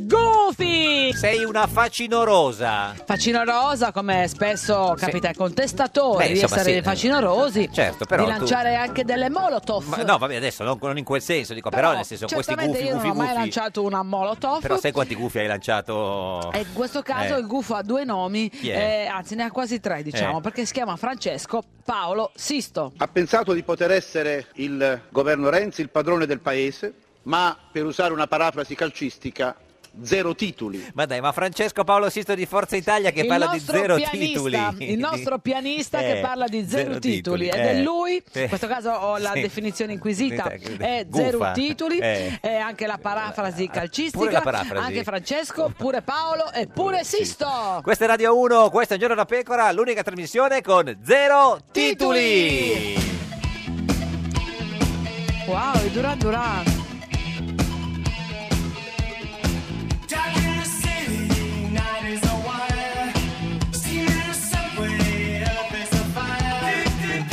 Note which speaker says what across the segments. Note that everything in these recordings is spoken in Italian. Speaker 1: Gufi!
Speaker 2: Sei una facinorosa.
Speaker 1: Facinorosa, come spesso capita ai contestatori,
Speaker 2: Beh,
Speaker 1: di
Speaker 2: insomma,
Speaker 1: Oh, essere
Speaker 2: sì.
Speaker 1: facinorosi,
Speaker 2: Certo, però
Speaker 1: di
Speaker 2: tu-
Speaker 1: lanciare anche delle molotov.
Speaker 2: Ma no, vabbè, adesso non, non in quel senso, dico, però, nel senso, questi
Speaker 1: certamente
Speaker 2: gufi,
Speaker 1: io non
Speaker 2: gufi,
Speaker 1: ho mai
Speaker 2: gufi.
Speaker 1: lanciato una molotov.
Speaker 2: Però sai quanti gufi hai lanciato?
Speaker 1: E in questo caso
Speaker 2: Eh.
Speaker 1: il gufo ha due nomi,
Speaker 2: Chi è?
Speaker 1: eh, anzi ne ha quasi tre diciamo,
Speaker 2: Eh.
Speaker 1: perché si chiama Francesco Paolo Sisto.
Speaker 3: Ha pensato di poter essere il governo Renzi il padrone del paese, ma per usare una parafrasi calcistica, zero titoli.
Speaker 2: Ma dai, ma Francesco Paolo Sisto di Forza Italia che parla di
Speaker 1: nostro
Speaker 2: zero
Speaker 1: pianista,
Speaker 2: titoli.
Speaker 1: Il nostro pianista che
Speaker 2: Eh,
Speaker 1: parla di zero,
Speaker 2: zero
Speaker 1: titoli,
Speaker 2: titoli,
Speaker 1: ed
Speaker 2: eh.
Speaker 1: è lui, in
Speaker 2: Eh,
Speaker 1: questo caso ho la
Speaker 2: sì.
Speaker 1: definizione inquisita,
Speaker 2: Sì,
Speaker 1: è
Speaker 2: gufa.
Speaker 1: zero titoli,
Speaker 2: Eh.
Speaker 1: è anche la parafrasi
Speaker 2: pure la
Speaker 1: calcistica,
Speaker 2: parafrasi.
Speaker 1: anche Francesco, pure Paolo e pure Sisto.
Speaker 2: Questa è Radio 1, questo è Un Giorno da Pecora, l'unica trasmissione con zero titoli.
Speaker 1: Wow, è Duran Duran.
Speaker 4: Dark in the city, night is a wire. Steam in the subway, up is a fire.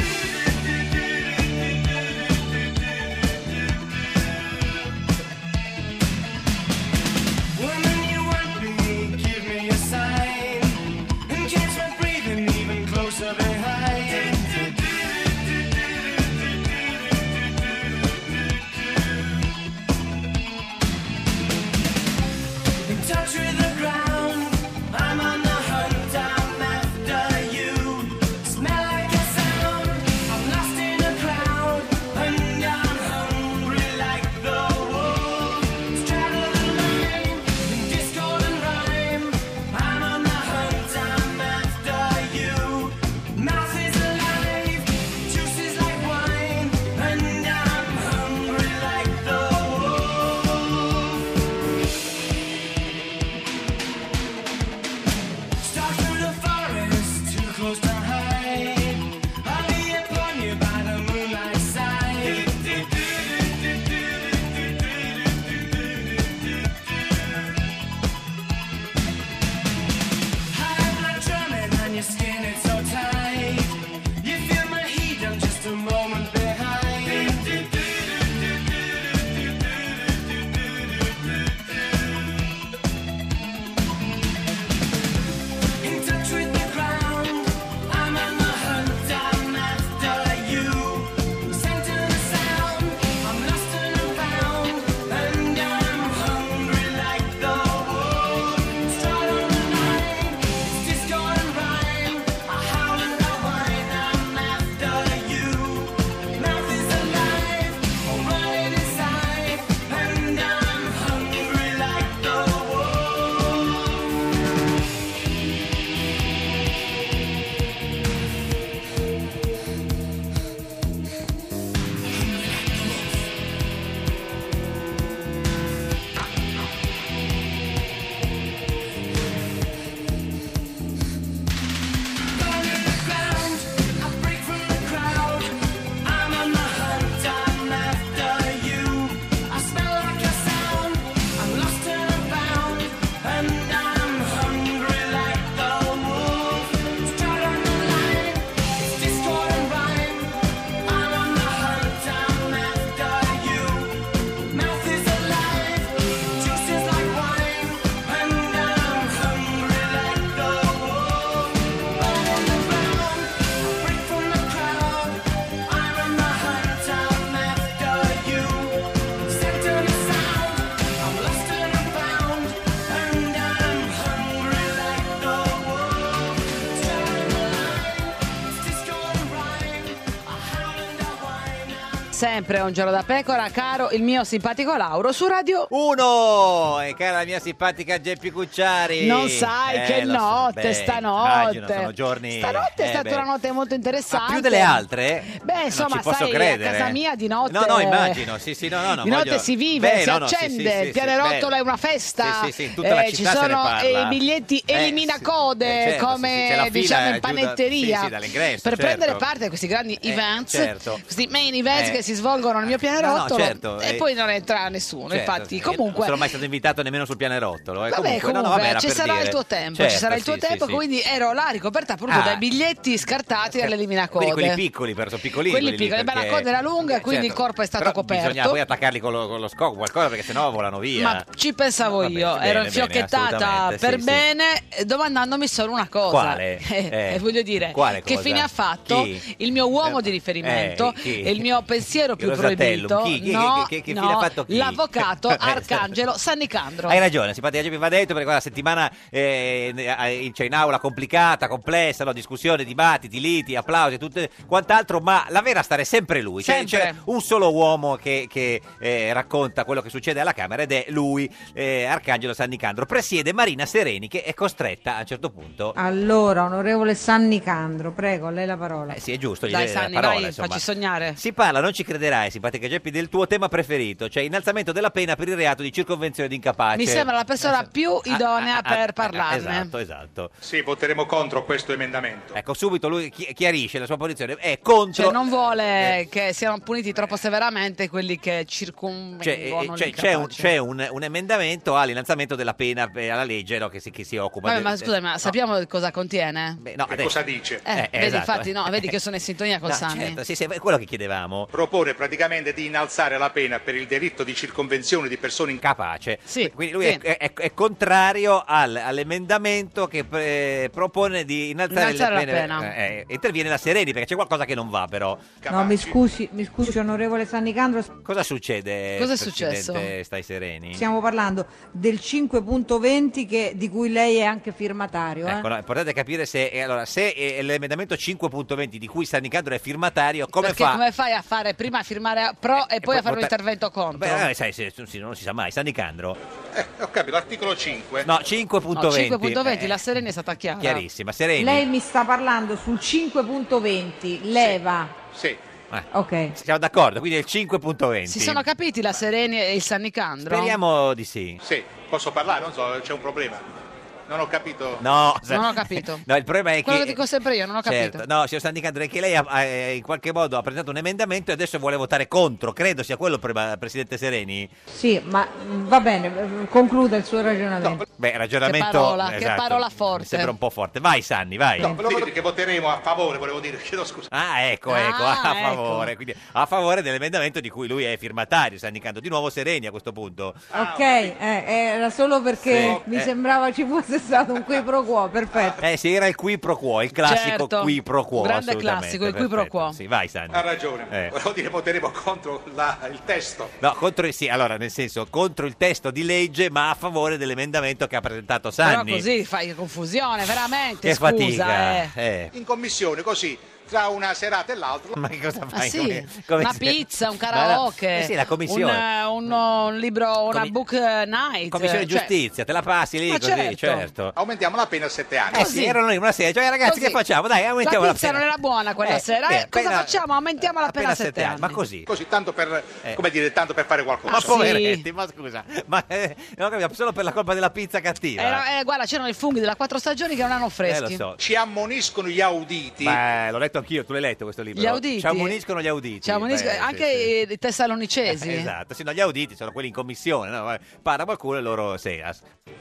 Speaker 4: Woman, you want me? Give me a sign. And catch my breathing even closer behind.
Speaker 1: sempre a un giorno da pecora, caro il mio simpatico Lauro su Radio
Speaker 2: Uno! Oh, E cara la mia simpatica Geppi Cucciari.
Speaker 1: Non sai
Speaker 2: Eh,
Speaker 1: che
Speaker 2: lo so,
Speaker 1: notte,
Speaker 2: beh,
Speaker 1: stanotte.
Speaker 2: immagino, sono giorni.
Speaker 1: Stanotte è
Speaker 2: eh,
Speaker 1: stata
Speaker 2: beh.
Speaker 1: una notte molto interessante.
Speaker 2: Ah, più delle altre?
Speaker 1: Beh,
Speaker 2: Non
Speaker 1: insomma,
Speaker 2: ci posso
Speaker 1: sai, a
Speaker 2: credere.
Speaker 1: casa mia di notte-
Speaker 2: No, no, immagino. Sì, sì, no, no, no,
Speaker 1: Di notte
Speaker 2: voglio-
Speaker 1: si vive,
Speaker 2: Beh,
Speaker 1: si
Speaker 2: no, no, sì, sì,
Speaker 1: accende,
Speaker 2: sì,
Speaker 1: il
Speaker 2: sì,
Speaker 1: pianerottolo
Speaker 2: bello.
Speaker 1: è una festa,
Speaker 2: Sì, sì, sì, in tutta la
Speaker 1: eh, ci
Speaker 2: città se ne
Speaker 1: sono,
Speaker 2: parla.
Speaker 1: eh, i biglietti
Speaker 2: Eh,
Speaker 1: elimina-code,
Speaker 2: sì, certo,
Speaker 1: come,
Speaker 2: sì, sì, c'è la fila
Speaker 1: diciamo, in
Speaker 2: giù da-
Speaker 1: panetteria,
Speaker 2: sì, sì, dall'ingresso, certo.
Speaker 1: per prendere parte a questi grandi
Speaker 2: Eh,
Speaker 1: events,
Speaker 2: certo.
Speaker 1: questi main events
Speaker 2: Eh.
Speaker 1: che si svolgono nel mio
Speaker 2: No, no,
Speaker 1: pianerottolo,
Speaker 2: certo,
Speaker 1: e
Speaker 2: eh.
Speaker 1: poi non entra nessuno,
Speaker 2: Certo,
Speaker 1: infatti,
Speaker 2: sì,
Speaker 1: comunque...
Speaker 2: Non sono mai stato invitato nemmeno sul pianerottolo. eh,
Speaker 1: Vabbè, comunque,
Speaker 2: no, no, vabbè, era
Speaker 1: ci
Speaker 2: per
Speaker 1: sarà
Speaker 2: dire.
Speaker 1: il tuo tempo,
Speaker 2: Certo,
Speaker 1: ci sarà il
Speaker 2: sì,
Speaker 1: tuo
Speaker 2: sì,
Speaker 1: tempo,
Speaker 2: sì.
Speaker 1: quindi ero là ricoperta proprio
Speaker 2: Ah.
Speaker 1: dai biglietti scartati dall'eliminacode.
Speaker 2: Quindi quelli piccoli, però sono piccolini.
Speaker 1: Quelli
Speaker 2: lì,
Speaker 1: piccoli, beh, la
Speaker 2: perché-
Speaker 1: coda era lunga,
Speaker 2: Eh,
Speaker 1: quindi il corpo è stato
Speaker 2: Però
Speaker 1: coperto.
Speaker 2: Bisogna poi attaccarli con lo, con lo scocco, qualcosa, perché sennò volano via.
Speaker 1: Ma ci pensavo
Speaker 2: Vabbè,
Speaker 1: io,
Speaker 2: bene,
Speaker 1: ero
Speaker 2: bene,
Speaker 1: infiocchettata
Speaker 2: assolutamente,
Speaker 1: per
Speaker 2: sì, sì.
Speaker 1: bene, eh, domandandomi solo una cosa.
Speaker 2: Quale?
Speaker 1: Eh,
Speaker 2: Eh,
Speaker 1: eh, voglio dire,
Speaker 2: quale
Speaker 1: che
Speaker 2: cosa?
Speaker 1: fine ha fatto
Speaker 2: Chi?
Speaker 1: il mio uomo
Speaker 2: Eh,
Speaker 1: di riferimento
Speaker 2: eh, chi?
Speaker 1: e il mio pensiero più
Speaker 2: Rosatellum,
Speaker 1: proibito?
Speaker 2: chi? Chi?
Speaker 1: no,
Speaker 2: Che- che- che
Speaker 1: no,
Speaker 2: fine ha fatto chi? Eh, esatto.
Speaker 1: l'avvocato Arcangelo Sannicandro.
Speaker 2: Hai ragione, simpatica Geppi va detto perché la settimana eh, eh, c'è in aula complicata, complessa, no? discussione, dibattiti, liti, applausi, tutte, quant'altro, ma la vera stare è sempre lui. C'è,
Speaker 1: Sempre.
Speaker 2: c'è un solo uomo che, che, eh, racconta quello che succede alla Camera ed è lui, eh, Arcangelo Sannicandro. Presiede Marina Sereni che è costretta a un certo punto...
Speaker 1: Ah.
Speaker 5: Allora, onorevole Sannicandro, prego, a lei la parola.
Speaker 2: Eh sì, è giusto, gli
Speaker 1: Dai
Speaker 2: dai la
Speaker 1: Sanni,
Speaker 2: parola,
Speaker 1: vai,
Speaker 2: insomma.
Speaker 1: facci sognare.
Speaker 2: Si parla, non ci crederai, simpatica Geppi, del tuo tema preferito, cioè innalzamento della pena per il reato di circonvenzione di incapace.
Speaker 1: Mi sembra la persona più idonea
Speaker 2: cioè, esatto. ah,
Speaker 1: per
Speaker 2: ah,
Speaker 1: parlarne.
Speaker 2: Esatto, esatto.
Speaker 6: Sì, voteremo contro questo emendamento.
Speaker 2: Ecco, subito lui chi- chiarisce la sua posizione. È contro.
Speaker 1: Cioè, non vuole
Speaker 2: eh,
Speaker 1: che siano puniti troppo severamente quelli che circumvengono
Speaker 2: Cioè, eh, cioè, c'è, un,
Speaker 1: l'incapace.
Speaker 2: c'è un- un emendamento all'innalzamento della pena eh, alla legge no, che, si, che si occupa.
Speaker 1: Vabbè,
Speaker 2: de-
Speaker 1: ma
Speaker 2: de-
Speaker 1: scusa, ma
Speaker 2: no,
Speaker 1: sappiamo cosa contiene?
Speaker 2: beh, no,
Speaker 6: Che
Speaker 2: adesso-
Speaker 6: cosa dice?
Speaker 1: Eh,
Speaker 2: eh,
Speaker 1: vedi,
Speaker 2: esatto.
Speaker 1: infatti, no, vedi che sono in sintonia col
Speaker 2: No,
Speaker 1: Sanni.
Speaker 2: certo, sì, sì, è quello che chiedevamo.
Speaker 6: Propone praticamente di innalzare la pena per il delitto di circonvenzione di persone in
Speaker 2: Capace.
Speaker 1: Sì,
Speaker 2: Quindi lui
Speaker 1: sì.
Speaker 2: è, è- è contrario al- all'emendamento che pre- propone di innalzare,
Speaker 1: Innalzare la
Speaker 2: le pene.
Speaker 1: pena.
Speaker 2: Eh, eh, interviene la Sereni perché c'è qualcosa che non va, però.
Speaker 5: No, mi
Speaker 6: capaci.
Speaker 5: scusi, mi scusi, onorevole Sannicandro,
Speaker 2: Cosa succede?
Speaker 1: Cosa è
Speaker 2: Presidente?
Speaker 1: successo?
Speaker 2: Stai sereni.
Speaker 5: stiamo parlando del 5.20 che- di cui lei è anche firmatario. eh?
Speaker 2: Ecco, no, è importante capire se, eh, allora, se è l'emendamento 5.20 di cui San Nicandro è firmatario, come
Speaker 1: Perché
Speaker 2: fa? Eh,
Speaker 1: come fai a fare prima a firmare pro e, poi a fare un
Speaker 2: vota-
Speaker 1: intervento contro?
Speaker 2: Beh, eh, sai, se- se- non si sa mai, San Nicandro.
Speaker 6: Eh, ho capito, l'articolo 5.
Speaker 2: No,
Speaker 1: No,
Speaker 2: 5.20.
Speaker 1: 5.20,
Speaker 2: eh,
Speaker 1: la Serena è stata chiara.
Speaker 2: Chiarissima, Sereni.
Speaker 5: Lei mi sta parlando sul 5.20, leva.
Speaker 6: Sì.
Speaker 2: eh,
Speaker 5: Ok.
Speaker 2: Siamo d'accordo, quindi è il 5.20.
Speaker 1: Si sono capiti la Sereni e il San Nicandro?
Speaker 2: Speriamo di sì.
Speaker 6: Sì, posso parlare? Non so, c'è un problema. Non ho capito.
Speaker 2: No, se-
Speaker 1: Non ho capito.
Speaker 2: No, il problema è
Speaker 1: Quello
Speaker 2: che
Speaker 1: che dico sempre io, non ho
Speaker 2: Certo,
Speaker 1: capito.
Speaker 2: no, signor Sandicandro, è che lei ha- ha- eh, in qualche modo ha presentato un emendamento e adesso vuole votare contro, credo sia quello, pre- Presidente Sereni.
Speaker 5: Sì, ma mh, va bene, mh, concluda il suo ragionamento.
Speaker 2: Beh, ragionamento...
Speaker 1: Che parola, che
Speaker 2: esatto,
Speaker 1: parola forte.
Speaker 2: Mi sembra un po' forte. Vai, Sanni, vai.
Speaker 6: No, volevo dire che voteremo a favore, volevo dire, chiedo scusa.
Speaker 2: Ah, ecco,
Speaker 1: Ah,
Speaker 2: ecco, a
Speaker 1: ecco.
Speaker 2: favore. Quindi a favore dell'emendamento di cui lui è firmatario, Sandicandro. Di nuovo Sereni a questo punto.
Speaker 5: Ok, eh, era solo perché
Speaker 2: Sì,
Speaker 5: mi
Speaker 2: eh.
Speaker 5: sembrava ci fosse stato un qui pro quo, perfetto.
Speaker 2: Eh, sì, era il qui pro quo, il classico
Speaker 1: Certo,
Speaker 2: qui pro quo.
Speaker 1: un grande
Speaker 2: assolutamente,
Speaker 1: classico, il qui pro
Speaker 2: perfetto.
Speaker 1: quo.
Speaker 2: Sì, vai, Sanni.
Speaker 6: Ha ragione.
Speaker 2: Eh.
Speaker 6: Volevo dire voteremo contro la- il testo.
Speaker 2: No, contro, sì, allora, nel senso, contro il testo di legge, ma a favore dell'emendamento che ha presentato
Speaker 1: Però
Speaker 2: Sanni.
Speaker 1: così fai confusione, veramente,
Speaker 2: Che
Speaker 1: scusa.
Speaker 2: fatica.
Speaker 1: eh.
Speaker 2: eh.
Speaker 6: In commissione, così, tra una serata e l'altra.
Speaker 2: Ma che cosa fai?
Speaker 1: Ah, sì?
Speaker 2: Come- come
Speaker 1: una
Speaker 2: se-
Speaker 1: pizza, un
Speaker 2: Ma la-
Speaker 1: karaoke,
Speaker 2: eh sì, la commissione.
Speaker 1: un, eh, uno- un libro, una
Speaker 2: Comi-
Speaker 1: book eh, night.
Speaker 2: commissione
Speaker 1: cioè,
Speaker 2: giustizia, te la passi lì
Speaker 1: Ma
Speaker 2: così,
Speaker 1: certo.
Speaker 6: Aumentiamo la pena a sette anni.
Speaker 2: Eh
Speaker 1: Così.
Speaker 2: sì, erano in una serie, cioè ragazzi
Speaker 1: Così.
Speaker 2: che facciamo? Dai, aumentiamo
Speaker 1: La
Speaker 2: la,
Speaker 1: pizza
Speaker 2: pena.
Speaker 1: non era buona quella sera, eh, cosa
Speaker 2: appena-
Speaker 1: facciamo? Aumentiamo la pena a sette anni.
Speaker 2: Ma così.
Speaker 6: Così, tanto per,
Speaker 2: Eh.
Speaker 6: come dire, tanto per fare qualcosa.
Speaker 2: Ma
Speaker 1: Ah, sì.
Speaker 2: poveretti, ma scusa, ma eh, non ho capito, solo per la colpa della pizza cattiva.
Speaker 1: Era- eh, guarda, c'erano i funghi della quattro stagioni che non erano
Speaker 2: Eh, lo
Speaker 1: freschi.
Speaker 2: so.
Speaker 6: Ci ammoniscono gli auditi.
Speaker 2: Beh, l'ho letto anch'io, tu l'hai letto questo libro.
Speaker 1: Gli auditi.
Speaker 2: Ci ammoniscono gli auditi.
Speaker 1: Ci ammonisco-
Speaker 2: Beh, sì,
Speaker 1: anche
Speaker 2: sì.
Speaker 1: i- i tessalonicesi.
Speaker 2: Eh, Esatto, sì, no, gli auditi sono quelli in commissione, no? parla qualcuno e loro se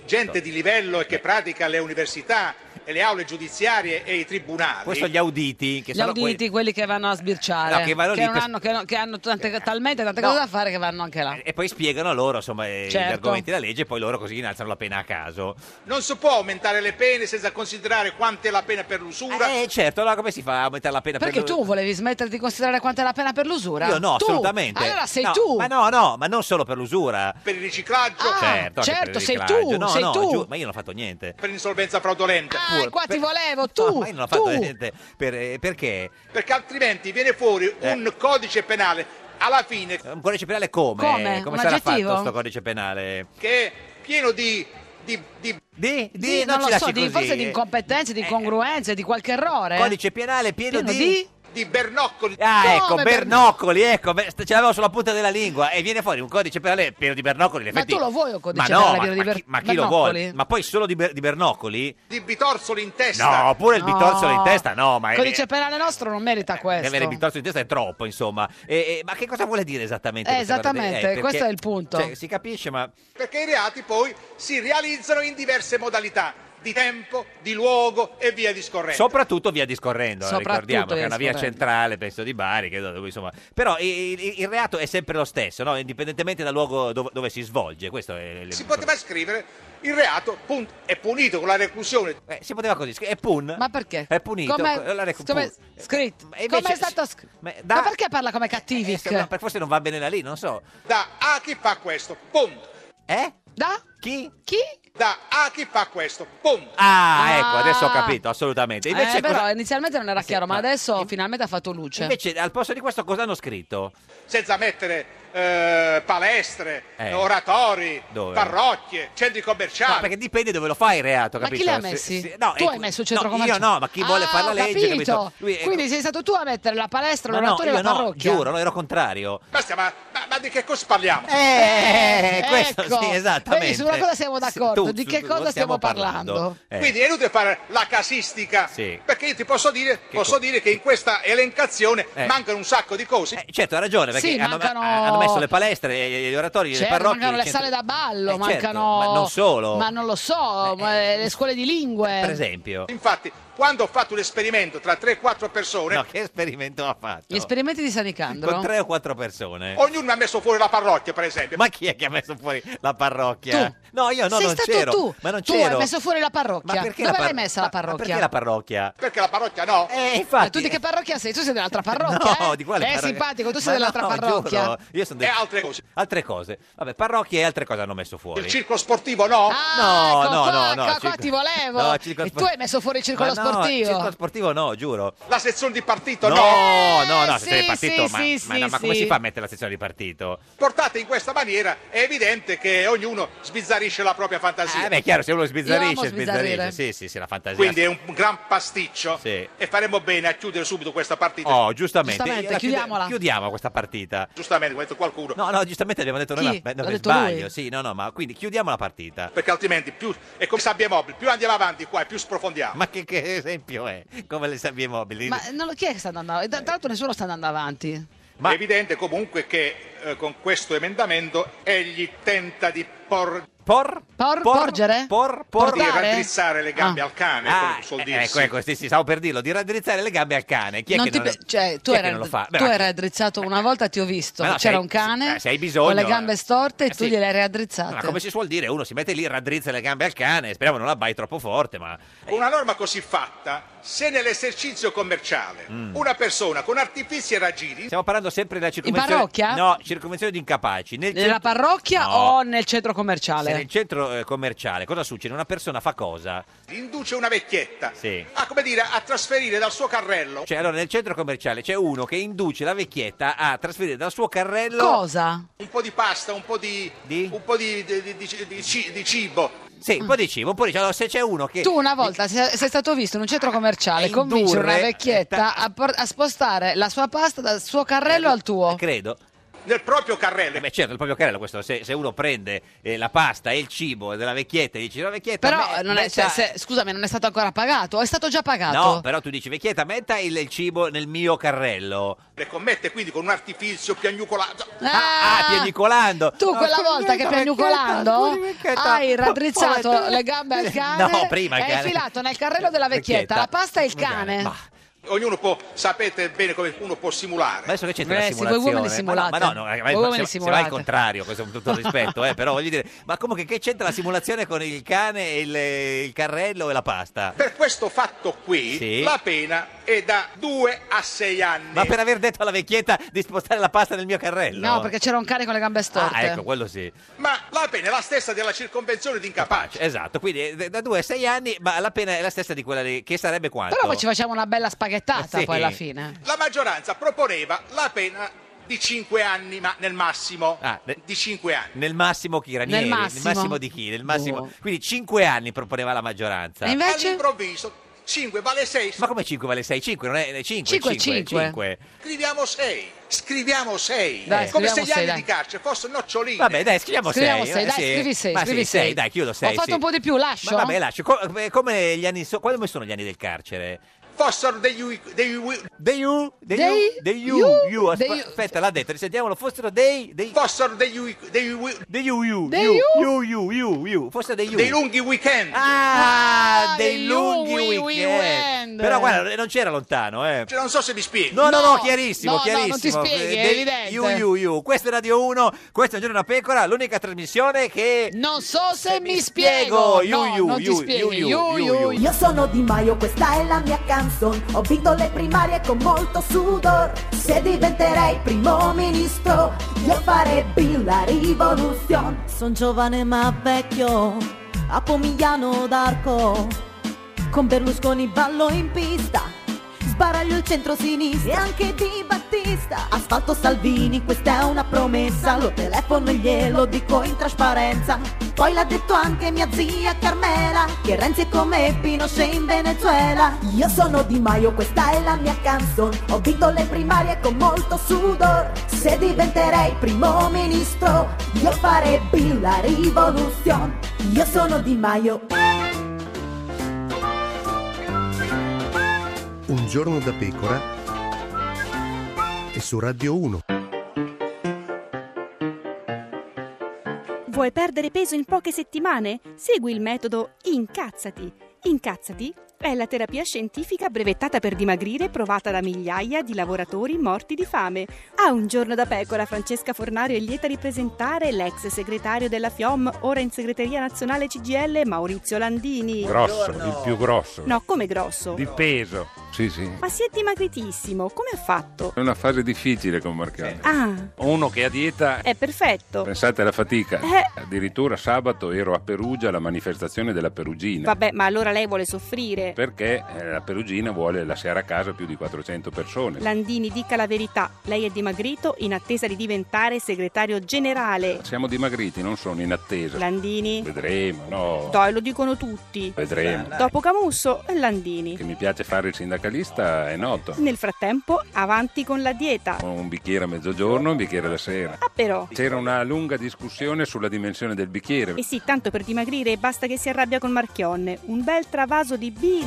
Speaker 6: gente di livello e che pratica le università e le aule giudiziarie e i tribunali.
Speaker 2: Questo gli auditi che
Speaker 1: Gli
Speaker 2: sono
Speaker 1: auditi,
Speaker 2: quelli-
Speaker 1: quelli che vanno a sbirciare,
Speaker 2: No, che vanno lì
Speaker 1: non
Speaker 2: per- Eh.
Speaker 1: hanno, che non- che hanno tante- talmente tante
Speaker 2: No. Eh,
Speaker 1: cose da fare che vanno anche là.
Speaker 2: E- E poi spiegano loro insomma, eh, gli
Speaker 1: Certo.
Speaker 2: argomenti della legge e poi loro così innalzano la pena a caso.
Speaker 6: Non si può aumentare le pene senza considerare quanto è la pena per l'usura.
Speaker 2: Eh certo, allora come si fa a aumentare la pena? per
Speaker 1: Perché
Speaker 2: lo-
Speaker 1: tu volevi smettere di considerare quanto è la pena per l'usura?
Speaker 2: Io no,
Speaker 1: eh? Tu?
Speaker 2: assolutamente.
Speaker 1: Allora sei
Speaker 2: No,
Speaker 1: tu.
Speaker 2: Ma no, no, ma non solo per l'usura.
Speaker 6: Per il riciclaggio,
Speaker 1: Ah.
Speaker 2: certo, anche
Speaker 1: certo,
Speaker 2: per il
Speaker 1: sei
Speaker 2: riciclaggio.
Speaker 1: tu,
Speaker 2: No,
Speaker 1: sei
Speaker 2: no,
Speaker 1: tu.
Speaker 2: giù- ma io non ho fatto niente.
Speaker 6: per insolvenza fraudolenta.
Speaker 1: Ah,
Speaker 2: Pure-
Speaker 1: qua ti
Speaker 2: per-
Speaker 1: volevo,
Speaker 2: No,
Speaker 1: tu,
Speaker 2: ma io non ho
Speaker 1: tu.
Speaker 2: fatto niente. Per- eh, perché?
Speaker 6: Perché altrimenti viene fuori
Speaker 2: Eh.
Speaker 6: un codice penale alla fine
Speaker 2: Un codice penale come?
Speaker 6: Come?
Speaker 2: Eh, Come
Speaker 6: Un
Speaker 2: sarà
Speaker 6: aggettivo?
Speaker 2: fatto sto codice penale?
Speaker 6: che è pieno di... di, di...
Speaker 2: Di,
Speaker 1: Sì, non lo so, di- forse di incompetenze, di incongruenze, di qualche errore.
Speaker 2: Eh, Codice penale pieno di-
Speaker 6: di bernoccoli.
Speaker 2: Ah,
Speaker 1: Come
Speaker 2: ecco,
Speaker 1: per-
Speaker 2: Bernoccoli, ecco, beh, ce l'avevo sulla punta della lingua e viene fuori un codice penale pieno di Bernoccoli. in
Speaker 1: Ma
Speaker 2: effetti-
Speaker 1: tu lo vuoi un codice
Speaker 2: ma no,
Speaker 1: penale
Speaker 2: ma-
Speaker 1: pieno di
Speaker 2: ma
Speaker 1: ber-
Speaker 2: chi, ma chi lo
Speaker 1: Bernoccoli?
Speaker 2: vuole? Ma poi solo di, ber- di Bernoccoli?
Speaker 6: di bitorzoli in testa.
Speaker 2: No, pure il bitorzolo in
Speaker 1: No.
Speaker 2: testa, no, ma è-
Speaker 1: Codice penale nostro non merita
Speaker 2: di avere il
Speaker 1: questo.
Speaker 2: bitorzolo in testa è troppo, insomma. E- e- ma che cosa vuole dire esattamente?
Speaker 1: Eh,
Speaker 2: questa parola?
Speaker 1: esattamente,
Speaker 2: perché-
Speaker 1: questo è il punto.
Speaker 2: cioè, si capisce, ma
Speaker 6: Perché i reati poi si realizzano in diverse modalità di tempo, di luogo e via discorrendo.
Speaker 2: soprattutto via discorrendo, eh,
Speaker 6: Soprattutto
Speaker 2: ricordiamo che è
Speaker 6: via
Speaker 2: una via
Speaker 6: discorrendo.
Speaker 2: centrale, penso di Bari, che dove, insomma. Però il, il- il reato è sempre lo stesso, no? indipendentemente dal luogo dove, dove si svolge. Questo è il-
Speaker 6: si poteva scrivere il reato punto, è punito con la reclusione.
Speaker 2: si poteva così scrivere, è pun.
Speaker 1: Ma perché?
Speaker 2: È punito.
Speaker 1: Come,
Speaker 2: La rec-
Speaker 1: come
Speaker 2: pun-
Speaker 1: scritto?
Speaker 2: e Eh, invece-
Speaker 1: come è stato scritto? Ma, perché parla come cattivi?
Speaker 2: Eh, no, per- forse non va bene da lì, non so.
Speaker 6: Da A chi fa questo? Punto.
Speaker 2: Eh?
Speaker 1: Da?
Speaker 2: Chi?
Speaker 1: Chi?
Speaker 6: Da A chi fa questo? Punto.
Speaker 2: Ah,
Speaker 1: Ah.
Speaker 2: ecco, adesso ho capito, assolutamente. Invece,
Speaker 1: Eh, però
Speaker 2: cosa-
Speaker 1: inizialmente non era chiaro, ma adesso finalmente ha fatto luce.
Speaker 2: invece, al posto di questo cosa hanno scritto?
Speaker 6: Senza mettere eh, palestre,
Speaker 2: Eh.
Speaker 6: oratori,
Speaker 2: Dove?
Speaker 6: parrocchie, centri commerciali.
Speaker 2: No, perché dipende dove lo fai il reato,
Speaker 1: Ma
Speaker 2: capito?
Speaker 1: chi li ha
Speaker 2: Se-
Speaker 1: messi?
Speaker 2: se- no,
Speaker 1: tu
Speaker 2: eh,
Speaker 1: hai messo il centro
Speaker 2: no,
Speaker 1: commerciale?
Speaker 2: Io no, ma chi vuole
Speaker 1: Ah,
Speaker 2: fare la
Speaker 1: ho
Speaker 2: legge,
Speaker 1: capito.
Speaker 2: capito? Lui è-
Speaker 1: Quindi sei stato tu a mettere la palestra,
Speaker 2: ma no,
Speaker 1: l'oratorio
Speaker 2: io
Speaker 1: e la
Speaker 2: no,
Speaker 1: parrocchia.
Speaker 2: giuro, no, ero contrario.
Speaker 6: Basta, ma, ma- ma di che cosa parliamo?
Speaker 2: Eh, questo
Speaker 1: ecco.
Speaker 2: sì, esattamente.
Speaker 1: Vedi, su una cosa siamo d'accordo,
Speaker 2: tu-
Speaker 1: di
Speaker 2: su-
Speaker 1: che
Speaker 2: tu-
Speaker 1: cosa stiamo parlando?
Speaker 2: Eh.
Speaker 6: Quindi è inutile fare la casistica,
Speaker 2: Sì.
Speaker 6: perché io ti posso dire,
Speaker 2: Che
Speaker 6: posso
Speaker 2: co-
Speaker 6: dire che in questa elencazione
Speaker 2: Eh.
Speaker 6: mancano un sacco di cose.
Speaker 2: Certo, ha ragione, perché
Speaker 1: Sì,
Speaker 2: hanno,
Speaker 1: mancano-
Speaker 2: Eh, hanno messo le palestre, eh, gli oratori, le
Speaker 1: Certo,
Speaker 2: parrocchie.
Speaker 1: mancano
Speaker 2: i
Speaker 1: le
Speaker 2: centri-
Speaker 1: sale da ballo,
Speaker 2: Eh, certo,
Speaker 1: mancano...
Speaker 2: ma non solo.
Speaker 1: Ma non lo so, ma, eh, le scuole di lingue.
Speaker 2: Per esempio.
Speaker 6: Infatti, quando ho fatto l'esperimento tra 3-4 persone,
Speaker 2: No, che esperimento ha fatto?
Speaker 1: Gli esperimenti di San Nicandro.
Speaker 2: Con tre o quattro persone.
Speaker 6: ognuno mi ha messo fuori la parrocchia, per esempio.
Speaker 2: Ma chi è che ha messo fuori la parrocchia? No, io no,
Speaker 1: Sei
Speaker 2: non
Speaker 1: stato
Speaker 2: c'ero.
Speaker 1: tu.
Speaker 2: Ma non
Speaker 1: tu
Speaker 2: c'ero.
Speaker 1: hai messo fuori la parrocchia.
Speaker 2: Ma perché
Speaker 1: Cioè, Dove
Speaker 2: la par-
Speaker 1: l'hai messa la parrocchia?
Speaker 2: Perché la parrocchia?
Speaker 6: Perché la parrocchia no?
Speaker 2: Eh,
Speaker 1: Ma
Speaker 2: infatti.
Speaker 1: tu di che parrocchia sei? Tu sei dell'altra parrocchia?
Speaker 2: No,
Speaker 1: eh?
Speaker 2: di quale
Speaker 1: Eh,
Speaker 2: parrocchia?
Speaker 1: simpatico, tu sei
Speaker 2: Ma
Speaker 1: dell'altra
Speaker 2: no,
Speaker 1: parrocchia.
Speaker 2: giuro, Io sono del-
Speaker 6: E altre cose.
Speaker 2: Altre cose. Vabbè, parrocchie e altre cose hanno messo fuori.
Speaker 6: Il circolo sportivo no?
Speaker 1: Ah,
Speaker 2: no,
Speaker 1: ecco
Speaker 2: no,
Speaker 1: qua,
Speaker 2: no, no,
Speaker 1: qua, qua
Speaker 2: circo-
Speaker 1: ti volevo.
Speaker 2: no, circo
Speaker 1: e
Speaker 2: spor-
Speaker 1: tu hai messo fuori il circolo
Speaker 2: Ma no,
Speaker 1: sportivo.
Speaker 2: Circolo sportivo no, giuro.
Speaker 6: La sezione di partito no?
Speaker 2: no, no, no,
Speaker 1: sì,
Speaker 2: sezione di partito,
Speaker 1: sì,
Speaker 2: ma,
Speaker 1: sì,
Speaker 2: ma
Speaker 1: sì,
Speaker 2: no, ma come
Speaker 1: sì.
Speaker 2: si fa a mettere la sezione di partito?
Speaker 6: Portate in questa maniera è evidente che ognuno sbizzarisce la propria fantasia.
Speaker 2: Eh beh, è chiaro, se uno
Speaker 1: Io amo
Speaker 2: sbizzarrisce,
Speaker 1: sbizzarrire.
Speaker 2: sbizzarrisce. Sì, sì, sì, la fantasia.
Speaker 6: Quindi è un gran pasticcio
Speaker 2: Sì.
Speaker 6: e faremo bene a chiudere subito questa partita.
Speaker 2: Oh, giustamente.
Speaker 1: Giustamente,
Speaker 2: La chiude-
Speaker 1: chiudiamola.
Speaker 2: Chiudiamo questa partita.
Speaker 6: Giustamente, come ha detto qualcuno.
Speaker 2: No, no, giustamente abbiamo detto noi,
Speaker 1: Chi?
Speaker 2: ma beh, no,
Speaker 1: L'ha
Speaker 2: per
Speaker 1: detto
Speaker 2: sbaglio.
Speaker 1: lui?
Speaker 2: Sì, no, no, ma quindi chiudiamo la partita.
Speaker 6: Perché altrimenti più è come sabbia mobile, più andiamo avanti qua e più sprofondiamo.
Speaker 2: Ma che, che esempio è? Come le sabbie mobili?
Speaker 1: Ma non lo- chi è che sta andando avanti? Tra l'altro nessuno sta andando avanti.
Speaker 6: È evidente comunque che eh, con questo emendamento egli tenta di por-
Speaker 2: Por?
Speaker 1: Por- porgere?
Speaker 2: Por, por.
Speaker 6: di
Speaker 1: Portare?
Speaker 6: raddrizzare le gambe
Speaker 1: Ah.
Speaker 6: al cane,
Speaker 2: Ah,
Speaker 6: come suol
Speaker 2: eh,
Speaker 6: dirsi.
Speaker 2: ecco, ecco, sì, sì, stavo per dirlo, di raddrizzare le gambe al cane. Chi è
Speaker 1: Non
Speaker 2: che
Speaker 1: ti
Speaker 2: non,
Speaker 1: pe- cioè,
Speaker 2: chi
Speaker 1: tu
Speaker 2: è
Speaker 1: eri
Speaker 2: che non lo fa? Beh,
Speaker 1: tu
Speaker 2: ma-
Speaker 1: eri raddrizzato una volta, ti ho visto.
Speaker 2: Ma no, se
Speaker 1: C'era
Speaker 2: hai-
Speaker 1: un cane
Speaker 2: eh, se hai bisogno,
Speaker 1: con le gambe storte e
Speaker 2: eh,
Speaker 1: tu
Speaker 2: sì.
Speaker 1: gliele hai
Speaker 2: Ma
Speaker 1: raddrizzate.
Speaker 2: come si suol dire, uno si mette lì, raddrizza le gambe al cane, speriamo non la bai troppo forte, ma...
Speaker 6: Con una norma così fatta, se nell'esercizio commerciale una persona con artifici e raggiri
Speaker 2: Mm. Stiamo parlando sempre della circonvenzione...
Speaker 1: parrocchia?
Speaker 2: No, circonvenzione di incapaci. Nel
Speaker 1: Nella
Speaker 2: centro-
Speaker 1: parrocchia
Speaker 2: No.
Speaker 1: o nel centro
Speaker 2: Se
Speaker 1: commerciale?
Speaker 2: nel centro eh, commerciale cosa succede? Una persona fa cosa?
Speaker 6: induce una vecchietta
Speaker 2: Sì.
Speaker 6: a, come dire, a trasferire dal suo carrello
Speaker 2: Cioè, allora, nel centro commerciale c'è uno che induce la vecchietta a trasferire dal suo carrello...
Speaker 1: Cosa?
Speaker 6: un po' di pasta, un po' di,
Speaker 2: Di?
Speaker 6: Un po di, di- di- di- di ci- di cibo.
Speaker 2: Sì, un po' di cibo, un po' di cibo. Allora, se c'è uno che... Ah,
Speaker 1: Tu una volta se- sei stato visto in un centro commerciale
Speaker 2: Indurre- eh,
Speaker 1: convincere una
Speaker 2: ta- Eh,
Speaker 1: vecchietta a, por- a spostare la sua pasta dal suo carrello al tuo.
Speaker 2: Credo.
Speaker 6: Nel proprio carrello.
Speaker 2: Eh beh, certo, il proprio carrello questo. Se, se uno prende eh, la pasta e il cibo della vecchietta e dici la vecchietta...
Speaker 1: Però
Speaker 2: me-
Speaker 1: non è,
Speaker 2: metta-
Speaker 1: cioè, se- Esatto. scusami, non è stato ancora pagato, è stato già pagato.
Speaker 2: No, però tu dici vecchietta, metta il, il cibo nel mio carrello.
Speaker 6: Le commette quindi con un artificio piagnucolato.
Speaker 2: Ah, ah, piagnicolando.
Speaker 1: Tu
Speaker 2: No,
Speaker 1: quella
Speaker 2: scusi,
Speaker 1: volta che
Speaker 2: vecchietta,
Speaker 1: piagnucolando
Speaker 2: scusi, vecchietta.
Speaker 1: hai
Speaker 2: Oh,
Speaker 1: raddrizzato
Speaker 2: povera-
Speaker 1: le gambe al cane
Speaker 2: No, prima il
Speaker 1: e hai
Speaker 2: cane.
Speaker 1: infilato nel carrello della vecchietta la pasta e il cane.
Speaker 2: Ma,
Speaker 6: Ognuno può, sapete bene come uno può simulare.
Speaker 2: ma adesso che c'entra
Speaker 1: Eh,
Speaker 2: la
Speaker 1: sì, voi
Speaker 2: simulazione?
Speaker 1: uomini simulate.
Speaker 2: Ma no, ma no, ma-
Speaker 1: Voi
Speaker 2: ma-
Speaker 1: uomini
Speaker 2: se, se vai
Speaker 1: simulate.
Speaker 2: al contrario, questo con tutto il rispetto, eh, però voglio dire, ma comunque che c'entra la simulazione con il cane, e il, il carrello e la pasta?
Speaker 6: Per questo fatto qui
Speaker 2: Sì.
Speaker 6: la pena è da 2 a 6 anni.
Speaker 2: Ma per aver detto alla vecchietta di spostare la pasta nel mio carrello?
Speaker 1: No, perché c'era un cane con le gambe storte.
Speaker 2: Ah, ecco, quello sì.
Speaker 6: Ma la pena è la stessa della circonvenzione di incapace.
Speaker 2: Esatto, quindi eh, da 2 a 6 anni, ma la pena è la stessa di quella di- che sarebbe quanto?
Speaker 1: Però poi ci facciamo una bella spaghettata
Speaker 2: Eh, Sì.
Speaker 1: poi alla fine.
Speaker 6: La maggioranza proponeva la pena di 5 anni, ma nel massimo di 5 anni.
Speaker 2: Ah, Nel massimo chi? Ranieri?
Speaker 6: Nel massimo.
Speaker 2: di chi? Nel massimo- Quindi 5 anni proponeva la maggioranza.
Speaker 6: All'improvviso 5 vale 6.
Speaker 2: Ma come 5 vale 6? 5 non è eh, 5?
Speaker 6: Cinque è cinque.
Speaker 2: 5.
Speaker 6: Scriviamo 6. Scriviamo 6.
Speaker 2: Dai,
Speaker 6: Come
Speaker 2: scriviamo
Speaker 6: se gli
Speaker 2: sei,
Speaker 6: anni
Speaker 2: dai.
Speaker 6: di carcere fossero noccioline.
Speaker 2: Vabbè, dai, scriviamo 6.
Speaker 1: Scriviamo sei, dai, scrivi sei,
Speaker 2: Ma
Speaker 1: scrivi
Speaker 2: sì, sei,
Speaker 1: sei.
Speaker 2: dai, chiudo
Speaker 1: Ho
Speaker 2: 6.
Speaker 1: fatto un po' di più, lascio?
Speaker 2: Ma vabbè, lascio. Co- eh, come gli anni so- quando sono gli anni del carcere?
Speaker 6: Fossero degli... u- degli u-
Speaker 2: Dei u, dei
Speaker 6: Dei-
Speaker 2: u, dei u,
Speaker 6: you-
Speaker 2: you, aspe-
Speaker 6: dei-
Speaker 2: aspetta, l'ha detto, risentiamolo, fossero dei, dei...
Speaker 6: Fossero degli, u- degli, u-
Speaker 2: degli u, you,
Speaker 6: Dei
Speaker 2: you, you,
Speaker 6: u-
Speaker 2: you, you, you, fossero dei u.
Speaker 6: dei lunghi weekend.
Speaker 2: Ah, dei
Speaker 6: dei
Speaker 2: lunghi
Speaker 6: lunghi
Speaker 2: weekend.
Speaker 6: weekend.
Speaker 2: Però guarda, non c'era lontano, eh.
Speaker 6: Cioè, non so se mi spiego.
Speaker 2: No, no, no, chiarissimo,
Speaker 6: no, no,
Speaker 2: chiarissimo.
Speaker 6: non ti spieghi, è
Speaker 2: Dei-
Speaker 6: evidente.
Speaker 2: You, you, you. Questo è Radio 1, questo è Un Giorno una Pecora, l'unica trasmissione che...
Speaker 1: Non so se mi
Speaker 2: spiego.
Speaker 1: spiego.
Speaker 2: You,
Speaker 1: No,
Speaker 2: you,
Speaker 1: non ti
Speaker 2: you,
Speaker 1: spieghi.
Speaker 2: you,
Speaker 1: You,
Speaker 2: you,
Speaker 1: you.
Speaker 7: Io sono Di Maio, questa è la mia canzone. Ho vinto le primarie con molto sudor. Se diventerei primo ministro, io farei la rivoluzione. Son giovane ma vecchio, a Pomigliano d'Arco. Con Berlusconi ballo in pista, sbaraglio il centro-sinistra e anche Di Battista. Asfalto Salvini, questa è una promessa, lo telefono e glielo dico in trasparenza. Poi l'ha detto anche mia zia Carmela, che Renzi è come Pinochet in Venezuela. Io sono Di Maio, questa è la mia canzone, ho vinto le primarie con molto sudor. Se diventerei primo ministro, io farei la rivoluzione. Io sono Di Maio.
Speaker 8: Un giorno da pecora e su Radio 1.
Speaker 9: Vuoi perdere peso in poche settimane? Segui il metodo Incazzati. Incazzati è la terapia scientifica brevettata per dimagrire provata da migliaia di lavoratori morti di fame. A un giorno da pecora, Francesca Fornario è lieta di presentare l'ex segretario della FIOM, ora in segreteria nazionale CGL, Maurizio Landini.
Speaker 10: Grosso, il più grosso.
Speaker 9: No, come grosso?
Speaker 10: Di peso. Sì, sì.
Speaker 9: Ma si è dimagritissimo, come ha fatto?
Speaker 10: È una fase difficile con Marchiani.
Speaker 9: Ah,
Speaker 10: Uno che a dieta...
Speaker 9: è perfetto.
Speaker 10: Pensate alla fatica.
Speaker 9: Eh.
Speaker 10: Addirittura sabato ero a Perugia alla manifestazione della Perugina.
Speaker 9: Eh, Vabbè, ma allora lei vuole soffrire.
Speaker 10: Perché eh, la Perugina vuole lasciare a casa più di 400 persone.
Speaker 9: Landini, dica la verità, lei è dimagrito in attesa di diventare segretario generale.
Speaker 10: Siamo dimagriti, non sono in attesa.
Speaker 9: Landini?
Speaker 10: Vedremo, no.
Speaker 9: Dai, lo dicono tutti.
Speaker 10: Vedremo.
Speaker 9: Dopo Camusso, Landini.
Speaker 10: Che mi piace fare il sindacalista è noto.
Speaker 9: Nel frattempo, avanti con la dieta.
Speaker 10: Un bicchiere a mezzogiorno, un bicchiere alla sera.
Speaker 9: Ah, però.
Speaker 10: C'era una lunga discussione sulla dimensione del bicchiere.
Speaker 9: E sì, tanto per dimagrire basta che si arrabbia con Marchionne. Un bel travaso di bile.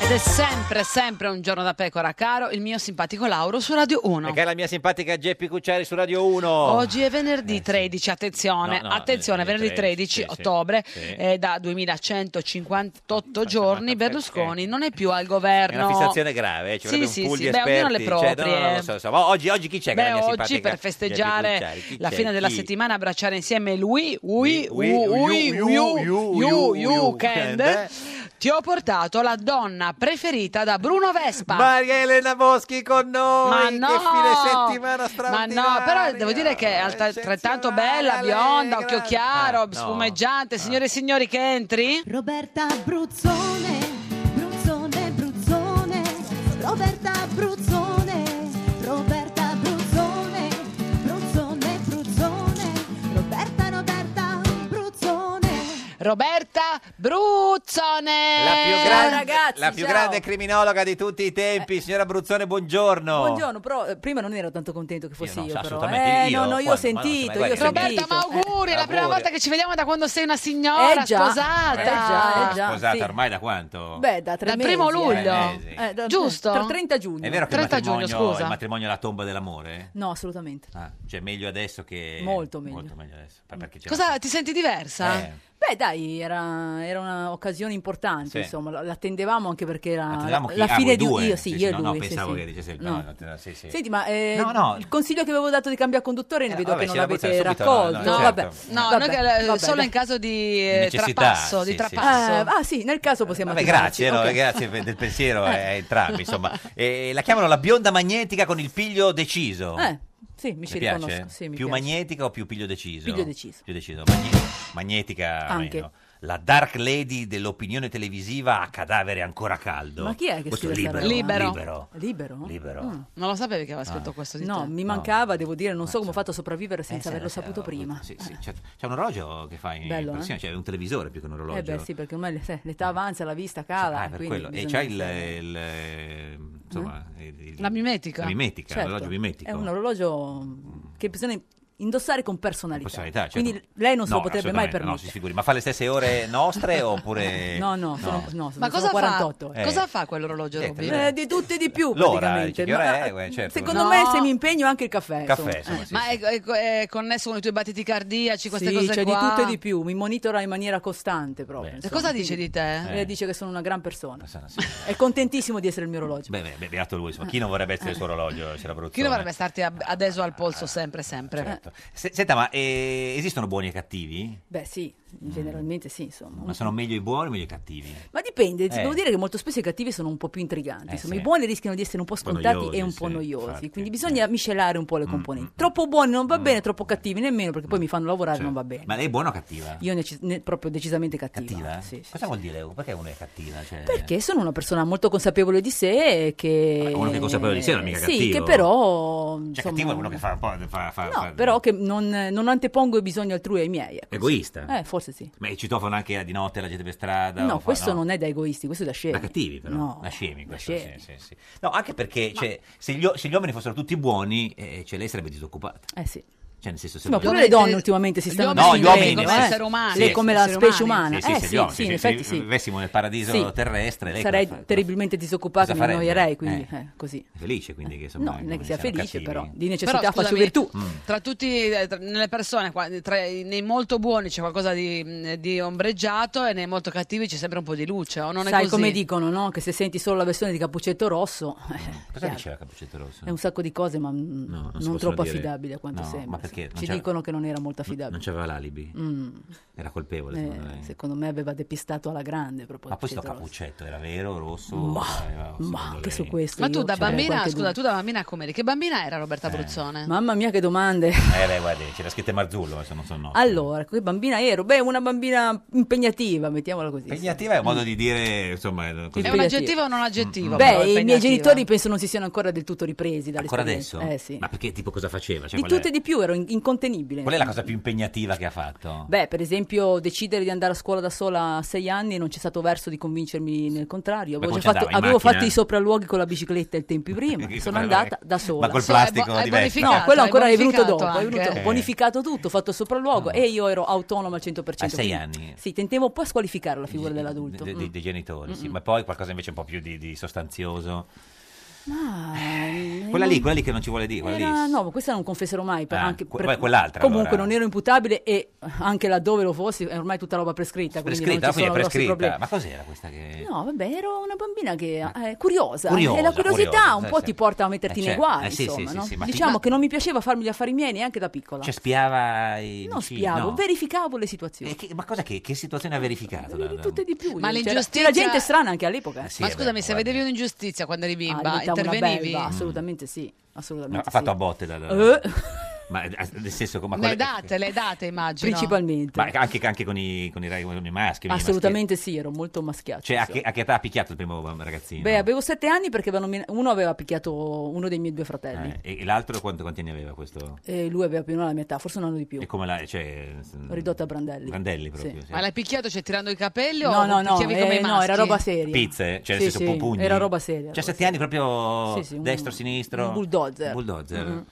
Speaker 1: Ed è sempre, sempre un giorno da pecora, caro il mio simpatico Lauro su Radio 1.
Speaker 2: Perché è la mia simpatica Geppi Cucciari su Radio 1.
Speaker 1: Oggi è venerdì 13, attenzione,
Speaker 2: Eh, No, no,
Speaker 1: attenzione,
Speaker 2: eh,
Speaker 1: venerdì 13
Speaker 2: 13, sì,
Speaker 1: ottobre,
Speaker 2: sì. Eh,
Speaker 1: eh, da 2158 giorni Berlusconi non è più al governo.
Speaker 2: È una fissazione grave, eh, ci
Speaker 1: Sì,
Speaker 2: vorrebbe un
Speaker 1: sì,
Speaker 2: pool
Speaker 1: sì,
Speaker 2: di
Speaker 1: beh,
Speaker 2: esperti.
Speaker 1: ognuno le
Speaker 2: cioè,
Speaker 1: proprie.
Speaker 2: no, no, lo so, lo so. Ma oggi, oggi chi c'è? che è
Speaker 1: Beh,
Speaker 2: la mia
Speaker 1: oggi
Speaker 2: simpatica
Speaker 1: per
Speaker 2: Geppi
Speaker 1: festeggiare
Speaker 2: Cucciari? Chi
Speaker 1: la
Speaker 2: c'è?
Speaker 1: fine della
Speaker 2: Chi?
Speaker 1: settimana, abbracciare insieme lui, ui,
Speaker 2: Lui,
Speaker 1: ui,
Speaker 2: ui,
Speaker 1: ui,
Speaker 2: ui,
Speaker 1: ui,
Speaker 2: ui, ui,
Speaker 1: ui,
Speaker 2: ui,
Speaker 1: ui,
Speaker 2: weekend.
Speaker 1: weekend, ti ho portato la donna preferita da Bruno Vespa.
Speaker 2: Maria Elena Boschi con noi.
Speaker 1: Ma
Speaker 2: che
Speaker 1: no,
Speaker 2: fine settimana
Speaker 1: ma
Speaker 2: straordinaria. Eh,
Speaker 1: no, però devo dire che è alt- altrettanto bella, bionda, occhio chiaro,
Speaker 2: Eh.
Speaker 1: sfumeggiante. Signore e signori, che entri?
Speaker 7: Roberta Bruzzone, Bruzzone, Bruzzone, Roberta Bruzzone, Roberta Bruzzone, Bruzzone, Bruzzone, Roberta, Roberta Bruzzone.
Speaker 1: Roberta Bruzzone.
Speaker 2: La più, grande,
Speaker 11: ragazzi,
Speaker 2: la più
Speaker 11: ciao. Eh.
Speaker 2: grande criminologa di tutti i tempi, signora Bruzzone, buongiorno.
Speaker 11: Buongiorno, però eh, prima non ero tanto contento che fossi
Speaker 2: Io
Speaker 11: io,
Speaker 2: no,
Speaker 11: però.
Speaker 2: assolutamente,
Speaker 11: Eh,
Speaker 2: io?
Speaker 11: no, no, io ho
Speaker 2: Quando? Ma no,
Speaker 11: sentito,
Speaker 2: guarda,
Speaker 11: io ho
Speaker 2: guarda,
Speaker 11: sentito.
Speaker 1: Ma auguri, è la prima
Speaker 2: Eh, Auguri.
Speaker 1: volta che ci vediamo da quando sei una signora
Speaker 11: Eh già,
Speaker 1: sposata.
Speaker 11: eh già, eh già.
Speaker 2: Sposata
Speaker 11: sì.
Speaker 2: ormai da quanto?
Speaker 11: Beh, da tre
Speaker 1: Dal
Speaker 11: mesi,
Speaker 1: primo
Speaker 11: eh.
Speaker 1: luglio.
Speaker 11: Eh, da-
Speaker 1: Giusto?
Speaker 11: Tra 30 giugno.
Speaker 2: È vero che il
Speaker 1: 30 giugno,
Speaker 2: matrimonio,
Speaker 1: scusa.
Speaker 2: il matrimonio è la tomba dell'amore?
Speaker 11: No, assolutamente.
Speaker 2: Ah, cioè meglio adesso che... cioè,
Speaker 11: Molto meglio.
Speaker 2: adesso. Per- perché c'è
Speaker 1: Cosa ti senti diversa?
Speaker 2: Eh.
Speaker 11: Beh, dai, era, era un'occasione importante,
Speaker 2: Sì.
Speaker 11: insomma, la- l'attendevamo anche perché era
Speaker 2: Attendevamo chi-
Speaker 11: la
Speaker 2: ah,
Speaker 11: fine
Speaker 2: voi
Speaker 11: di
Speaker 2: due.
Speaker 11: io, sì,
Speaker 2: Sì, sì,
Speaker 11: io e
Speaker 2: no,
Speaker 11: lui.
Speaker 2: no,
Speaker 11: sì,
Speaker 2: pensavo
Speaker 11: sì.
Speaker 2: che dicesse- no, no, sì, sì.
Speaker 11: Senti, ma eh,
Speaker 2: No, no. Eh,
Speaker 11: il consiglio che avevo dato di cambiare conduttore ne vedo
Speaker 2: vabbè,
Speaker 11: che
Speaker 2: si
Speaker 11: non
Speaker 2: era buttato
Speaker 11: avete
Speaker 2: subito, no, no,
Speaker 11: raccolto.
Speaker 2: certo.
Speaker 11: Vabbè,
Speaker 1: No,
Speaker 11: vabbè,
Speaker 1: noi che-
Speaker 11: vabbè,
Speaker 1: solo
Speaker 11: dai.
Speaker 1: in caso di eh,
Speaker 2: necessità,
Speaker 1: trapasso,
Speaker 2: sì,
Speaker 1: di
Speaker 2: sì.
Speaker 1: trapasso.
Speaker 11: Eh, ah, sì, nel caso possiamo
Speaker 2: Vabbè,
Speaker 11: arrivarci,
Speaker 2: grazie, no, eh,
Speaker 11: ok.
Speaker 2: grazie per- del pensiero eh, a entrambi, insomma. Eh, la chiamano la bionda magnetica con il piglio deciso.
Speaker 11: Eh, sì, mi ci
Speaker 2: Ti Certo. piace?
Speaker 11: riconosco, sì, mi
Speaker 2: più
Speaker 11: piace.
Speaker 2: magnetica o più piglio deciso?
Speaker 11: Piglio deciso. Ah,
Speaker 2: Piglio deciso. Magne- magnetica
Speaker 11: Anche.
Speaker 2: Ah, meno. la dark lady dell'opinione televisiva a cadavere ancora caldo.
Speaker 11: Ma chi è che
Speaker 2: Questo
Speaker 11: scrive
Speaker 2: libero,
Speaker 11: sta roba?
Speaker 2: libero.
Speaker 11: Libero?
Speaker 2: Libero. Ah.
Speaker 11: Mm.
Speaker 1: Non lo sapevi che aveva
Speaker 2: scritto
Speaker 1: questo
Speaker 11: No, mi mancava, devo dire,
Speaker 2: Ah,
Speaker 11: non so
Speaker 2: cioè.
Speaker 11: come ho fatto a sopravvivere
Speaker 2: Eh,
Speaker 11: senza averlo saputo prima. Eh.
Speaker 2: Sì, sì, certo. C'è un orologio che fa in
Speaker 11: Bello,
Speaker 2: impressione,
Speaker 11: eh?
Speaker 2: cioè un televisore più che un orologio.
Speaker 11: Eh beh sì, perché ormai l'età- l'età avanza, la vista cala.
Speaker 2: Ah, per
Speaker 11: quindi
Speaker 2: quello. E
Speaker 11: bisogna
Speaker 2: c'ha il,
Speaker 11: essere- Eh?
Speaker 2: il- insomma, il- il-
Speaker 11: La mimetica.
Speaker 2: La mimetica,
Speaker 11: Certo.
Speaker 2: l'orologio mimetico. Mm.
Speaker 11: È un orologio che bisogna indossare con personalità.
Speaker 2: Personalità, certo.
Speaker 11: Diciamo. Quindi lei non se lo
Speaker 2: No,
Speaker 11: potrebbe mai
Speaker 2: assolutamente, No,
Speaker 11: permettere.
Speaker 2: si figuri. Ma fa le stesse ore nostre oppure...
Speaker 11: No, no, sono, no,
Speaker 1: Ma
Speaker 11: sono
Speaker 1: cosa fa,
Speaker 11: 48.
Speaker 2: eh.
Speaker 1: cosa fa quell'orologio,
Speaker 2: Niente,
Speaker 1: Robby?
Speaker 2: niente.
Speaker 11: Eh, di tutte e di più
Speaker 2: L'ora,
Speaker 11: praticamente.
Speaker 2: che ora
Speaker 11: Ma-
Speaker 2: è? Eh, certo.
Speaker 11: secondo
Speaker 2: No.
Speaker 11: me se mi impegno anche il caffè. Eh.
Speaker 2: Caffè, insomma, sì,
Speaker 1: Eh, Ma è, è- è connesso con i tuoi battiti cardiaci, queste
Speaker 11: Sì,
Speaker 1: cose
Speaker 11: c'è
Speaker 1: qua?
Speaker 11: di tutto e di più, mi monitora in maniera costante proprio.
Speaker 2: Beh.
Speaker 11: insomma.
Speaker 1: Cosa dice di te?
Speaker 11: Lei
Speaker 2: Eh.
Speaker 11: dice che sono una gran persona.
Speaker 2: sì.
Speaker 11: È contentissimo di essere il mio orologio.
Speaker 2: Beh, beh, beh, beato lui, insomma, chi non vorrebbe essere il suo orologio? C'era
Speaker 1: Chi dovrebbe starti a- adesso al polso sempre, sempre?
Speaker 2: Senta, ma eh, esistono buoni e cattivi?
Speaker 11: Beh, sì, generalmente sì, insomma.
Speaker 2: Ma sono meglio i buoni o meglio i cattivi?
Speaker 11: Ma dipende, ti
Speaker 2: Eh.
Speaker 11: devo dire che molto spesso i cattivi sono un po' più intriganti.
Speaker 2: Eh,
Speaker 11: Insomma,
Speaker 2: sì.
Speaker 11: i buoni rischiano di essere un po'
Speaker 2: Un po'
Speaker 11: scontati
Speaker 2: noiosi,
Speaker 11: e un po'
Speaker 2: sì,
Speaker 11: noiosi.
Speaker 2: infatti. Eh. Mm,
Speaker 11: Quindi bisogna miscelare un po' le componenti. Troppo buoni non va bene, troppo cattivi nemmeno, perché poi mi fanno lavorare non va bene.
Speaker 2: Ma lei è buona o cattiva?
Speaker 11: Io neci- ne- proprio decisamente cattiva.
Speaker 2: Cattiva? eh? Cosa vuol dire? Perché uno è cattiva? Cioè,
Speaker 11: Perché sono una persona molto consapevole di sé e che...
Speaker 2: Uno che è consapevole di sé non è mica
Speaker 11: Sì,
Speaker 2: cattivo.
Speaker 11: che però...
Speaker 2: Cioè,
Speaker 11: insomma,
Speaker 2: cattivo è uno che fa... fa, fa, fa-
Speaker 11: No,
Speaker 2: fa-
Speaker 11: però che non, non antepongo i bisogni altrui ai miei. ecco.
Speaker 2: Egoista.
Speaker 11: Eh, forse sì.
Speaker 2: Ma il citofono anche di notte la gente per strada?
Speaker 11: No,
Speaker 2: o fa-
Speaker 11: questo
Speaker 2: no?
Speaker 11: non è da egoisti, questo è da scemi.
Speaker 2: Da cattivi però,
Speaker 11: No,
Speaker 2: da scemi questo,
Speaker 11: da scemi.
Speaker 2: sì, sì, sì. No, anche perché cioè, se, gli, o- se gli uomini fossero tutti buoni, eh, cioè, lei sarebbe disoccupata.
Speaker 11: Eh sì.
Speaker 2: Cioè, nel senso, se
Speaker 11: Sì, ma
Speaker 2: voglio-
Speaker 11: pure le donne ultimamente si
Speaker 2: gli
Speaker 11: stanno
Speaker 2: uomini- No, gli uomini,
Speaker 11: distinguendo, eh.
Speaker 2: sì, sì,
Speaker 11: Le-
Speaker 2: sì,
Speaker 11: come
Speaker 2: sì,
Speaker 11: la
Speaker 2: sì,
Speaker 11: specie
Speaker 2: sì,
Speaker 11: umana.
Speaker 2: sì,
Speaker 11: eh,
Speaker 2: se
Speaker 11: sì,
Speaker 2: gli uomini,
Speaker 11: sì,
Speaker 2: se-
Speaker 11: in
Speaker 2: se
Speaker 11: effetti sì.
Speaker 2: vivessimo nel paradiso
Speaker 11: Sì.
Speaker 2: terrestre, lei
Speaker 11: Sarei
Speaker 2: cosa fa-
Speaker 11: terribilmente
Speaker 2: cosa
Speaker 11: disoccupata, mi
Speaker 2: farebbe?
Speaker 11: annoierei, quindi
Speaker 2: Eh.
Speaker 11: eh, così.
Speaker 2: è felice, quindi che insomma, Mm.
Speaker 11: No, non è che sia
Speaker 2: siamo
Speaker 11: felice,
Speaker 2: cattivi.
Speaker 11: però di necessità
Speaker 1: Però,
Speaker 11: faccio
Speaker 1: scusami,
Speaker 11: virtù.
Speaker 1: Tra tutti, eh, tra- nelle persone, qua, tra- nei molto buoni c'è qualcosa di, mh, di ombreggiato e nei molto cattivi c'è sempre un po' di luce, o non è
Speaker 11: Sai
Speaker 1: così?
Speaker 11: come dicono, no? Che se senti solo la versione di Cappuccetto Rosso, eh,
Speaker 2: Cosa
Speaker 11: chiaro.
Speaker 2: dice la Cappuccetto Rosso?
Speaker 11: è un sacco di cose, ma mm,
Speaker 2: No, non si
Speaker 11: non
Speaker 2: possono
Speaker 11: troppo
Speaker 2: dire.
Speaker 11: affidabile a quanto
Speaker 2: No,
Speaker 11: sembra.
Speaker 2: ma perché non
Speaker 11: Ci
Speaker 2: c'era-
Speaker 11: dicono che non era molto
Speaker 2: Non
Speaker 11: affidabile.
Speaker 2: c'aveva l'alibi?
Speaker 11: Mm.
Speaker 2: Era colpevole,
Speaker 11: Eh,
Speaker 2: secondo lei?
Speaker 11: secondo me aveva depistato alla grande proprio
Speaker 2: Ma poi sto
Speaker 11: Cappuccetto Rosso.
Speaker 2: cappuccetto era vero, rosso? Cioè,
Speaker 11: Ma-
Speaker 2: Aveva-
Speaker 11: ma
Speaker 2: secondo
Speaker 11: anche
Speaker 2: lei?
Speaker 11: su questo
Speaker 1: Ma tu
Speaker 11: io cioè,
Speaker 1: da
Speaker 11: c'ho qualche
Speaker 1: bambina,
Speaker 11: dubbio.
Speaker 1: scusa, tu da bambina com'eri? Che bambina era Roberta Bruzzone?
Speaker 11: Eh. Mamma mia che domande.
Speaker 2: Eh, beh, guardi, c'era scritto Marzullo, adesso non sono note.
Speaker 11: Allora, che bambina ero? Beh, una bambina impegnativa, mettiamola così.
Speaker 2: Impegnativa è un modo di dire, Mm, insomma, è così.
Speaker 1: È un aggettivo o non aggettivo? però,
Speaker 11: Beh, i miei
Speaker 1: impegnativo.
Speaker 11: genitori penso non si siano ancora del tutto ripresi
Speaker 2: Ancora
Speaker 11: dall'esperienza.
Speaker 2: adesso?
Speaker 11: Eh sì.
Speaker 2: Ma perché tipo cosa faceva? Cioè,
Speaker 11: Di
Speaker 2: qual,
Speaker 11: tutto
Speaker 2: è,
Speaker 11: e di più, ero in- incontenibile.
Speaker 2: qual è la cosa più impegnativa che ha fatto?
Speaker 11: Beh, per esempio, decidere di andare a scuola da sola a sei anni non c'è stato verso di convincermi nel contrario.
Speaker 2: Ma
Speaker 11: Avevo,
Speaker 2: come
Speaker 11: già
Speaker 2: ci
Speaker 11: fatto,
Speaker 2: andava, in
Speaker 11: avevo fatto
Speaker 2: macchina? eh?
Speaker 11: i sopralluoghi con la bicicletta il tempi prima.
Speaker 2: Che
Speaker 11: sono
Speaker 2: bello,
Speaker 11: andata
Speaker 2: eh.
Speaker 11: da sola.
Speaker 2: Ma col Sì, plastico hai bo- hai di vecchio? bonificato,
Speaker 11: No, quello
Speaker 1: hai
Speaker 11: ancora è venuto
Speaker 1: bonificato
Speaker 11: dopo. È venuto,
Speaker 1: anche.
Speaker 11: ho bonificato tutto, ho fatto il sopralluogo e io ero autonoma al 100%.
Speaker 2: Mm. A sei
Speaker 11: quindi-
Speaker 2: anni?
Speaker 11: Sì, tentavo un po' a squalificare la figura dell'adulto.
Speaker 2: De-
Speaker 11: Mm.
Speaker 2: de- dei genitori, sì.
Speaker 11: Mm-mm.
Speaker 2: Ma poi qualcosa invece un po' più di, di sostanzioso.
Speaker 11: Ma eh,
Speaker 2: Quella lì, quella lì che non ci vuole dire, quella lì.
Speaker 11: Era, Eh, no, ma questa non confesserò mai. per-
Speaker 2: Ah,
Speaker 11: anche
Speaker 2: que-
Speaker 11: per-
Speaker 2: beh, quell'altra,
Speaker 11: Comunque
Speaker 2: allora.
Speaker 11: non ero imputabile e anche laddove lo fossi è ormai tutta roba prescritta. Quindi
Speaker 2: Prescritta,
Speaker 11: non ci
Speaker 2: quindi è
Speaker 11: sono grossi
Speaker 2: prescritta.
Speaker 11: problemi.
Speaker 2: Ma cos'era questa che...
Speaker 11: No, vabbè, ero una bambina che è curiosa.
Speaker 2: Eh. Curiosa,
Speaker 11: e la curiosità
Speaker 2: curiosa,
Speaker 11: un
Speaker 2: sì,
Speaker 11: po'
Speaker 2: sì.
Speaker 11: ti porta a metterti
Speaker 2: Eh,
Speaker 11: nei
Speaker 2: certo.
Speaker 11: guai.
Speaker 2: Eh, sì, sì,
Speaker 11: insomma,
Speaker 2: sì,
Speaker 11: no?
Speaker 2: sì, ma ti-
Speaker 11: diciamo
Speaker 2: ma-
Speaker 11: che non mi piaceva farmi gli affari miei neanche da piccola.
Speaker 2: Cioè spiava i...
Speaker 11: non
Speaker 2: vicini?
Speaker 11: spiavo,
Speaker 2: No.
Speaker 11: verificavo le situazioni.
Speaker 2: Ma cosa che, che situazione ha verificato? da- da-
Speaker 11: Tutte di più. cioè,
Speaker 1: Ma
Speaker 11: C'era-
Speaker 1: l'ingiustizia-
Speaker 11: c'era gente strana anche all'epoca. eh.
Speaker 2: sì,
Speaker 1: Ma
Speaker 2: eh, beh,
Speaker 1: scusami, se vedevi un'ingiustizia quando eri
Speaker 11: Ah,
Speaker 1: bimba,
Speaker 11: diventavo una
Speaker 1: intervenivi? Mm.
Speaker 11: belva, assolutamente sì,
Speaker 2: No,
Speaker 11: assolutamente
Speaker 2: ha fatto
Speaker 11: sì.
Speaker 2: a botte la... la-
Speaker 11: Eh.
Speaker 2: Ma eh, nel senso... Ma
Speaker 1: Le
Speaker 2: quale-
Speaker 1: date, le date immagino.
Speaker 11: Principalmente.
Speaker 2: Ma anche, anche con, i, con, i, rag- con i maschi? con i
Speaker 11: Assolutamente sì, ero molto maschiato.
Speaker 2: maschietti. Cioè, a che, a che età ha picchiato il primo ragazzino?
Speaker 11: Beh, avevo sette anni perché avevano men- uno aveva picchiato uno dei miei due fratelli.
Speaker 2: Eh, e e l'altro quanto- quanti anni aveva questo?
Speaker 11: E lui aveva più o meno la mia età, forse un anno di più.
Speaker 2: E come la... Cioè,
Speaker 11: Ridotto a brandelli.
Speaker 2: Brandelli proprio.
Speaker 11: Sì.
Speaker 2: sì.
Speaker 1: Ma l'hai picchiato, cioè tirando i capelli
Speaker 11: No,
Speaker 1: o
Speaker 11: no, no,
Speaker 1: picchiavi come
Speaker 11: eh,
Speaker 1: i
Speaker 11: no, era
Speaker 1: maschi?
Speaker 11: roba seria.
Speaker 2: Pizze? Cioè,
Speaker 11: Sì,
Speaker 2: nel senso,
Speaker 11: sì,
Speaker 2: pugni?
Speaker 11: era roba seria.
Speaker 2: Cioè, sette anni proprio
Speaker 11: Sì, sì, un-
Speaker 2: destro, sinistro?
Speaker 11: un bulldozer.
Speaker 2: Bulldozer.
Speaker 11: Mhm.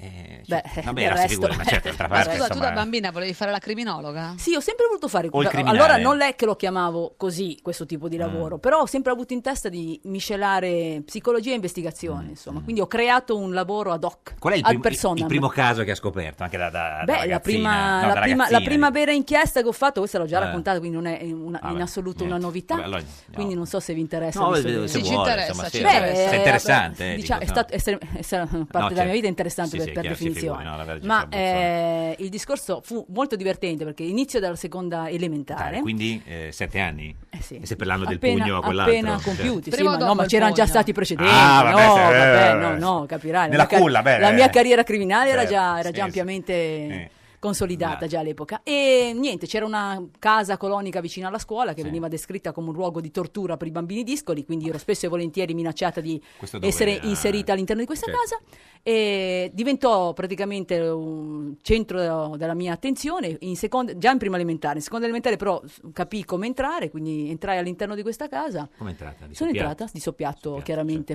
Speaker 2: Eh,
Speaker 11: Beh,
Speaker 2: cioè, vabbè,
Speaker 11: del
Speaker 2: era si
Speaker 11: resto-
Speaker 2: figura, ma certo, d'altra
Speaker 1: Ma
Speaker 2: parte,
Speaker 1: scusa, tu
Speaker 2: insomma,
Speaker 1: da bambina volevi fare la criminologa?
Speaker 11: Sì, ho sempre voluto fare
Speaker 2: O il criminale.
Speaker 11: Allora non è che lo chiamavo così questo tipo di lavoro,
Speaker 2: Mm.
Speaker 11: però ho sempre avuto in testa di miscelare psicologia e investigazione, insomma. Quindi ho creato un lavoro ad hoc.
Speaker 2: Mm, Qual è il,
Speaker 11: ad
Speaker 2: prim-
Speaker 11: personam.
Speaker 2: il primo caso che ha scoperto? Anche da, da, da
Speaker 11: Beh, la
Speaker 2: ragazzina.
Speaker 11: prima,
Speaker 2: No,
Speaker 11: la
Speaker 2: da
Speaker 11: prima- la
Speaker 2: ragazzina,
Speaker 11: prima vera inchiesta che ho fatto, questa l'ho già
Speaker 2: Eh. Ah,
Speaker 11: raccontata, quindi non è una-
Speaker 2: Vabbè,
Speaker 11: in assoluto
Speaker 2: niente.
Speaker 11: una novità.
Speaker 2: Vabbè, allora,
Speaker 11: Quindi non so se vi interessa.
Speaker 2: No,
Speaker 11: visto
Speaker 2: se-
Speaker 11: che-
Speaker 2: se Sì, ci vuole, interessa, insomma, ci sì. interessa.
Speaker 11: Beh,
Speaker 2: È interessante, eh,
Speaker 11: diciamo,
Speaker 2: dico,
Speaker 11: è stato- è ser- è ser- parte della mia
Speaker 2: certo.
Speaker 11: vita è interessante
Speaker 2: Sì,
Speaker 11: per,
Speaker 2: sì,
Speaker 11: per
Speaker 2: chiaro, si
Speaker 11: definizione.
Speaker 2: figuri, no, la Vergine
Speaker 11: Ma
Speaker 2: Trabuzzone.
Speaker 11: eh, il discorso fu molto divertente perché inizio dalla seconda elementare.
Speaker 2: Quindi eh, sette anni?
Speaker 11: Eh sì.
Speaker 2: E se per l'anno del
Speaker 11: appena,
Speaker 2: pugno a quell'altro?
Speaker 11: appena
Speaker 2: Cioè-
Speaker 11: compiuti, sì,
Speaker 1: Prima o
Speaker 11: ma, no,
Speaker 1: dopo
Speaker 11: ma
Speaker 1: il
Speaker 11: c'erano già
Speaker 1: pugno?
Speaker 11: stati precedenti.
Speaker 2: Ah, vabbè,
Speaker 11: no,
Speaker 2: se-
Speaker 11: vabbè, no,
Speaker 2: eh,
Speaker 11: no, capirai. la
Speaker 2: nella
Speaker 11: mia ca-
Speaker 2: culla, beh,
Speaker 11: la mia
Speaker 2: eh.
Speaker 11: carriera criminale era
Speaker 2: Certo,
Speaker 11: già, era già
Speaker 2: sì,
Speaker 11: ampiamente
Speaker 2: sì.
Speaker 11: consolidata già all'epoca. E niente, c'era una casa colonica vicino alla scuola che veniva descritta come un luogo di tortura per i bambini discoli, quindi ero spesso e volentieri minacciata di
Speaker 12: Questo dove
Speaker 11: essere
Speaker 2: Ah,
Speaker 12: era?
Speaker 11: inserita all'interno di questa
Speaker 12: Certo.
Speaker 11: casa e diventò praticamente un centro della mia attenzione in seconda- già in prima elementare. In seconda elementare però s- capii come entrare, quindi entrai all'interno di questa casa.
Speaker 2: Come è entrata? Di
Speaker 11: Sono
Speaker 2: soppiatto?
Speaker 11: entrata di soppiatto, chiaramente,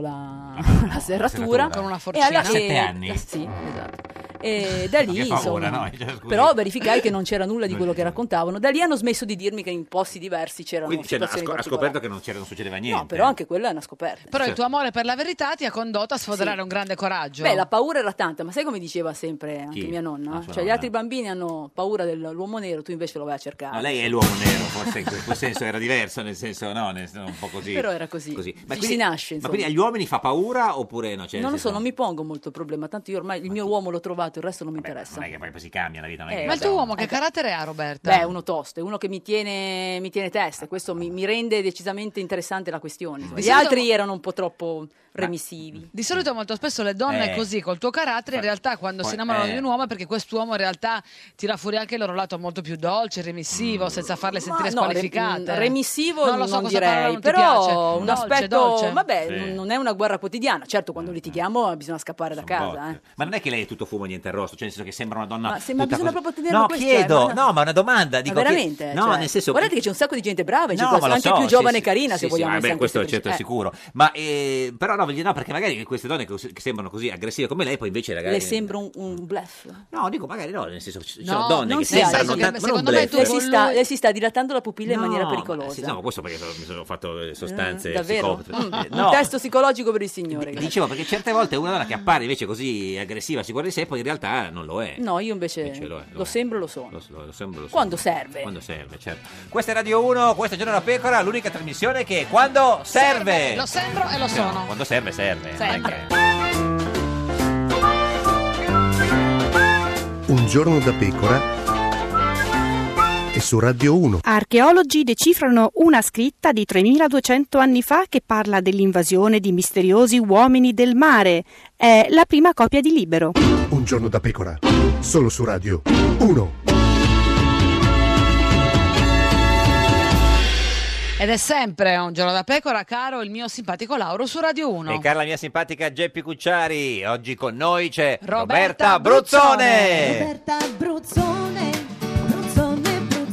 Speaker 11: la, la
Speaker 2: serratura.
Speaker 11: serratura.
Speaker 2: Con una
Speaker 1: forcina.
Speaker 11: E alla-
Speaker 2: Sette
Speaker 11: e-
Speaker 2: anni?
Speaker 11: Sì, esatto. E da lì,
Speaker 2: Che paura,
Speaker 11: insomma,
Speaker 2: no? Cioè, scusi.
Speaker 11: però verificai che non c'era nulla di
Speaker 2: Non
Speaker 11: quello che raccontavano. Da lì hanno smesso di dirmi che in posti diversi c'erano
Speaker 2: Quindi cioè, ha,
Speaker 11: situazioni
Speaker 2: scop- ha
Speaker 11: particolari.
Speaker 2: scoperto che non, c'era, non succedeva niente.
Speaker 11: No, però anche quella è una scoperta.
Speaker 1: Però il
Speaker 2: Certo.
Speaker 1: tuo amore per la verità ti ha condotto a sfoderare un grande coraggio.
Speaker 11: Beh, la paura era tanta, ma sai come diceva sempre anche
Speaker 2: Chi?
Speaker 11: mia nonna?
Speaker 2: Ah, sua
Speaker 11: cioè, gli
Speaker 2: nonna.
Speaker 11: altri bambini hanno paura dell'uomo nero, tu invece lo vai a cercare.
Speaker 2: No, lei è l'uomo nero, forse in quel senso era diverso, nel senso no, nel senso un po' così.
Speaker 11: Però era così.
Speaker 2: Ma,
Speaker 11: Ci
Speaker 2: quindi,
Speaker 11: si nasce,
Speaker 2: ma
Speaker 11: insomma.
Speaker 2: quindi agli uomini fa paura oppure no? Cioè,
Speaker 11: non lo
Speaker 2: nel
Speaker 11: so,
Speaker 2: senso-
Speaker 11: non mi pongo molto il problema, tanto io ormai il mio uomo l'ho trovato, il resto non mi interessa.
Speaker 2: Non è che poi, poi si cambia la vita, non è
Speaker 11: Eh,
Speaker 2: che-
Speaker 1: Ma il tuo uomo che carattere ha, Roberta?
Speaker 11: Beh, è uno tosto, è uno che mi tiene, mi tiene testa, questo mi, mi rende decisamente interessante la questione. Gli
Speaker 1: solito-
Speaker 11: altri erano un po' troppo remissivi.
Speaker 1: Di solito molto spesso le donne
Speaker 11: Eh.
Speaker 1: così, col tuo carattere, in realtà quando
Speaker 11: Poi-
Speaker 1: si innamorano
Speaker 11: eh.
Speaker 1: di un uomo è perché quest'uomo in realtà tira fuori anche il loro lato molto più dolce,
Speaker 11: Mm.
Speaker 1: remissivo, senza farle sentire
Speaker 11: no, re-
Speaker 1: squalificate.
Speaker 11: mm, remissivo
Speaker 1: non lo so
Speaker 11: non
Speaker 1: cosa
Speaker 11: direi,
Speaker 1: parola non ti
Speaker 11: però
Speaker 1: piace.
Speaker 11: un
Speaker 1: Dolce,
Speaker 11: aspetto,
Speaker 1: dolce.
Speaker 11: vabbè,
Speaker 2: Sì. Eh,
Speaker 11: non- non è una guerra quotidiana, certo quando litighiamo bisogna scappare da casa, eh.
Speaker 2: Boh, Ma non è che lei è tutto fumo e niente arrosto, cioè nel senso che sembra una donna.
Speaker 11: Ma se- ma
Speaker 2: tutta
Speaker 11: bisogna
Speaker 2: così-
Speaker 11: proprio tenerlo
Speaker 2: No,
Speaker 11: questo,
Speaker 2: chiedo,
Speaker 11: eh, ma-
Speaker 2: no, ma è una domanda.
Speaker 11: Ma
Speaker 2: Dico,
Speaker 11: veramente?
Speaker 2: chie- No,
Speaker 11: cioè,
Speaker 2: nel senso.
Speaker 11: Guardate che c'è un sacco di gente brava in
Speaker 2: No,
Speaker 11: giro,
Speaker 2: ma lo
Speaker 11: anche
Speaker 2: so,
Speaker 11: più
Speaker 2: sì,
Speaker 11: giovane e
Speaker 2: sì,
Speaker 11: carina
Speaker 2: sì,
Speaker 11: se
Speaker 2: sì,
Speaker 11: vogliamo.
Speaker 2: vabbè,
Speaker 11: essere anche
Speaker 2: questo è certo
Speaker 11: semplici- eh.
Speaker 2: sicuro. Ma eh, però no, voglio, no, perché magari che queste donne che, che sembrano così aggressive come lei, poi invece ragazzi.
Speaker 11: Le sembra un, un bluff.
Speaker 2: No, dico magari no, nel senso ci
Speaker 11: No,
Speaker 2: sono donne
Speaker 11: non
Speaker 2: che
Speaker 11: si ha,
Speaker 2: sembrano
Speaker 11: adesso
Speaker 2: tanto,
Speaker 11: che-
Speaker 2: ma non
Speaker 11: secondo me
Speaker 2: blef.
Speaker 11: tu lei, si sta, lei si sta dilatando la pupilla in
Speaker 2: No,
Speaker 1: eh,
Speaker 11: maniera
Speaker 2: ma-
Speaker 11: pericolosa.
Speaker 2: sì, no, questo perché sono- mi sono fatto eh, sostanze
Speaker 11: Mm, davvero?
Speaker 2: psicotrope.
Speaker 11: Mm,
Speaker 2: Mm, Eh,
Speaker 11: Un
Speaker 2: no,
Speaker 11: testo psicologico per il signore. grazie.
Speaker 2: dicevo perché certe volte una donna che appare invece così aggressiva, sicura di sé, poi in realtà non lo è.
Speaker 11: No, io invece,
Speaker 2: Invece lo
Speaker 11: lo,
Speaker 2: è, lo è.
Speaker 11: sembro lo sono.
Speaker 2: Lo, lo- lo sembra, lo
Speaker 11: Quando
Speaker 2: sembra.
Speaker 11: serve.
Speaker 2: Quando serve, certo. Questa è Radio 1, questo è Giorno da Pecora, l'unica trasmissione che quando
Speaker 11: Eh.
Speaker 2: serve.
Speaker 1: Lo sembro e lo
Speaker 2: Sì,
Speaker 1: sono.
Speaker 2: Quando serve, serve.
Speaker 1: Sempre.
Speaker 2: Non è che-
Speaker 8: Un giorno da pecora e su Radio 1.
Speaker 9: Archeologi decifrano una scritta di 3200 anni fa che parla dell'invasione di misteriosi uomini del mare. È la prima copia di Libero.
Speaker 8: Un giorno da pecora, solo su Radio 1.
Speaker 1: Ed è sempre un giorno da pecora, caro il mio simpatico Lauro su Radio 1.
Speaker 2: E cara la mia simpatica Geppi Cucciari, oggi con noi c'è
Speaker 1: Roberta
Speaker 2: Roberta, Bruzzone.
Speaker 7: Roberta Bruzzone, Bruzzone, Bruzzone.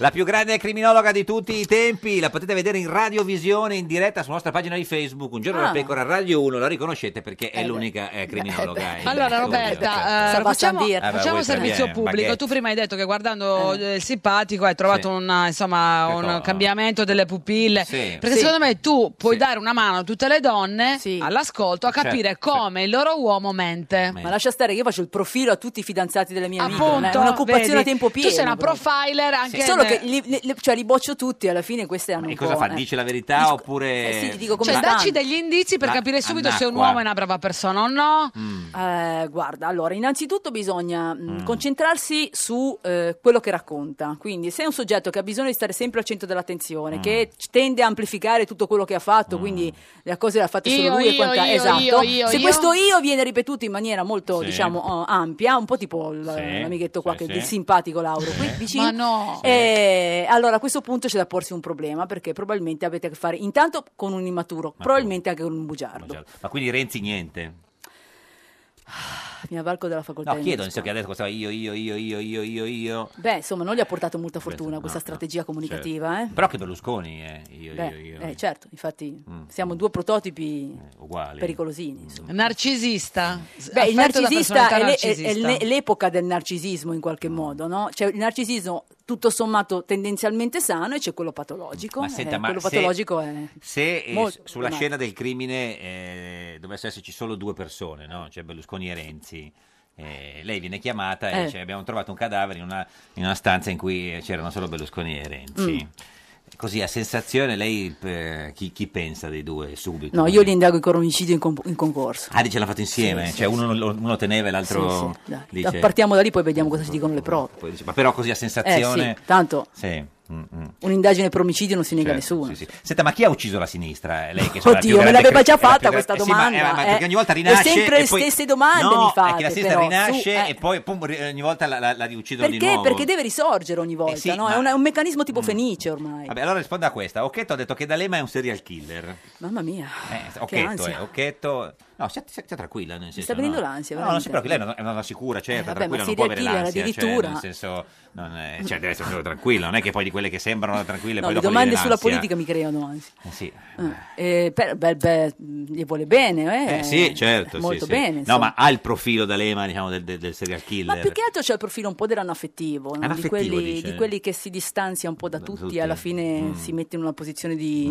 Speaker 2: La più grande criminologa di tutti i tempi, la potete vedere in radiovisione in diretta sulla nostra pagina di Facebook, un giorno
Speaker 1: Ah.
Speaker 2: da pecora Radio 1, la riconoscete perché è l'unica eh, criminologa. in-
Speaker 1: Allora Roberta, eh,
Speaker 11: Sa
Speaker 1: facciamo,
Speaker 11: Bassanvir.
Speaker 2: Eh, beh,
Speaker 1: facciamo
Speaker 2: vuoi
Speaker 1: servizio
Speaker 2: servire,
Speaker 1: pubblico.
Speaker 2: baguette.
Speaker 1: Tu prima hai detto che guardando eh, il simpatico hai trovato una, insomma,
Speaker 2: Che
Speaker 1: un
Speaker 2: cosa?
Speaker 1: cambiamento delle pupille.
Speaker 2: Sì.
Speaker 1: Perché
Speaker 2: Sì.
Speaker 1: secondo me tu puoi dare una mano a tutte le donne all'ascolto a capire
Speaker 11: Certo,
Speaker 1: come il loro uomo mente.
Speaker 11: Ma lascia stare che io faccio il profilo a tutti i fidanzati delle mie amiche. non è
Speaker 1: Appunto,
Speaker 11: un'occupazione
Speaker 1: vedi?
Speaker 11: a tempo pieno.
Speaker 1: Tu sei una
Speaker 11: proprio.
Speaker 1: profiler anche.
Speaker 11: Sì, Solo che li, li- li- cioè, li boccio tutti, alla fine queste hanno
Speaker 2: E
Speaker 11: un
Speaker 2: cosa
Speaker 11: po',
Speaker 2: fa?
Speaker 11: eh.
Speaker 2: Dice la verità oppure...
Speaker 11: eh sì, ti dico come
Speaker 1: Cioè,
Speaker 11: stanno.
Speaker 1: dacci degli indizi per
Speaker 2: Ma
Speaker 1: capire subito se un
Speaker 2: annacqua.
Speaker 1: uomo è una brava persona o no.
Speaker 2: Mm.
Speaker 11: Eh, guarda, allora, innanzitutto bisogna
Speaker 1: Mm.
Speaker 11: mh, concentrarsi su eh, quello che racconta. Quindi, se è un soggetto che ha bisogno di stare sempre al centro
Speaker 1: Mm.
Speaker 11: dell'attenzione, che c- tende a amplificare tutto quello che ha fatto, quindi le cose le ha fatte
Speaker 1: Io,
Speaker 11: solo lui
Speaker 1: io,
Speaker 11: e quant'altro.
Speaker 1: io,
Speaker 11: esatto.
Speaker 1: io, io,
Speaker 11: se
Speaker 1: io.
Speaker 11: questo io viene ripetuto in maniera molto,
Speaker 1: Sì.
Speaker 11: diciamo, oh, ampia, un po' tipo l-
Speaker 1: Sì,
Speaker 11: l'amichetto qua
Speaker 1: sì,
Speaker 11: che
Speaker 1: sì.
Speaker 11: del simpatico Lauro qui vicino.
Speaker 1: Ma no.
Speaker 11: Eh, allora a questo punto c'è da porsi un problema perché probabilmente avete a che fare intanto con un immaturo, probabilmente anche con un bugiardo.
Speaker 2: Ma quindi Renzi niente?
Speaker 11: Mi avvalgo della facoltà
Speaker 2: No,
Speaker 11: di
Speaker 2: chiedo, nel senso che adesso stava io, io, io, io, io, io, io...
Speaker 11: Beh, insomma, non gli ha portato molta fortuna questa strategia comunicativa,
Speaker 2: Certo. Però che Berlusconi, eh, io, io,
Speaker 11: eh? Beh,
Speaker 2: io,
Speaker 11: eh, certo, infatti
Speaker 2: Mm. Eh,
Speaker 11: siamo due prototipi
Speaker 2: uguali.
Speaker 11: pericolosini. insomma.
Speaker 1: Mm. Narcisista.
Speaker 11: Beh, il
Speaker 1: Affetto da
Speaker 11: narcisista
Speaker 1: personalità
Speaker 11: è, le- è- è
Speaker 1: narcisista.
Speaker 11: ne- l'epoca del narcisismo in
Speaker 2: Mm.
Speaker 11: qualche modo, no? Cioè il narcisismo tutto sommato tendenzialmente sano e c'è quello patologico.
Speaker 2: Ma senta,
Speaker 11: eh,
Speaker 2: ma
Speaker 11: quello
Speaker 2: se-
Speaker 11: patologico è...
Speaker 2: Se eh,
Speaker 11: Molto
Speaker 2: sulla
Speaker 11: problematico.
Speaker 2: scena del crimine eh, dovesse esserci solo due persone, no? cioè Berlusconi e Renzi, eh, lei viene chiamata e
Speaker 11: Eh.
Speaker 2: dice abbiamo trovato un cadavere in una, in una stanza in cui eh, c'erano solo Berlusconi e Renzi.
Speaker 11: Mm.
Speaker 2: Così a sensazione lei eh, chi, chi pensa dei due subito?
Speaker 11: No, io li indago con omicidio in, con- in concorso.
Speaker 2: Ah, dice l'ha fatto insieme,
Speaker 11: Sì, sì,
Speaker 2: cioè uno, lo- uno teneva e l'altro
Speaker 11: Sì, sì, dai.
Speaker 2: dice,
Speaker 11: Partiamo da lì, poi vediamo cosa ci dicono le prove.
Speaker 2: poi dice, Ma però così a
Speaker 11: Eh
Speaker 2: sensazione...
Speaker 11: sì, tanto
Speaker 2: Sì. Mm, mm.
Speaker 11: Un'indagine per omicidio non si nega a
Speaker 2: Certo,
Speaker 11: nessuno.
Speaker 2: sì, sì. Senta, ma chi ha ucciso la sinistra? Eh, Lei che
Speaker 11: Oddio, me l'aveva già fatta questa domanda.
Speaker 2: E
Speaker 11: eh.
Speaker 2: ogni volta
Speaker 11: E
Speaker 2: rinasce.
Speaker 11: sempre
Speaker 2: e poi-
Speaker 11: le stesse domande
Speaker 2: no,
Speaker 11: mi fate.
Speaker 2: È che la sinistra
Speaker 11: però, su,
Speaker 2: rinasce
Speaker 11: eh.
Speaker 2: e poi pum, ri- ogni volta la, la, la uccidono di
Speaker 11: Perché?
Speaker 2: nuovo. Eh
Speaker 11: Perché deve risorgere ogni volta,
Speaker 2: sì,
Speaker 11: no? È
Speaker 2: ma- Mm.
Speaker 11: un, è un meccanismo tipo fenice ormai.
Speaker 2: Vabbè, allora risponda a questa. Occhetto ha detto che D'Alema è un serial killer.
Speaker 11: Mamma mia,
Speaker 2: Eh,
Speaker 11: Ah, che
Speaker 2: Occhetto,
Speaker 11: ansia.
Speaker 2: eh, Occhetto. No, sia, sia- sia tranquilla. Nel senso,
Speaker 11: sta venendo
Speaker 2: no.
Speaker 11: l'ansia,
Speaker 2: No, non si
Speaker 11: veramente. Eh,
Speaker 2: preoccupi, lei è una- è una sicura, certo,
Speaker 11: vabbè,
Speaker 2: tranquilla,
Speaker 11: ma
Speaker 2: non può avere
Speaker 11: serial killer
Speaker 2: l'ansia. Cioè,
Speaker 11: addirittura.
Speaker 2: nel senso, non è- cioè, deve essere solo tranquilla, non è che poi di quelle che sembrano tranquille
Speaker 11: No,
Speaker 2: poi
Speaker 11: le
Speaker 2: dopo gli
Speaker 11: domande
Speaker 2: viene
Speaker 11: sulla
Speaker 2: l'ansia.
Speaker 11: politica mi creano ansia.
Speaker 2: Eh, sì.
Speaker 11: Eh, per- beh, beh, gli vuole bene, eh?
Speaker 2: Eh, sì, certo. sì,
Speaker 11: Molto
Speaker 2: sì.
Speaker 11: bene.
Speaker 2: No,
Speaker 11: insomma.
Speaker 2: ma ha il profilo D'Alema, diciamo, del, del- del serial
Speaker 11: Ma
Speaker 2: killer.
Speaker 11: più che altro c'è il profilo un po' dell'anaffettivo, no? di,
Speaker 2: Anaffettivo,
Speaker 11: quelli,
Speaker 2: dice. Mm.
Speaker 11: di quelli che si distanzia un po' da tutti e alla fine si mette in una posizione di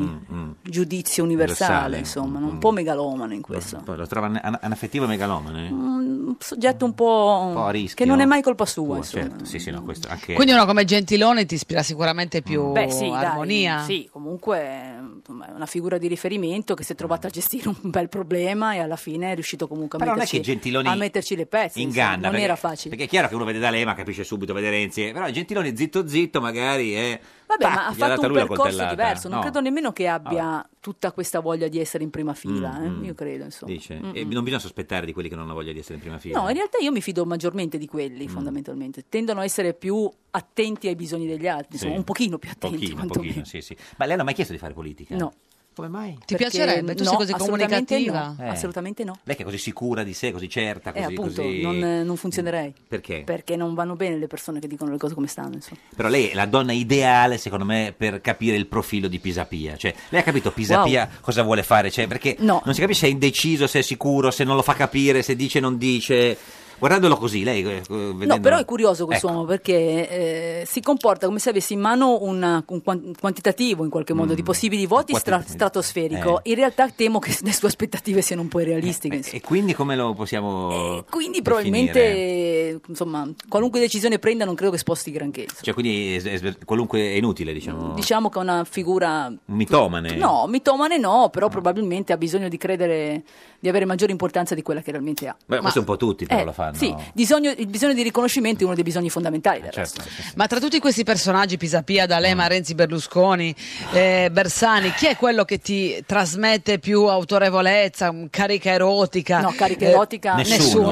Speaker 11: giudizio universale,
Speaker 2: Universale, Mm,
Speaker 11: insomma, no? un po' megalomano in questo.
Speaker 2: Poi Lo trova an- an- anaffettivo e megalomane.
Speaker 11: Un soggetto un po',
Speaker 2: Un po' a rischio.
Speaker 11: Mm. che non è mai colpa sua,
Speaker 2: Tua,
Speaker 11: insomma.
Speaker 2: certo. Sì, sì, no, questo anche...
Speaker 1: Quindi uno come Gentilone ti ispira sicuramente più
Speaker 11: Beh, sì, dai,
Speaker 1: armonia.
Speaker 11: sì, comunque eh, insomma, è una figura di riferimento che si è trovata a gestire un bel problema e alla fine è riuscito comunque a,
Speaker 2: Però non è
Speaker 11: metterci,
Speaker 2: che Gentiloni
Speaker 11: a metterci le pezze.
Speaker 2: Inganna.
Speaker 11: insomma, Eh, non
Speaker 2: perché,
Speaker 11: era facile.
Speaker 2: Perché è chiaro che uno vede D'Alema, capisce subito, vede Renzi. Però Gentiloni zitto zitto magari eh, è...
Speaker 11: Vabbè, ma ha
Speaker 2: gli ha dato
Speaker 11: fatto un
Speaker 2: lui la
Speaker 11: percorso
Speaker 2: coltellata.
Speaker 11: diverso. Non
Speaker 2: No.
Speaker 11: credo nemmeno che abbia
Speaker 2: Vabbè.
Speaker 11: tutta questa voglia di essere in prima fila.
Speaker 2: Mm,
Speaker 11: eh,
Speaker 2: mm.
Speaker 11: Io credo, insomma.
Speaker 2: Dice.
Speaker 11: Mm,
Speaker 2: E eh.
Speaker 11: mm.
Speaker 2: non bisogna sospettare di quelli che non hanno voglia di essere in prima fila.
Speaker 11: No, in realtà io mi fido maggiormente di
Speaker 2: Mm.
Speaker 11: quelli, fondamentalmente. Tendono a essere più attenti ai bisogni degli altri, insomma,
Speaker 2: Sì.
Speaker 11: un pochino più attenti.
Speaker 2: Pochino,
Speaker 11: quantomeno.
Speaker 2: pochino, sì, sì. Ma lei non ha mai chiesto di fare politica?
Speaker 11: No.
Speaker 2: Come mai?
Speaker 1: Ti piacerebbe? Tu sei così comunicativa.
Speaker 2: Eh.
Speaker 11: Assolutamente no.
Speaker 2: Lei che è così sicura di sé, così certa,
Speaker 11: E
Speaker 2: così...
Speaker 11: appunto,
Speaker 2: così- Mm.
Speaker 11: non, eh, non funzionerei.
Speaker 2: Perché?
Speaker 11: Perché non vanno bene le persone che dicono le cose come stanno, insomma.
Speaker 2: Però lei è la donna ideale, secondo me, per capire il profilo di Pisapia. Cioè, lei ha capito Pisapia cosa vuole fare? Cioè, perché non si capisce se è indeciso, se è sicuro, se non lo fa capire, se dice non dice. Guardandolo così, lei. eh, eh, vedendolo-
Speaker 11: No, però è curioso
Speaker 2: Ecco.
Speaker 11: quest'uomo perché eh, si comporta come se avesse in mano una- un quan- quantitativo in qualche modo di possibili voti stra-
Speaker 2: Mm. quantitativo.
Speaker 11: stratosferico.
Speaker 2: Eh.
Speaker 11: In realtà temo che le sue aspettative siano un po' irrealistiche. insomma.
Speaker 2: E quindi come lo possiamo.
Speaker 11: Eh, Quindi
Speaker 2: eh, definire?
Speaker 11: probabilmente, insomma, qualunque decisione prenda non credo che sposti granché.
Speaker 2: Cioè, quindi è- è- è- qualunque è inutile, diciamo.
Speaker 11: Diciamo che è una figura...
Speaker 2: Un mitomane.
Speaker 11: No, mitomane no, però probabilmente ha bisogno di credere, di avere maggiore importanza di quella che realmente ha.
Speaker 2: Beh,
Speaker 11: Ma-
Speaker 2: questo un po' tutti però
Speaker 11: eh,
Speaker 2: lo fanno.
Speaker 11: Sì, bisogno- il bisogno di riconoscimento è uno dei bisogni fondamentali del resto.
Speaker 2: Certo.
Speaker 1: Ma tra tutti questi personaggi, Pisapia, D'Alema,
Speaker 2: Ah.
Speaker 1: Renzi, Berlusconi, eh, Bersani, chi è quello che ti trasmette più autorevolezza, un carica erotica?
Speaker 11: No, carica
Speaker 1: Eh,
Speaker 11: erotica nessuno.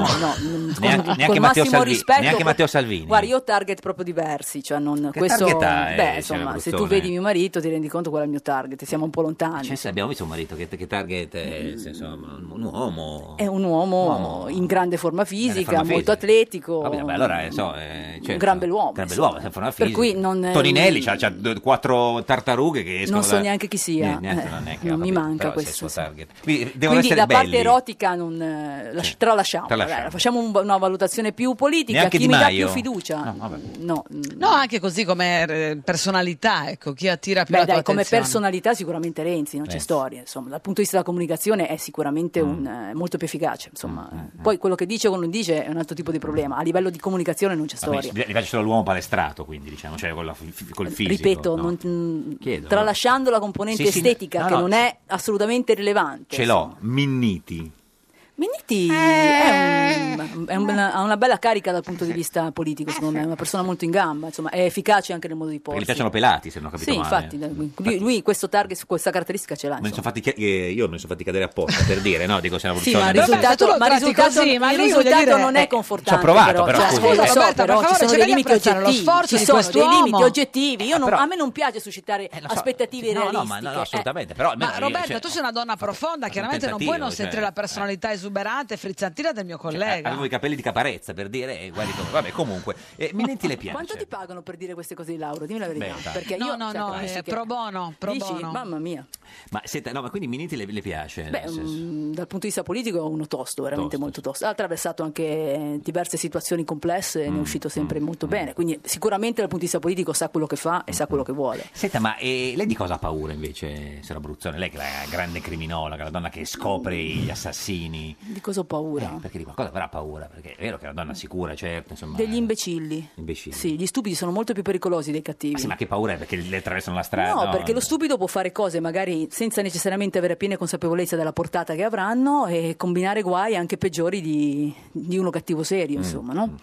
Speaker 1: nessuno.
Speaker 11: No,
Speaker 2: Neanche-
Speaker 11: con,
Speaker 2: neanche
Speaker 11: con
Speaker 2: Matteo
Speaker 11: massimo
Speaker 2: Salvi-
Speaker 11: rispetto.
Speaker 2: neanche Matteo Salvini.
Speaker 11: Guarda, io ho target proprio diversi, cioè non
Speaker 2: Che
Speaker 11: questo
Speaker 2: target ha, eh,
Speaker 11: beh,
Speaker 2: signora
Speaker 11: insomma, se tu
Speaker 2: Bruzzone?
Speaker 11: vedi mio marito ti rendi conto qual è il mio target, siamo un po' lontani.
Speaker 2: Cioè, se abbiamo visto un marito che, che target è
Speaker 11: Mm.
Speaker 2: nel senso, un un uomo.
Speaker 11: è un uomo
Speaker 2: Uomo.
Speaker 11: in grande forma fisica,
Speaker 2: forma
Speaker 11: molto
Speaker 2: fisica.
Speaker 11: atletico.
Speaker 2: Vabbè, beh, allora, eh, so, eh, cioè,
Speaker 11: un gran bell'uomo,
Speaker 2: gran
Speaker 11: insomma.
Speaker 2: bell'uomo, sempre una
Speaker 11: Per
Speaker 2: fisica.
Speaker 11: cui non, eh,
Speaker 2: Toninelli c'ha, c'ha due- quattro tartarughe che escono
Speaker 11: non so
Speaker 2: da-
Speaker 11: neanche chi sia,
Speaker 2: Eh, neanche,
Speaker 11: eh,
Speaker 2: non neanche,
Speaker 11: non
Speaker 2: ho
Speaker 11: mi
Speaker 2: capito,
Speaker 11: manca
Speaker 2: però se è il
Speaker 11: questo,
Speaker 2: suo target. Quindi devono
Speaker 11: Quindi
Speaker 2: essere
Speaker 11: la parte
Speaker 2: belli.
Speaker 11: erotica non, eh, lasci- tralasciamo, dai,
Speaker 2: Tralasciamo.
Speaker 11: facciamo un- una valutazione più politica,
Speaker 2: Neanche
Speaker 11: chi
Speaker 2: Di
Speaker 11: mi dà
Speaker 2: Maio?
Speaker 11: più fiducia?
Speaker 2: No, vabbè.
Speaker 11: No,
Speaker 1: No, anche così come eh, personalità, ecco, chi attira più
Speaker 11: Beh,
Speaker 1: la tua
Speaker 11: dai, come
Speaker 1: attenzione.
Speaker 11: personalità sicuramente Renzi, non c'è
Speaker 2: Eh.
Speaker 1: Renzi.
Speaker 11: storia, insomma, dal punto di vista della comunicazione è sicuramente
Speaker 2: Mm.
Speaker 11: un, eh, molto più efficace, insomma. Poi quello che dice o non dice è un altro tipo di problema, a livello di comunicazione non c'è
Speaker 2: Vabbè,
Speaker 11: storia.
Speaker 2: gli piace solo l'uomo palestrato, quindi diciamo, cioè con la fi- fi- col fisico.
Speaker 11: Ripeto,
Speaker 2: no?
Speaker 11: non- mm,
Speaker 2: Chiedo,
Speaker 11: tralasciando la componente
Speaker 2: Sì, sì,
Speaker 11: estetica
Speaker 2: no,
Speaker 11: che
Speaker 2: no,
Speaker 11: non
Speaker 2: sì.
Speaker 11: è assolutamente rilevante.
Speaker 2: Ce l'ho, Minniti. Eh.
Speaker 11: Minniti è un- è un- ha una bella carica dal punto di vista politico, secondo me, è una persona molto in gamba, insomma, è efficace anche nel modo di
Speaker 2: Eh, Perché gli
Speaker 11: porsi.
Speaker 2: piacciono pelati, se non ho capito
Speaker 11: Sì,
Speaker 2: male. eh.
Speaker 11: infatti, lui- lui, questo target, questa caratteristica ce l'ha.
Speaker 2: Me ne
Speaker 11: insomma.
Speaker 2: sono fatti, chi- eh, io me ne sono fatti cadere apposta per dire, no? Dico, se è una
Speaker 11: Sì, ma il
Speaker 2: brucione-
Speaker 11: risultato,
Speaker 1: Vabbè, se tu lo
Speaker 11: ma il
Speaker 1: tratti
Speaker 11: risultato-
Speaker 1: così, ma
Speaker 11: il
Speaker 1: io voglio
Speaker 11: risultato
Speaker 1: dire-
Speaker 11: non
Speaker 1: eh,
Speaker 11: è confortante.
Speaker 2: ci ho provato,
Speaker 11: però,
Speaker 2: però,
Speaker 11: cioè,
Speaker 2: scusi.
Speaker 11: lo so,
Speaker 1: Roberta,
Speaker 11: però ci
Speaker 1: per
Speaker 11: sono
Speaker 1: favore, cioè,
Speaker 11: dei
Speaker 1: devi
Speaker 11: limiti
Speaker 1: apprezzare lo
Speaker 11: oggettivi.
Speaker 1: sforzo
Speaker 11: ci
Speaker 1: di
Speaker 11: sono dei
Speaker 1: quest'uomo.
Speaker 11: limiti oggettivi. Io
Speaker 2: Eh,
Speaker 11: non-
Speaker 2: però- Eh,
Speaker 11: a me non piace suscitare aspettative
Speaker 2: No, no, ma
Speaker 11: realistiche.
Speaker 2: no, no,
Speaker 11: eh.
Speaker 2: assolutamente. Però almeno
Speaker 1: Ma
Speaker 2: io-
Speaker 1: Roberta,
Speaker 2: cioè,
Speaker 1: tu sei una donna profonda, chiaramente non puoi non
Speaker 2: tentativo,
Speaker 1: sentire
Speaker 2: cioè,
Speaker 1: la personalità esuberante e frizzantina del mio
Speaker 2: eh,
Speaker 1: collega.
Speaker 2: avevo i capelli di caparezza per dire, eh, guardi come- vabbè, comunque, eh, Minniti le piace.
Speaker 11: Quanto ti pagano per dire queste cose di Lauro? Dimmi la verità.
Speaker 2: Beh, dai.
Speaker 11: Perché
Speaker 1: No,
Speaker 11: io,
Speaker 1: no,
Speaker 11: cioè,
Speaker 1: no,
Speaker 11: pensi
Speaker 1: eh,
Speaker 11: che-
Speaker 1: pro bono, pro
Speaker 11: Dici?
Speaker 1: bono.
Speaker 11: Mamma mia.
Speaker 2: Ma senta, no, ma quindi Minniti le, le piace?
Speaker 11: Beh,
Speaker 2: Eh, nel senso-
Speaker 11: mm, dal punto di vista politico è uno tosto, veramente
Speaker 2: Tosto,
Speaker 11: molto tosto. Ha attraversato anche eh, diverse situazioni complesse e ne
Speaker 2: Mm,
Speaker 11: è uscito sempre
Speaker 2: mm,
Speaker 11: molto
Speaker 2: mm.
Speaker 11: bene. Quindi sicuramente dal punto di vista politico sa quello che fa e sa quello che vuole.
Speaker 2: Senta, ma eh, lei di cosa ha paura invece, Sera Bruzzone? Lei che è la grande criminologa, la donna che scopre
Speaker 11: Mm.
Speaker 2: gli assassini.
Speaker 11: Di cosa ho paura?
Speaker 2: Perché di qualcosa avrà paura, perché è vero che è una donna sicura, certo, insomma.
Speaker 11: Degli imbecilli.
Speaker 2: Imbecille.
Speaker 11: Sì, gli stupidi sono molto più pericolosi dei cattivi.
Speaker 2: Ah, sì, ma che eh. paura è perché le attraversano la strada?
Speaker 11: No, perché lo stupido può fare cose magari senza necessariamente avere piena consapevolezza della portata che
Speaker 2: Mm,
Speaker 11: avranno e combinare guai anche peggiori di, di uno cattivo serio, insomma, no?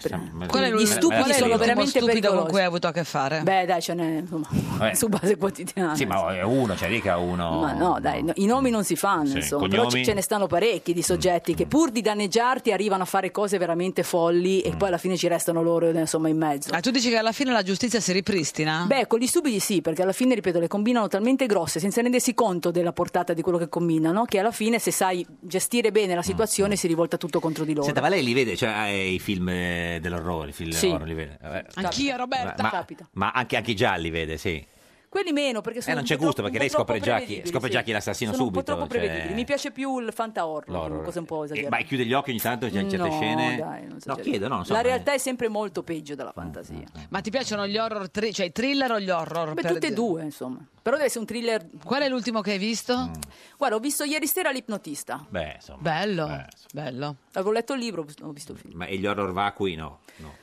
Speaker 1: Qual è
Speaker 11: Gli
Speaker 1: l'ul-
Speaker 11: stupidi
Speaker 1: qual è
Speaker 11: sono
Speaker 1: l'ultimo
Speaker 11: veramente
Speaker 1: stupido con
Speaker 11: pericolosi.
Speaker 1: cui hai avuto a che fare?
Speaker 11: Beh, dai, ce n'è insomma,
Speaker 2: Vabbè.
Speaker 11: su base quotidiana.
Speaker 2: Sì, ma è uno, cioè dica uno.
Speaker 11: Ma no, dai, no, i nomi non si fanno,
Speaker 2: Sì,
Speaker 11: insomma, però
Speaker 2: cognomi? Mm,
Speaker 11: ce- ce ne stanno parecchi di soggetti che pur di danneggiarti arrivano a fare cose veramente folli
Speaker 2: Mm.
Speaker 11: e poi alla fine ci restano loro insomma in mezzo.
Speaker 1: Ah, tu dici che alla fine la giustizia si ripristina?
Speaker 11: Beh, con gli stupidi sì, perché alla fine, ripeto, le combinano talmente grosse senza rendersi conto della portata di quello che combinano, che alla fine se sai gestire bene la situazione si rivolta tutto contro di loro.
Speaker 2: Mm. Senta, ma lei li vede, cioè eh, i film eh, dell'orrore, i film
Speaker 11: Sì.
Speaker 2: horror li vede? Vabbè.
Speaker 11: Anch'io,
Speaker 2: Ma,
Speaker 11: Roberta.
Speaker 2: ma,
Speaker 11: Capita.
Speaker 2: ma anche, anche i gialli vede, sì.
Speaker 11: Quelli meno, perché sono
Speaker 2: Eh, non c'è
Speaker 11: un po'
Speaker 2: gusto,
Speaker 11: troppo-
Speaker 2: perché lei
Speaker 11: un po'
Speaker 2: scopre
Speaker 11: troppo
Speaker 2: già chi-
Speaker 11: prevedibili,
Speaker 2: scopre
Speaker 11: sì.
Speaker 2: già chi è l'assassino
Speaker 11: sono
Speaker 2: subito,
Speaker 11: un po' troppo
Speaker 2: cioè-
Speaker 11: prevedibili. Mi piace più il fantahorror,
Speaker 2: L'horror.
Speaker 11: cose un po'
Speaker 2: Eh,
Speaker 11: esagerate.
Speaker 2: ma chiude gli occhi ogni tanto, c'è in certe
Speaker 11: no,
Speaker 2: scene.
Speaker 11: dai, non
Speaker 2: no,
Speaker 11: esageriamo.
Speaker 2: chiedo, no, non so.
Speaker 11: La
Speaker 2: ma-
Speaker 11: realtà è sempre molto peggio della fantasia.
Speaker 1: Ma ti piacciono gli horror, tri- cioè i thriller o gli horror?
Speaker 11: Beh, tutte e due, insomma. Però deve essere un thriller.
Speaker 1: Qual è l'ultimo che hai visto?
Speaker 2: Mm.
Speaker 11: Guarda, ho visto ieri sera l'ipnotista.
Speaker 2: Beh, insomma.
Speaker 1: Bello,
Speaker 2: Eh,
Speaker 1: bello.
Speaker 11: Avevo letto il libro, ho visto il film.
Speaker 2: Ma e gli horror vacui no. No,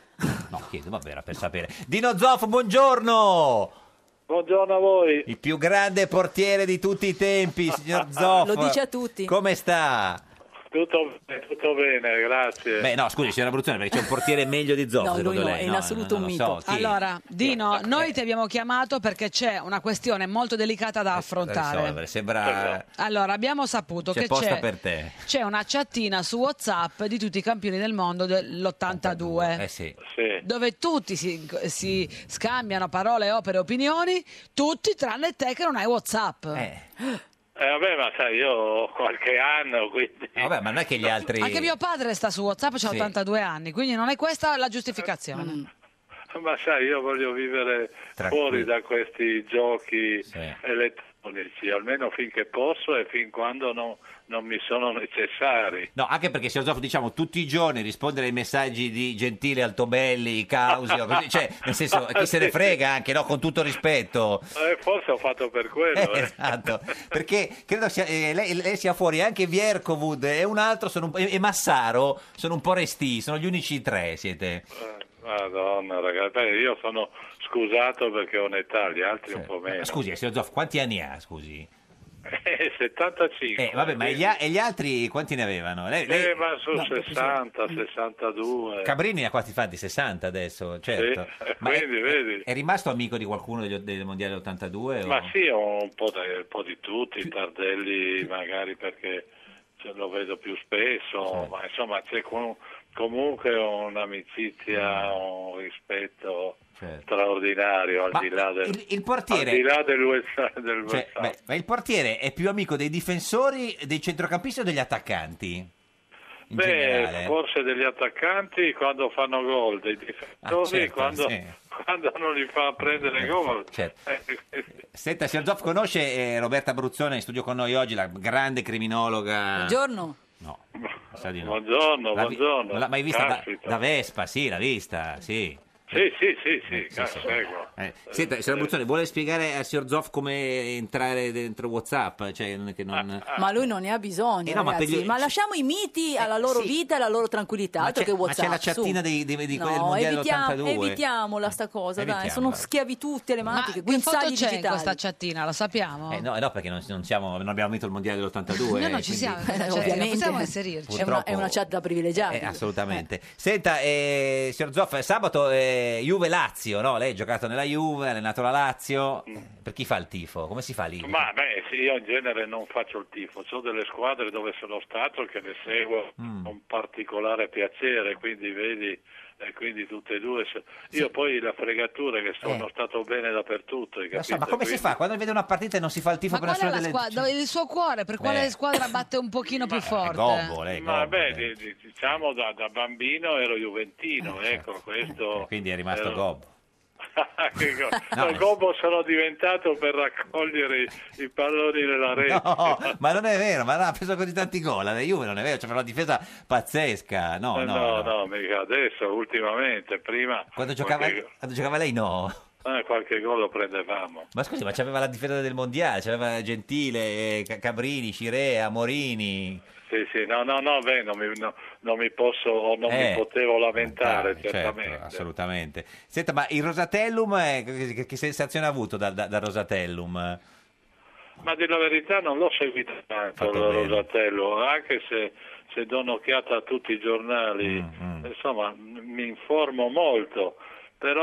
Speaker 2: no chiedo, vabbè, era per sapere. Dino Zoff, buongiorno!
Speaker 12: Buongiorno a voi.
Speaker 2: Il più grande portiere di tutti i tempi, signor Zoff.
Speaker 12: Ah, Lo dice a tutti.
Speaker 2: Come sta?
Speaker 12: Tutto, tutto bene, grazie.
Speaker 2: Beh, no, scusi, signora Bruzzone, perché c'è un portiere meglio di Zoff,
Speaker 1: No, lui
Speaker 2: secondo
Speaker 1: no,
Speaker 2: lei.
Speaker 1: è in assoluto
Speaker 2: non
Speaker 1: un
Speaker 2: lo so, chi?
Speaker 1: Allora, Dino, noi ti abbiamo chiamato perché c'è una questione molto delicata da
Speaker 2: Da risolvere,
Speaker 1: affrontare.
Speaker 2: sembra...
Speaker 1: Allora, abbiamo saputo
Speaker 2: C'è
Speaker 1: Certo. che
Speaker 2: eh. posta
Speaker 1: c'è,
Speaker 2: per te.
Speaker 1: c'è una chattina su WhatsApp di tutti i campioni del mondo dell'82.
Speaker 2: Eh sì.
Speaker 1: Dove tutti si, si scambiano parole, opere, opinioni, tutti tranne te che non hai WhatsApp.
Speaker 12: Eh, vabbè, ma sai, io ho qualche anno, quindi...
Speaker 2: Ah, Vabbè, ma non è che gli altri...
Speaker 1: Anche mio padre sta su WhatsApp, ha
Speaker 12: Sì.
Speaker 1: 82 anni, quindi non è questa la giustificazione.
Speaker 12: Ma sai, io voglio vivere fuori da questi giochi elettronici, almeno finché posso e fin quando no- non mi sono necessari.
Speaker 2: No, anche perché, signor Zoff, diciamo, tutti i giorni rispondere ai messaggi di Gentile, Altobelli, Causio, così, cioè, nel senso, chi se ne frega anche, no? Con tutto rispetto.
Speaker 12: Eh, forse ho fatto per quello.
Speaker 2: Eh,
Speaker 12: eh.
Speaker 2: esatto, perché credo sia, eh, lei, lei sia fuori anche Viercovud e un altro sono un po'- e e Massaro sono un po' resti, sono gli unici tre siete.
Speaker 12: eh. Madonna, ragazzi, Beh, io sono scusato perché ho un'età, gli altri un po' meno.
Speaker 2: Ma Scusi, eh, signor Zoff, quanti anni ha, scusi?
Speaker 12: Eh, 75.
Speaker 2: Eh, vabbè, ma e gli, a- e gli altri quanti ne avevano? Lei- lei-
Speaker 12: Eh, ma su
Speaker 2: no, eh,
Speaker 12: 60, 62.
Speaker 2: Cabrini ne ha quasi fatti 60 adesso, certo.
Speaker 12: Sì, eh,
Speaker 2: Ma è,
Speaker 12: quindi, vedi.
Speaker 2: è rimasto amico di qualcuno degli- del Mondiale 82? o-
Speaker 12: Ma sì, ho un po', da- un po' di tutti, Tardelli magari perché ce lo vedo più spesso, ma insomma c'è com- comunque
Speaker 2: Mm.
Speaker 12: un'amicizia, un rispetto straordinario al
Speaker 2: Certo. Ma
Speaker 12: di là del...
Speaker 2: il- il portiere-
Speaker 12: Al di là del West- del
Speaker 2: Cioè,
Speaker 12: West Ham.
Speaker 2: beh, ma il portiere è più amico dei difensori, dei centrocampisti o degli attaccanti? In
Speaker 12: Beh,
Speaker 2: generale. eh.
Speaker 12: forse degli attaccanti quando fanno gol, dei difensori
Speaker 2: Ah, certo,
Speaker 12: quando,
Speaker 2: sì.
Speaker 12: quando non li fa prendere gol.
Speaker 2: certo.
Speaker 12: Eh,
Speaker 2: Senta, signor Zoff conosce eh, Roberta Bruzzone in studio con noi oggi, la grande criminologa.
Speaker 11: Buongiorno.
Speaker 2: Sa di no.
Speaker 12: Buongiorno,
Speaker 2: La vi-
Speaker 12: buongiorno.
Speaker 2: non l'ha mai vista da,
Speaker 12: Caspita.
Speaker 2: da Vespa, sì, l'ha vista, sì.
Speaker 12: Sì, sì, sì, sì, cazzo, seguo.
Speaker 2: Eh, senta, signor Bruzzone, vuole spiegare al signor Zoff come entrare dentro Whatsapp? Cioè, non è che non...
Speaker 12: Ah,
Speaker 11: Ma lui non ne ha bisogno,
Speaker 2: Eh no, ma
Speaker 11: ragazzi.
Speaker 2: per
Speaker 11: ma,
Speaker 2: gli- Eh,
Speaker 11: lasciamo i miti alla loro vita e alla loro tranquillità,
Speaker 2: Ma
Speaker 11: altro
Speaker 2: c'è-
Speaker 11: che
Speaker 2: ma
Speaker 11: WhatsApp.
Speaker 2: c'è la chattina
Speaker 11: su.
Speaker 2: dei- dei- di
Speaker 11: no,
Speaker 2: quella del Mondiale
Speaker 11: evitiamo-
Speaker 2: 82.
Speaker 11: Evitiamola sta cosa, dai,
Speaker 2: Evitiamola.
Speaker 11: sono schiavitù telematiche,
Speaker 1: Che foto
Speaker 11: guinzagli
Speaker 1: c'è in
Speaker 11: digitali.
Speaker 1: questa chattina? Lo sappiamo?
Speaker 2: Eh, no, eh, no, perché non, non siamo- non abbiamo vinto il mondiale dell'82.
Speaker 1: Noi non ci
Speaker 11: Ah,
Speaker 1: siamo, cioè, non possiamo inserirci.
Speaker 11: Eh, È una, è una chat da
Speaker 2: Eh,
Speaker 11: privilegiati.
Speaker 2: assolutamente. Senta, eh, signor Zoff, sabato eh, Juve-Lazio, no? Lei ha giocato nella Juve, ha allenato la Lazio. Per chi fa il tifo? Come si fa lì?
Speaker 12: Mm. Ma beh, sì, io in genere non faccio il tifo, ho delle squadre dove sono stato che le seguo
Speaker 2: Mm.
Speaker 12: con particolare piacere, quindi vedi, eh, quindi tutte e due. se- Io poi la fregatura è che sono stato bene dappertutto, hai
Speaker 2: Eh. Lo so,
Speaker 12: capito?
Speaker 2: ma come si
Speaker 12: Quindi-
Speaker 2: fa? Quando vede una partita e non si fa il tifo
Speaker 1: Ma
Speaker 2: per la
Speaker 1: qual è
Speaker 2: sua
Speaker 1: la
Speaker 2: delle...
Speaker 1: squadra? Il suo cuore, per quale
Speaker 2: Beh.
Speaker 1: squadra batte un pochino
Speaker 2: Eh,
Speaker 1: più forte?
Speaker 2: gobbo, lei,
Speaker 12: Ma
Speaker 2: gobbo.
Speaker 12: beh, di- di- diciamo da, da bambino ero juventino, ecco, questo...
Speaker 2: Eh, certo. Quindi è rimasto
Speaker 12: ero-
Speaker 2: gobbo.
Speaker 12: che go-
Speaker 2: No.
Speaker 12: no, gobbo sono diventato per raccogliere i, i palloni nella rete.
Speaker 2: No, ma non è vero, ma no, ha preso così tanti gol. La Juve non è vero, c'è una difesa pazzesca. No,
Speaker 12: Eh,
Speaker 2: no, no.
Speaker 12: no, no, mica adesso, ultimamente, prima...
Speaker 2: Quando, giocava,
Speaker 12: qualche-
Speaker 2: quando giocava lei no.
Speaker 12: Eh, qualche gol lo prendevamo.
Speaker 2: Ma scusi, ma c'aveva la difesa del mondiale, c'aveva Gentile, eh, Ca- Cabrini, Cirea, Morini.
Speaker 12: Sì, sì, no, no, no, beh, non mi, no- non mi posso, o non
Speaker 2: Eh,
Speaker 12: mi potevo lamentare,
Speaker 2: certo,
Speaker 12: Ah, certamente.
Speaker 2: assolutamente. Senta, ma il Rosatellum, eh, che, che- che sensazione ha avuto dal da- dal Rosatellum?
Speaker 12: Ma di la verità non l'ho seguito tanto
Speaker 2: Fatto
Speaker 12: lo
Speaker 2: bene. Mm,
Speaker 12: Rosatello, anche se, se do un'occhiata a tutti i giornali, insomma, m- mi, mi informo molto,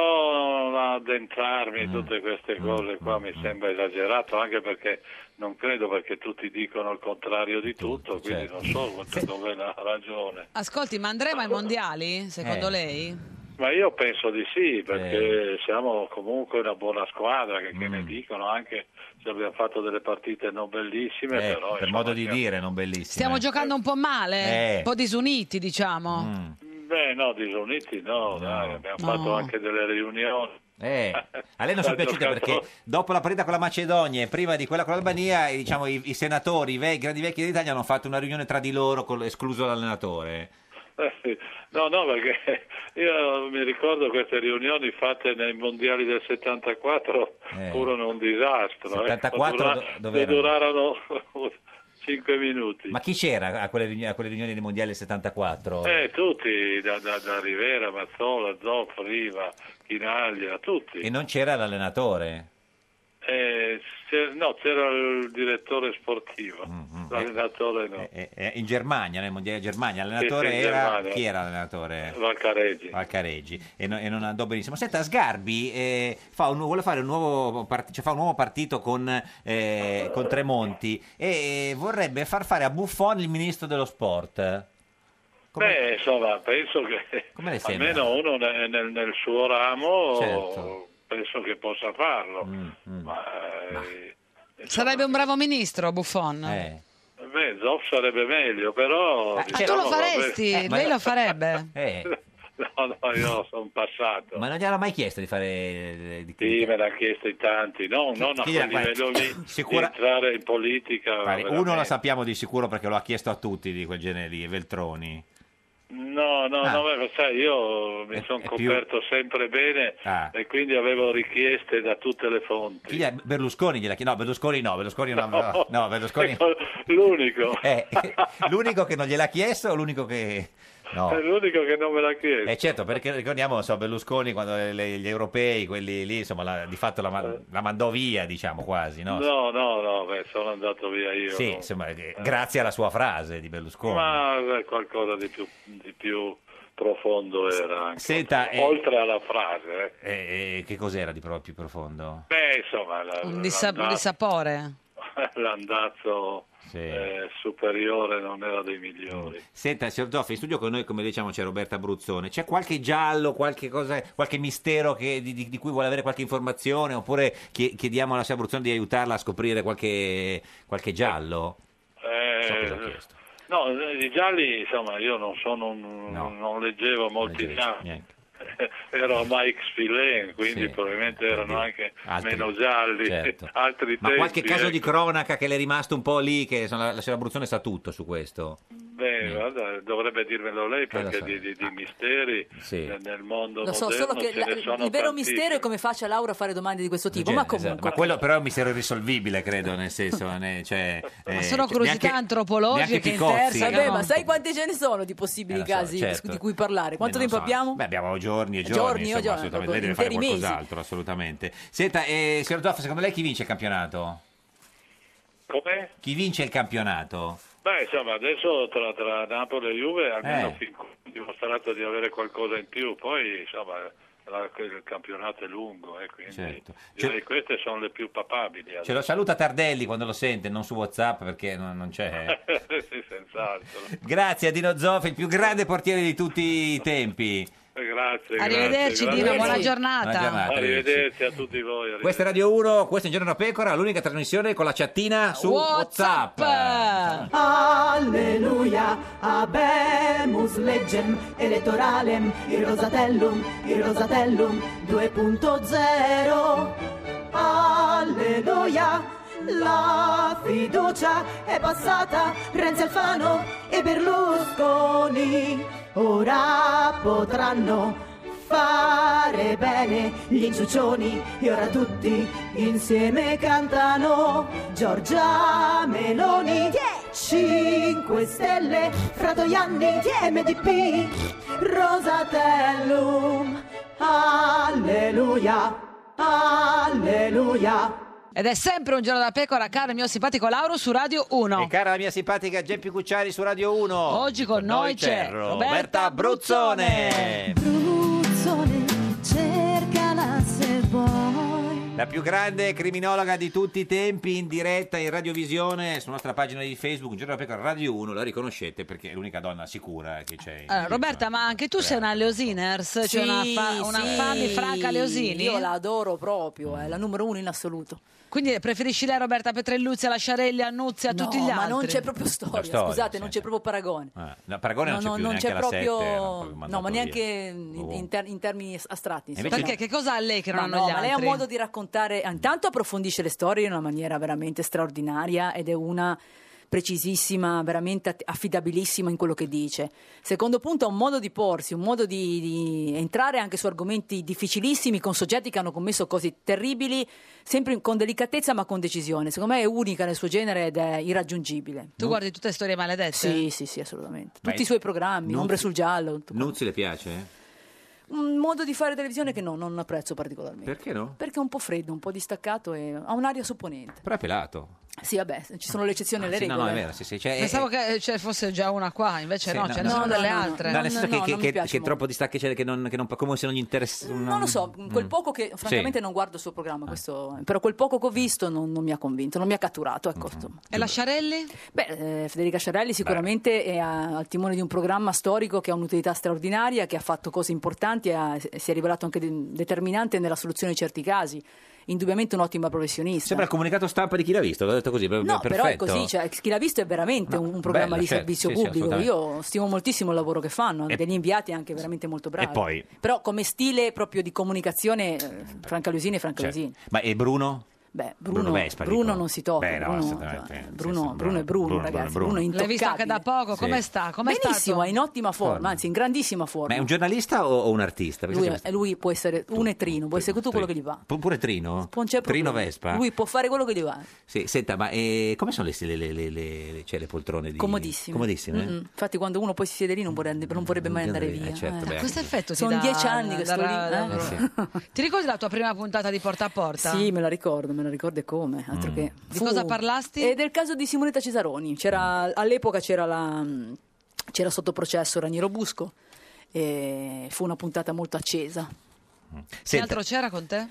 Speaker 12: però addentrarmi in
Speaker 2: Mm,
Speaker 12: tutte queste cose qua mi sembra esagerato, anche perché non credo perché tutti dicono il contrario di tutto, quindi
Speaker 2: certo.
Speaker 12: non so quanto- dove la ragione.
Speaker 1: Ascolti, ma andremo ai mondiali, secondo
Speaker 12: Eh.
Speaker 1: lei?
Speaker 12: Ma io penso di sì,
Speaker 2: Eh.
Speaker 12: perché siamo comunque una buona squadra, che, che
Speaker 2: Mm.
Speaker 12: ne dicono, anche se abbiamo fatto delle partite non bellissime,
Speaker 2: Eh,
Speaker 12: però
Speaker 2: per modo di dire, non bellissimo.
Speaker 1: Stiamo giocando un po' male,
Speaker 12: Eh.
Speaker 1: un po' disuniti, diciamo.
Speaker 2: Mm.
Speaker 12: Beh, no, disuniti no, dai, abbiamo
Speaker 1: No.
Speaker 12: fatto anche delle riunioni.
Speaker 2: Eh, a lei non sono
Speaker 12: Ha
Speaker 2: piaciute
Speaker 12: giocato-
Speaker 2: perché dopo la partita con la Macedonia e prima di quella con l'Albania, eh, diciamo, i, i senatori, i ve- i grandi vecchi d'Italia hanno fatto una riunione tra di loro, con- escluso l'allenatore.
Speaker 12: Eh sì. No, no, perché io mi ricordo queste riunioni fatte nei mondiali del 74
Speaker 2: Eh.
Speaker 12: furono un disastro. ecco,
Speaker 2: 74
Speaker 12: dura-
Speaker 2: do- dov'erano?
Speaker 12: durarono 5 minuti.
Speaker 2: Ma chi c'era a quelle, riuni- a quelle riunioni del Mondiale del 74?
Speaker 12: Eh, tutti, da, da- da Rivera, Mazzola, Zoff, Riva, Chinaglia, tutti.
Speaker 2: E non c'era l'allenatore.
Speaker 12: Eh, c'era- no, c'era il direttore sportivo, l'allenatore no.
Speaker 2: Mm, Eh, eh, in Germania, nel Mondiale di Germania, l'allenatore
Speaker 12: Sì, sì, in
Speaker 2: era...
Speaker 12: Germania. Eh,
Speaker 2: Chi era l'allenatore?
Speaker 12: Valcareggi.
Speaker 2: Valcareggi. E, no- e non andò benissimo. Senta, Sgarbi eh, fa un, vuole fare un nuovo, part- cioè fa un nuovo partito con, eh, con Tremonti e vorrebbe far fare a Buffon il ministro dello sport.
Speaker 12: Beh, insomma, penso che
Speaker 2: le sembra?
Speaker 12: almeno uno ne- nel, nel suo ramo
Speaker 2: Certo. Mm,
Speaker 12: penso che possa farlo. Ma, eh,
Speaker 1: Sarebbe un bravo ministro, Buffon.
Speaker 2: Eh.
Speaker 12: beh, Zoff sarebbe meglio, però... diciamo
Speaker 1: Ma Ah, tu lo faresti?
Speaker 12: eh.
Speaker 2: Eh,
Speaker 1: Lei lo farebbe?
Speaker 12: No, no, io sono passato.
Speaker 2: Ma non gliel'ha mai chiesto di fare... eh, Di...
Speaker 12: Sì, me l'ha chiesto in tanti, no, non a
Speaker 2: chi gliela
Speaker 12: quel livello lì
Speaker 2: Sicura-
Speaker 12: di entrare in politica.
Speaker 2: Guardi, Uno lo
Speaker 12: veramente.
Speaker 2: sappiamo di sicuro perché lo ha chiesto a tutti di quel genere lì, Veltroni.
Speaker 12: No, no,
Speaker 2: Ah.
Speaker 12: no, beh, ma sai, io mi sono
Speaker 2: più-
Speaker 12: coperto sempre bene
Speaker 2: Ah.
Speaker 12: e quindi avevo richieste da tutte le fonti.
Speaker 2: Chi gli ha- Berlusconi gliela chiede. No, Berlusconi no, Berlusconi no.
Speaker 12: No.
Speaker 2: No, Berlusconi...
Speaker 12: Ecco, L'unico.
Speaker 2: Eh, l'unico che non gliel'ha chiesto, l'unico che... No.
Speaker 12: È l'unico che non me l'ha chiesto.
Speaker 2: Eh certo, perché ricordiamo, non so, Berlusconi quando le- gli europei, quelli lì, insomma, la- di fatto la, ma-
Speaker 12: Eh.
Speaker 2: la mandò via, diciamo quasi, no?
Speaker 12: No, no, no, beh, sono andato via io.
Speaker 2: Sì,
Speaker 12: no.
Speaker 2: insomma, eh, grazie alla sua frase di Berlusconi.
Speaker 12: Ma eh, qualcosa di più, di più profondo era anche.
Speaker 2: Senta, eh,
Speaker 12: Oltre alla frase. eh.
Speaker 2: eh, eh, che cos'era di pro- più profondo?
Speaker 12: Beh, insomma, la-
Speaker 1: Un, dissa- un
Speaker 12: l'anda-
Speaker 1: dissapore.
Speaker 12: l'andazzo eh, superiore non era dei migliori.
Speaker 2: Senta, signor Zoffi, in studio con noi, come diciamo, c'è Roberta Bruzzone. C'è qualche giallo, qualche, cosa, qualche mistero che- di, di- di cui vuole avere qualche informazione? Oppure chie- chiediamo alla signora Bruzzone di aiutarla a scoprire qualche, qualche giallo?
Speaker 12: Eh,
Speaker 2: So cosa ho chiesto.
Speaker 12: no, i gialli, insomma, io non sono un- non leggevo molti gialli.
Speaker 2: Niente.
Speaker 12: Ero Mike Spillane, quindi probabilmente erano anche
Speaker 2: Altri,
Speaker 12: meno gialli,
Speaker 2: certo.
Speaker 12: altri
Speaker 2: Ma
Speaker 12: tempi.
Speaker 2: qualche caso di
Speaker 12: ecco.
Speaker 2: cronaca che le è rimasto un po' lì, che insomma, la, la signora Bruzzone sa tutto su questo.
Speaker 12: Beh, guarda, dovrebbe dirmelo lei
Speaker 2: Eh, lo
Speaker 12: perché
Speaker 2: so.
Speaker 12: di, di- di misteri
Speaker 2: Sì.
Speaker 12: eh, nel mondo
Speaker 11: Lo so,
Speaker 12: moderno
Speaker 11: solo che
Speaker 12: ce
Speaker 11: la-
Speaker 12: ne
Speaker 11: il
Speaker 12: sono
Speaker 11: vero
Speaker 12: tantissimi.
Speaker 11: mistero è come faccia Laura a fare domande di questo tipo.
Speaker 2: Genere,
Speaker 11: ma comunque,
Speaker 2: esatto. Ma quello però è un mistero irrisolvibile, credo, nel senso, ne- cioè, eh,
Speaker 1: sono
Speaker 2: cioè,
Speaker 1: curiosità
Speaker 2: neanche-
Speaker 1: antropologiche
Speaker 2: neanche
Speaker 1: che
Speaker 2: Picozzi.
Speaker 1: intersecano.
Speaker 11: Vabbè, ma sai quanti ce ne sono di
Speaker 2: Eh,
Speaker 11: possibili
Speaker 2: lo so,
Speaker 11: casi
Speaker 2: certo.
Speaker 11: di cui parlare? Quanto
Speaker 2: Eh, non
Speaker 11: tempo
Speaker 2: so,
Speaker 11: abbiamo? Eh,
Speaker 2: Beh, abbiamo giorni e giorni,
Speaker 11: Giorni, io
Speaker 2: insomma,
Speaker 11: giorni,
Speaker 2: assolutamente. Lei
Speaker 11: proprio
Speaker 2: deve fare
Speaker 11: interi mesi.
Speaker 2: qualcos'altro, assolutamente. Senta, eh, signor Zoff, secondo lei chi vince il campionato?
Speaker 12: Come?
Speaker 2: Chi vince il campionato?
Speaker 12: Beh, insomma, adesso tra, tra Napoli e Juve almeno
Speaker 2: Eh.
Speaker 12: fin qui ho dimostrato di avere qualcosa in più, poi insomma la- il campionato è lungo e quindi
Speaker 2: Certo.
Speaker 12: direi Eh, queste sono le più papabili.
Speaker 2: Ce lo saluta Tardelli quando lo sente, non su WhatsApp perché non, non c'è.
Speaker 12: sì, senz'altro.
Speaker 2: Grazie a Dino Zoff, il più grande portiere di tutti i tempi.
Speaker 12: Grazie.
Speaker 1: Arrivederci,
Speaker 12: grazie,
Speaker 1: Dino,
Speaker 12: grazie.
Speaker 1: buona giornata.
Speaker 2: Buona giornata, arrivederci.
Speaker 12: Arrivederci a tutti voi. arrivederci.
Speaker 2: Questa è Radio 1, questo è Un Giorno da Pecora, l'unica trasmissione con la chattina su
Speaker 7: WhatsApp.
Speaker 2: WhatsApp.
Speaker 7: Alleluia, abemus legem elettoralem, il Rosatellum, il Rosatellum 2.0. Alleluia, la fiducia è passata, Renzi Alfano e Berlusconi ora potranno fare bene gli inciuccioni e ora tutti insieme cantano Giorgia Meloni 5 Stelle Fratoianni MDP Rosatellum Alleluia Alleluia
Speaker 1: Ed è sempre un giorno da pecora, caro il mio simpatico Lauro su Radio 1.
Speaker 2: E cara la mia simpatica Geppi Cucciari su Radio 1.
Speaker 1: Oggi con noi c'è Roberta
Speaker 2: Roberta Bruzzone.
Speaker 7: Bruzzone.
Speaker 2: La più grande criminologa di tutti i tempi in diretta in radiovisione sulla nostra pagina di Facebook, un giorno da pecora Radio 1, la riconoscete perché è l'unica donna sicura che c'è. in
Speaker 1: Allora, Roberta, ma anche tu sei una Leosiners? C'è una, fa- una fan di Franca Leosini?
Speaker 11: Io la adoro proprio, è la numero uno in assoluto.
Speaker 1: Quindi preferisci lei, Roberta Petrelluzzi, alla Sciarelli, a Nuzzi, a
Speaker 11: No,
Speaker 1: tutti gli altri?
Speaker 11: ma non c'è proprio storia,
Speaker 2: La storia, cioè.
Speaker 11: scusate, non c'è proprio paragone.
Speaker 2: Ah, no, paragone non c'è
Speaker 11: No,
Speaker 2: più
Speaker 11: no,
Speaker 2: neanche la
Speaker 11: proprio,
Speaker 2: 7, l'hanno proprio
Speaker 11: no,
Speaker 2: mandato
Speaker 11: ma neanche
Speaker 2: via.
Speaker 11: in,
Speaker 2: Oh.
Speaker 11: in ter- in termini as- astratti.
Speaker 2: Invece-
Speaker 11: insomma.
Speaker 2: Perché
Speaker 1: che cosa ha lei che non
Speaker 11: Ma
Speaker 1: hanno
Speaker 11: no,
Speaker 1: gli
Speaker 11: ma lei ha un
Speaker 1: altri?
Speaker 11: modo di raccontare, intanto approfondisce le storie in una maniera veramente straordinaria ed è una precisissima, veramente att- affidabilissima in quello che dice. Secondo punto ha un modo di porsi, un modo di, di entrare anche su argomenti difficilissimi con soggetti che hanno commesso cose terribili, sempre in- con delicatezza ma con decisione. Secondo me è unica nel suo genere ed è irraggiungibile.
Speaker 1: Tu guardi tutte storie maledette?
Speaker 11: Sì, sì, sì, assolutamente.
Speaker 2: Ma è-
Speaker 11: Tutti i suoi programmi,
Speaker 2: non-
Speaker 11: Ombre sul giallo, tutto.
Speaker 2: Nuzzi le piace?
Speaker 11: un modo di fare televisione che no, non apprezzo particolarmente.
Speaker 2: Perché no?
Speaker 11: Perché è un po' freddo, un po' distaccato e ha un'aria supponente.
Speaker 2: Però è pelato.
Speaker 11: Sì, vabbè, ci sono le eccezioni
Speaker 2: Ah,
Speaker 11: alle
Speaker 2: sì, no,
Speaker 11: regole.
Speaker 2: no, è vero, sì, sì, cioè,
Speaker 1: Pensavo che eh, ce ne fosse già una qua, invece
Speaker 2: Sì,
Speaker 1: Cioè, no,
Speaker 2: no,
Speaker 1: ce ne
Speaker 2: no,
Speaker 1: sono
Speaker 2: no,
Speaker 1: delle
Speaker 11: no, no.
Speaker 1: altre.
Speaker 2: No, nel senso che, che-
Speaker 11: non mi
Speaker 2: che-
Speaker 11: piace
Speaker 2: che
Speaker 11: molto.
Speaker 2: troppo distacchi c'è che non, che non- come se non gli interessa.
Speaker 11: Non lo so,
Speaker 2: Mm.
Speaker 11: quel poco che, francamente, non guardo il suo
Speaker 2: Ah.
Speaker 11: programma, questo, però quel poco che ho visto non, non mi ha convinto, non mi ha catturato. Ecco,
Speaker 2: Mm-hmm.
Speaker 11: insomma.
Speaker 1: E la Sciarelli?
Speaker 11: Beh, eh, Federica Sciarelli sicuramente è a- al timone di un programma storico che ha un'utilità straordinaria, che ha fatto cose importanti e ha- si è rivelato anche de- determinante nella soluzione di certi casi. Indubbiamente un'ottima professionista.
Speaker 2: Sembra il comunicato stampa di chi l'ha visto, l'ho detto così. per-
Speaker 11: cioè No,
Speaker 2: perfetto.
Speaker 11: però è così, cioè, chi l'ha visto è veramente un, un programma
Speaker 2: bello,
Speaker 11: di
Speaker 2: certo,
Speaker 11: servizio
Speaker 2: sì, sì,
Speaker 11: pubblico.
Speaker 2: assolutamente.
Speaker 11: Io stimo moltissimo il lavoro che fanno,
Speaker 2: E-
Speaker 11: degli inviati anche veramente molto bravi.
Speaker 2: E poi?
Speaker 11: Però come stile proprio di comunicazione, eh, Franca Lusini è Franca
Speaker 2: Cioè,
Speaker 11: Lusini.
Speaker 2: Ma e Bruno?
Speaker 11: Beh, Bruno,
Speaker 2: Bruno Vespa,
Speaker 11: Bruno
Speaker 2: dico.
Speaker 11: non si tocca,
Speaker 2: Beh, no,
Speaker 11: Bruno,
Speaker 2: assolutamente,
Speaker 11: eh,
Speaker 2: nel
Speaker 11: Bruno-
Speaker 2: senso,
Speaker 11: Bruno è
Speaker 2: Bruno,
Speaker 11: Bruno,
Speaker 2: Bruno,
Speaker 11: ragazzi,
Speaker 2: Bruno.
Speaker 11: Bruno è
Speaker 1: L'hai visto anche
Speaker 11: intoccabile.
Speaker 1: da poco, come
Speaker 2: Sì.
Speaker 1: sta? Com'è
Speaker 11: Benissimo,
Speaker 1: stato?
Speaker 11: è in ottima forma, anzi in grandissima
Speaker 2: Ma
Speaker 11: forma.
Speaker 2: è un giornalista o, o un artista? Perché
Speaker 11: Lui,
Speaker 2: sembra-
Speaker 11: lui può essere un e trino, può essere tutto quello che gli va.
Speaker 2: Pu- Pure Trino?
Speaker 11: Non c'è problema.
Speaker 2: Trino Vespa?
Speaker 11: Lui può fare quello che gli va.
Speaker 2: Sì, senta, ma eh, come sono le, le, le, le- le- cioè, le poltrone? Di...
Speaker 11: comodissimo.
Speaker 2: Comodissime, eh?
Speaker 11: Infatti, quando uno poi si siede lì non vorrebbe, non vorrebbe mai andare
Speaker 2: Eh,
Speaker 11: via.
Speaker 2: certo, beh,
Speaker 1: Questo effetto ti
Speaker 11: Sono
Speaker 1: dà-
Speaker 11: dieci anni che
Speaker 1: da-
Speaker 11: sto lì.
Speaker 1: da-
Speaker 11: eh?
Speaker 2: Eh, sì.
Speaker 1: Ti ricordi la tua prima puntata di Porta a Porta?
Speaker 11: Sì, me la ricordo, me la ricordo e come. Altro
Speaker 2: Mm.
Speaker 11: che.
Speaker 1: Di cosa parlasti?
Speaker 11: E del caso di Simonetta Cesaroni. C'era- all'epoca c'era, la, c'era sotto processo Raniero Busco. E fu una puntata molto accesa.
Speaker 1: Che altro c'era con te?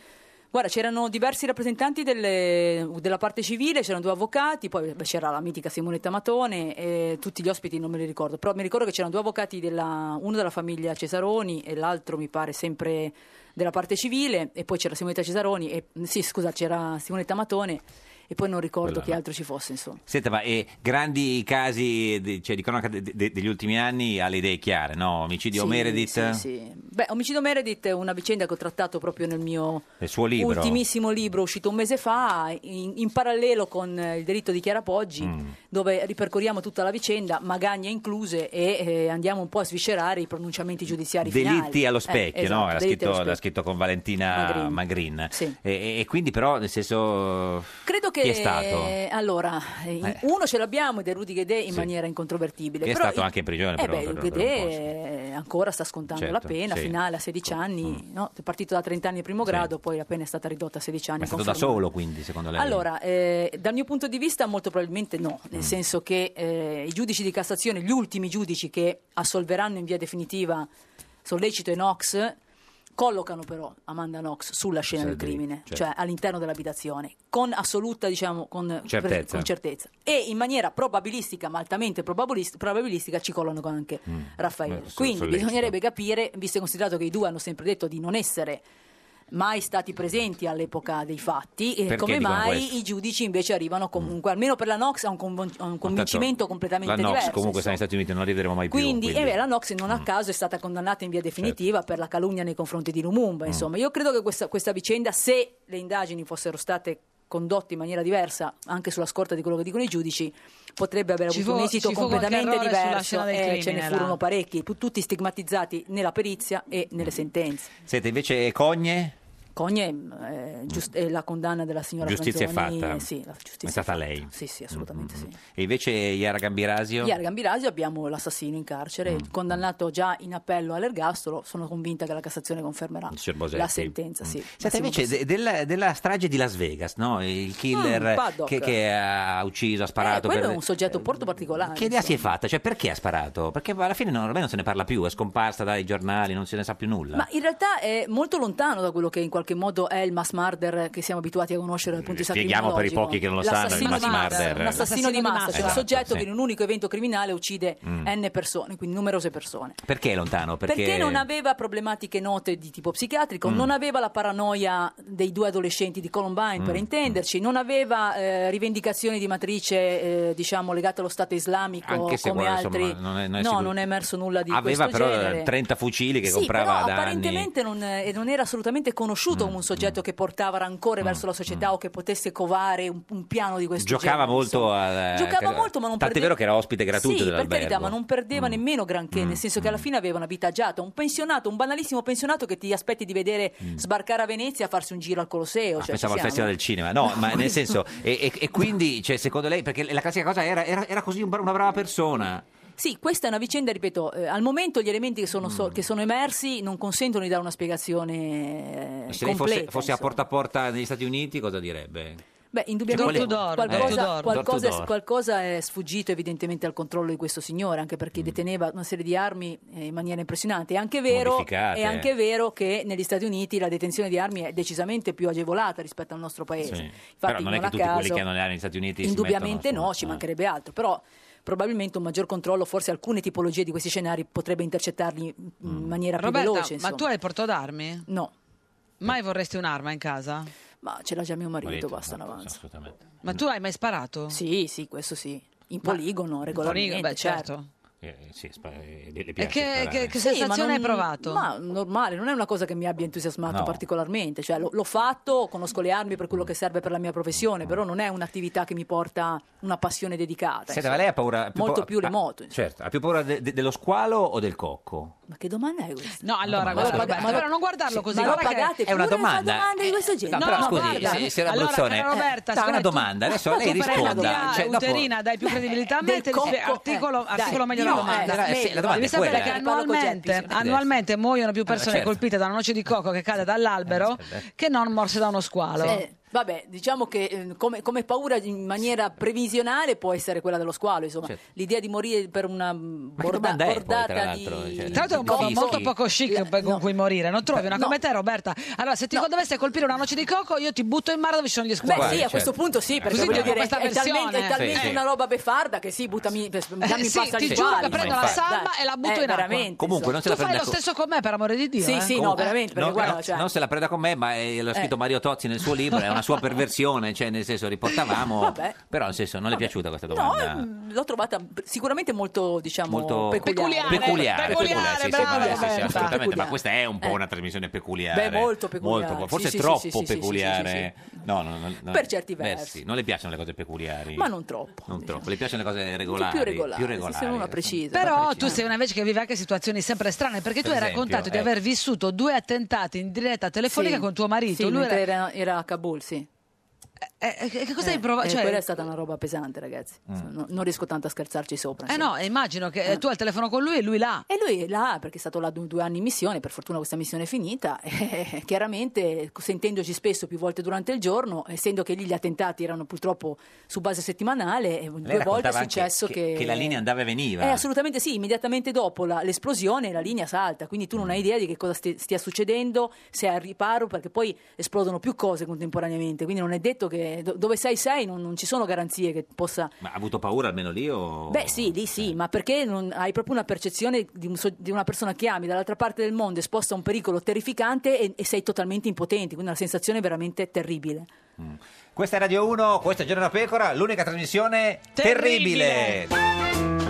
Speaker 11: Guarda, c'erano diversi rappresentanti delle- della parte civile, c'erano due avvocati, poi beh, c'era la mitica Simonetta Matone, e tutti gli ospiti non me li ricordo, però mi ricordo che c'erano due avvocati, della, uno della famiglia Cesaroni e l'altro mi pare sempre della parte civile, e poi c'era Simonetta Cesaroni, e, mm, sì scusa, c'era Simonetta Matone, e poi non ricordo
Speaker 2: Quella-
Speaker 11: chi altro ci fosse, insomma.
Speaker 2: Senta, ma eh, grandi casi di, cioè, di cronaca de- de- degli ultimi anni ha le idee chiare, no? Omicidio
Speaker 11: Sì,
Speaker 2: Meredith?
Speaker 11: sì, sì. Beh, Omicidio Meredith è una vicenda che ho trattato proprio nel mio
Speaker 2: Il suo libro?
Speaker 11: ultimissimo libro uscito un mese fa, in, in parallelo con eh, il delitto di Chiara Poggi,
Speaker 2: Mm.
Speaker 11: dove ripercorriamo tutta la vicenda, magagne incluse, e eh, andiamo un po' a sviscerare i pronunciamenti giudiziari
Speaker 2: Delitti
Speaker 11: finali.
Speaker 2: allo
Speaker 11: Eh,
Speaker 2: specchio,
Speaker 11: esatto,
Speaker 2: no? Era
Speaker 11: delitti
Speaker 2: scritto,
Speaker 11: allo
Speaker 2: l'ha
Speaker 11: specchio.
Speaker 2: scritto con Valentina
Speaker 11: Magrin.
Speaker 2: Magrin.
Speaker 11: Sì.
Speaker 2: E- E, e quindi però, nel senso...
Speaker 11: Credo che
Speaker 2: Chi è stato?
Speaker 11: allora eh, in-
Speaker 2: Eh.
Speaker 11: uno ce l'abbiamo ed è Rudy Guedè in
Speaker 2: Sì.
Speaker 11: maniera incontrovertibile.
Speaker 2: Che è
Speaker 11: però
Speaker 2: stato
Speaker 11: i-
Speaker 2: anche in prigione,
Speaker 11: Eh
Speaker 2: però,
Speaker 11: beh,
Speaker 2: per- per un
Speaker 11: Guedè eh, ancora sta scontando
Speaker 2: Certo,
Speaker 11: la pena
Speaker 2: sì. Mm.
Speaker 11: finale a 16 anni, no? è partito da 30 anni di primo grado, poi la pena è stata ridotta a 16 anni.
Speaker 2: Ma è stato da
Speaker 11: confermata.
Speaker 2: solo, quindi, secondo lei?
Speaker 11: Allora, eh, dal mio punto di vista molto probabilmente no, nel senso che eh, i giudici di Cassazione, gli ultimi giudici che assolveranno in via definitiva Sollecito e Nox, collocano però Amanda Knox sulla scena
Speaker 13: Sì,
Speaker 11: del
Speaker 13: lì,
Speaker 11: crimine,
Speaker 13: certo.
Speaker 11: cioè all'interno dell'abitazione, con assoluta, diciamo, con
Speaker 13: Certezza.
Speaker 11: con certezza. E in maniera probabilistica, ma altamente probabilis- probabilistica, ci collocano anche
Speaker 7: Mm.
Speaker 11: Raffaele.
Speaker 13: Beh, so-
Speaker 11: Quindi
Speaker 13: sollecito.
Speaker 11: bisognerebbe capire, visto e considerato che i due hanno sempre detto di non essere mai stati presenti all'epoca dei fatti e
Speaker 13: Perché
Speaker 11: come
Speaker 13: dicono
Speaker 11: mai
Speaker 2: questo?
Speaker 11: i giudici invece arrivano comunque almeno per la Nox a un, convon- a un convincimento completamente
Speaker 2: La Nox
Speaker 11: diverso
Speaker 2: comunque sta
Speaker 11: insomma.
Speaker 2: negli Stati Uniti, non la rivedremo mai
Speaker 11: quindi,
Speaker 2: più.
Speaker 11: eh beh, la Nox non
Speaker 2: Mm.
Speaker 11: a caso è stata condannata in via definitiva
Speaker 2: Certo.
Speaker 11: per la calunnia nei confronti di
Speaker 2: Mm.
Speaker 11: Lumumba insomma io credo che questa, questa vicenda se le indagini fossero state condotte in maniera diversa anche sulla scorta di quello che dicono i giudici potrebbe aver
Speaker 1: Ci
Speaker 11: avuto
Speaker 1: fu-
Speaker 11: un esito
Speaker 1: ci fu qualche
Speaker 11: completamente
Speaker 1: errore sulla
Speaker 11: diverso
Speaker 1: scena del
Speaker 11: eh, ce ne
Speaker 1: crimine,
Speaker 11: furono
Speaker 1: là.
Speaker 11: parecchi pu- tutti stigmatizzati nella perizia e
Speaker 2: Mm.
Speaker 11: nelle sentenze
Speaker 2: Senta, invece Cogne?
Speaker 11: Cogne eh, giust- è la condanna della signora
Speaker 2: Mm. giustizia è
Speaker 11: Franzoni,
Speaker 2: fatta. Mm,
Speaker 11: eh, sì, la
Speaker 2: è
Speaker 11: giustizia
Speaker 2: stata lei.
Speaker 11: Sì, sì, assolutamente sì.
Speaker 2: E invece Iara Gambirasio?
Speaker 11: Ieri a Gambirasio abbiamo l'assassino in
Speaker 2: Mm.
Speaker 11: carcere, condannato già in appello all'ergastolo, sono convinta che la Cassazione confermerà
Speaker 2: Il signor Bosetti. Mm.
Speaker 11: la sentenza, sì.
Speaker 2: Senta,
Speaker 11: Massimo
Speaker 2: invece
Speaker 11: Bosetti.
Speaker 2: de- della, della strage di Las Vegas, no? il
Speaker 11: Mm,
Speaker 2: killer
Speaker 11: Paddock.
Speaker 2: che, che ha ucciso, ha
Speaker 11: Eh,
Speaker 2: sparato.
Speaker 11: quello
Speaker 2: per- eh,
Speaker 11: è un soggetto molto particolare.
Speaker 2: Che idea si è fatta? Cioè, perché ha sparato? Perché alla fine non, ormai non se ne parla più, è scomparsa dai giornali, non se ne sa più nulla.
Speaker 11: Ma in realtà è molto lontano da quello che in qualche qualche modo è il mass murder che siamo abituati a conoscere dal punto di vista
Speaker 2: Spieghiamo per i pochi
Speaker 11: criminologico.
Speaker 2: che non lo sanno, il
Speaker 11: L'assassino
Speaker 2: mass
Speaker 11: di massa,
Speaker 2: murder.
Speaker 11: un assassino di massa, cioè un
Speaker 2: Esatto,
Speaker 11: soggetto
Speaker 2: sì.
Speaker 11: che in un unico evento criminale uccide
Speaker 2: Mm.
Speaker 11: n persone, quindi numerose persone.
Speaker 2: Perché è lontano? Perché,
Speaker 11: Perché... non aveva problematiche note di tipo psichiatrico,
Speaker 2: Mm.
Speaker 11: non aveva la paranoia dei due adolescenti di Columbine, per
Speaker 2: Mm.
Speaker 11: intenderci, non aveva eh, rivendicazioni di matrice eh, diciamo legate allo Stato islamico
Speaker 2: Anche se
Speaker 11: come
Speaker 2: guarda,
Speaker 11: altri.
Speaker 2: insomma, non è- non è
Speaker 11: no,
Speaker 2: sicuro-
Speaker 11: non è emerso nulla di
Speaker 2: aveva
Speaker 11: questo
Speaker 2: però
Speaker 11: genere.
Speaker 2: 30 fucili che
Speaker 11: Sì,
Speaker 2: comprava
Speaker 11: però
Speaker 2: da anni. Mm,
Speaker 11: apparentemente non, eh, non era assolutamente conosciuto come un soggetto che portava rancore verso la società o che potesse covare un, un piano di questo
Speaker 2: Giocava
Speaker 11: genere.
Speaker 2: molto al eh,
Speaker 11: Giocava molto, ma non
Speaker 2: Tant'è
Speaker 11: perdeva-
Speaker 2: vero che era ospite gratuito Mm.
Speaker 11: Sì, per
Speaker 2: dell'albergo.
Speaker 11: carità, ma non perdeva nemmeno granché, nel
Speaker 2: mm.
Speaker 11: senso che alla fine aveva una vita agiata, un pensionato, un banalissimo pensionato che ti aspetti di vedere sbarcare a Venezia a farsi un giro al Colosseo. cioè,
Speaker 2: Mm. Ah, Pensavo
Speaker 11: ci
Speaker 2: al Festival
Speaker 11: siamo.
Speaker 2: del Cinema, no, ma nel senso, e, e- e quindi, cioè, secondo lei, perché la classica cosa era, era, era così un bra- una brava persona.
Speaker 11: Sì, questa è una vicenda, ripeto, eh, al momento gli elementi che sono, so- che sono emersi non consentono di dare una spiegazione eh,
Speaker 2: Mm. Se lei fosse,
Speaker 11: completa.
Speaker 2: fosse a porta a porta negli Stati Uniti, cosa direbbe?
Speaker 11: Beh, indubbiamente
Speaker 2: Door to door, eh. Door to
Speaker 11: qualcosa,
Speaker 2: door.
Speaker 11: qualcosa-
Speaker 2: Door to door.
Speaker 11: qualcosa è sfuggito evidentemente al controllo di questo signore, anche
Speaker 2: Mm.
Speaker 11: perché deteneva una serie di armi eh, in maniera impressionante. È anche, vero,
Speaker 13: Modificate,
Speaker 11: è anche
Speaker 13: eh.
Speaker 11: vero che negli Stati Uniti la detenzione di armi è decisamente più agevolata rispetto al nostro paese.
Speaker 2: Sì.
Speaker 11: Infatti,
Speaker 2: Però non è che
Speaker 11: a
Speaker 2: tutti
Speaker 11: caso,
Speaker 2: quelli che hanno le armi negli Stati Uniti
Speaker 11: Indubbiamente
Speaker 2: si mettono,
Speaker 11: no, ci mancherebbe altro, però probabilmente un maggior controllo, forse alcune tipologie di questi scenari potrebbe intercettarli
Speaker 2: Mm.
Speaker 11: in maniera più
Speaker 1: Roberta,
Speaker 11: veloce.
Speaker 1: ma tu hai portato armi?
Speaker 11: No.
Speaker 1: Mai vorresti un'arma in casa?
Speaker 11: Ma ce l'ha già mio marito, basta, non avanza.
Speaker 2: Eh,
Speaker 1: Ma tu hai mai sparato?
Speaker 11: Sì, sì, questo sì. In poligono, regolarmente,
Speaker 1: beh, certo.
Speaker 2: Eh, sì, spa- eh, le- le
Speaker 1: E
Speaker 2: piace
Speaker 1: che,
Speaker 2: sparare.
Speaker 1: che- che
Speaker 11: Sì, ma
Speaker 1: sensazione
Speaker 11: non-
Speaker 1: hai provato?
Speaker 11: Ma normale, non è una cosa che mi abbia entusiasmato
Speaker 2: No. Mm.
Speaker 11: particolarmente. Cioè, lo- l'ho fatto, conosco le armi per quello che serve per la mia professione, però non è un'attività che mi porta una passione
Speaker 2: Senta,
Speaker 11: dedicata. insomma.
Speaker 2: ma lei ha paura...
Speaker 11: Molto
Speaker 2: pa-
Speaker 11: più remoto,
Speaker 2: ah, certo, ha più paura de- de- dello squalo o del cocco?
Speaker 11: Ma che domanda è questa?
Speaker 1: No, allora,
Speaker 2: Ma lo
Speaker 1: guarda,
Speaker 2: paga-
Speaker 1: Roberto,
Speaker 2: ma lo-
Speaker 1: però non guardarlo
Speaker 11: Sì,
Speaker 1: così.
Speaker 11: ma lo
Speaker 1: guarda che-
Speaker 11: pagate
Speaker 2: È una domanda.
Speaker 11: domande di questo genere.
Speaker 2: No, però
Speaker 1: no,
Speaker 2: scusi,
Speaker 1: guarda.
Speaker 2: se, se la
Speaker 1: Allora,
Speaker 2: Bruzzone-
Speaker 1: cara
Speaker 2: Eh,
Speaker 1: Roberta,
Speaker 2: no, è una
Speaker 1: secondo me tu-
Speaker 2: domanda, adesso
Speaker 1: tu
Speaker 2: lei
Speaker 1: per la
Speaker 2: risponda.
Speaker 1: tua
Speaker 2: Cioè, dopo-
Speaker 1: uterina dai più credibilità a
Speaker 2: del
Speaker 1: me te li spiego.
Speaker 2: cocco,
Speaker 1: articolo,
Speaker 2: eh,
Speaker 1: articolo
Speaker 2: dai,
Speaker 1: meglio la
Speaker 2: no,
Speaker 1: domanda
Speaker 2: eh, la- sì, la domanda è
Speaker 1: devi sapere
Speaker 2: quella.
Speaker 1: che
Speaker 2: Parlo col
Speaker 1: annualmente,
Speaker 2: Geppi, sì.
Speaker 1: annualmente muoiono più
Speaker 2: Allora,
Speaker 1: persone
Speaker 2: certo. Eh,
Speaker 1: colpite da una noce di cocco che cade dall'albero che non morse da uno squalo
Speaker 11: Eh, vabbè, diciamo che eh, come, come paura in maniera previsionale può essere quella dello squalo, insomma.
Speaker 2: Certo.
Speaker 11: L'idea di morire per una mm, borda-
Speaker 2: domanda è poi, tra
Speaker 11: bordata di...
Speaker 2: l'altro? Cioè,
Speaker 1: Tra l'altro è un modo
Speaker 2: Fischi.
Speaker 1: molto poco Oh, chic per- con cui morire, non trovi una come te Roberta? Allora se ti dovesse colpire una noce di cocco io ti butto in mare dove ci sono gli
Speaker 11: Beh,
Speaker 1: squali.
Speaker 11: sì, a questo punto sì, perché
Speaker 1: Così
Speaker 11: voglio
Speaker 1: dico
Speaker 11: dire, è
Speaker 1: questa
Speaker 11: talmente,
Speaker 1: versione.
Speaker 11: è talmente
Speaker 2: certo. Sì, sì.
Speaker 11: una roba beffarda che sì, buttami, dammi
Speaker 1: Eh, sì,
Speaker 11: pasta
Speaker 1: ti
Speaker 11: agli
Speaker 1: giuro
Speaker 11: squali,
Speaker 1: che prendo
Speaker 11: ma
Speaker 1: la
Speaker 11: infatti.
Speaker 1: salma e la butto
Speaker 11: Eh,
Speaker 1: in acqua.
Speaker 11: veramente,
Speaker 2: Comunque, non se
Speaker 1: tu
Speaker 2: la
Speaker 1: fai
Speaker 2: prenda
Speaker 1: lo
Speaker 2: co-
Speaker 1: stesso con me per amore di Dio.
Speaker 11: Sì,
Speaker 1: eh?
Speaker 11: sì, no,
Speaker 1: Comunque-
Speaker 11: veramente, perché
Speaker 2: No,
Speaker 11: guarda,
Speaker 2: no,
Speaker 11: cioè-
Speaker 2: non se la prenda con me, ma eh, l'ha scritto Mario Tozzi nel suo libro, è una sua perversione, cioè nel senso riportavamo,
Speaker 11: Vabbè.
Speaker 2: però nel senso non le è piaciuta questa
Speaker 11: No,
Speaker 2: domanda.
Speaker 11: mm, l'ho trovata sicuramente molto, diciamo,
Speaker 2: Molto
Speaker 11: peculiare.
Speaker 2: peculiare, peculiare, sì, sì,
Speaker 11: brava
Speaker 2: sì, sì,
Speaker 11: Roberta.
Speaker 2: assolutamente, ma questa è un po'
Speaker 11: Eh.
Speaker 2: una trasmissione peculiare.
Speaker 11: Beh, molto peculiare.
Speaker 2: Molto, forse
Speaker 11: Sì, sì,
Speaker 2: troppo
Speaker 11: sì, sì, sì, sì,
Speaker 2: peculiare. No, no, no, no.
Speaker 11: Per certi
Speaker 2: Beh,
Speaker 11: versi.
Speaker 2: sì, non le piacciono le cose peculiari.
Speaker 11: Ma non troppo.
Speaker 2: Non troppo, le piacciono le cose regolari.
Speaker 11: Più regolare,
Speaker 2: più
Speaker 11: se sono una precisa.
Speaker 1: Però
Speaker 11: cioè.
Speaker 1: tu sei una invece che vive anche situazioni sempre strane perché
Speaker 2: Per
Speaker 1: tu hai
Speaker 2: esempio,
Speaker 1: raccontato di
Speaker 2: ecco.
Speaker 1: aver vissuto due attentati in diretta telefonica
Speaker 11: Sì.
Speaker 1: con tuo marito.
Speaker 11: Sì,
Speaker 1: Lui
Speaker 11: mentre
Speaker 1: era-
Speaker 11: era... era a Kabul, sì.
Speaker 1: eh, che che cosa hai provato?
Speaker 11: Eh,
Speaker 1: Cioè-
Speaker 11: quella è stata una roba pesante, ragazzi. Non, non riesco tanto a scherzarci sopra.
Speaker 1: Eh no, immagino che eh, tu al telefono con lui e lui là.
Speaker 11: E lui è là perché è stato là du- due anni in missione, per fortuna questa missione è finita. Eh, chiaramente sentendoci spesso più volte durante il giorno, essendo che lì gli attentati erano purtroppo su base settimanale, eh,
Speaker 2: Lei
Speaker 11: due volte è
Speaker 2: raccontava anche
Speaker 11: successo che,
Speaker 2: che la linea andava e veniva.
Speaker 11: Eh, assolutamente sì, immediatamente dopo la- l'esplosione la linea salta, quindi tu non
Speaker 2: Mm.
Speaker 11: hai idea di che cosa sti- stia succedendo, se è al riparo, perché poi esplodono più cose contemporaneamente, quindi non è detto che do- dove sei sei non, non ci sono garanzie che possa...
Speaker 2: Ma ha avuto paura almeno lì o...
Speaker 11: Beh sì, lì
Speaker 2: Eh.
Speaker 11: sì, ma perché non hai proprio una percezione di, un so- di una persona che ami dall'altra parte del mondo esposta a un pericolo terrificante e, e sei totalmente impotente, quindi una sensazione veramente terribile.
Speaker 2: Questa è Radio 1, questo è Giorno da Pecora, l'unica trasmissione
Speaker 11: Terribile.
Speaker 2: terribile.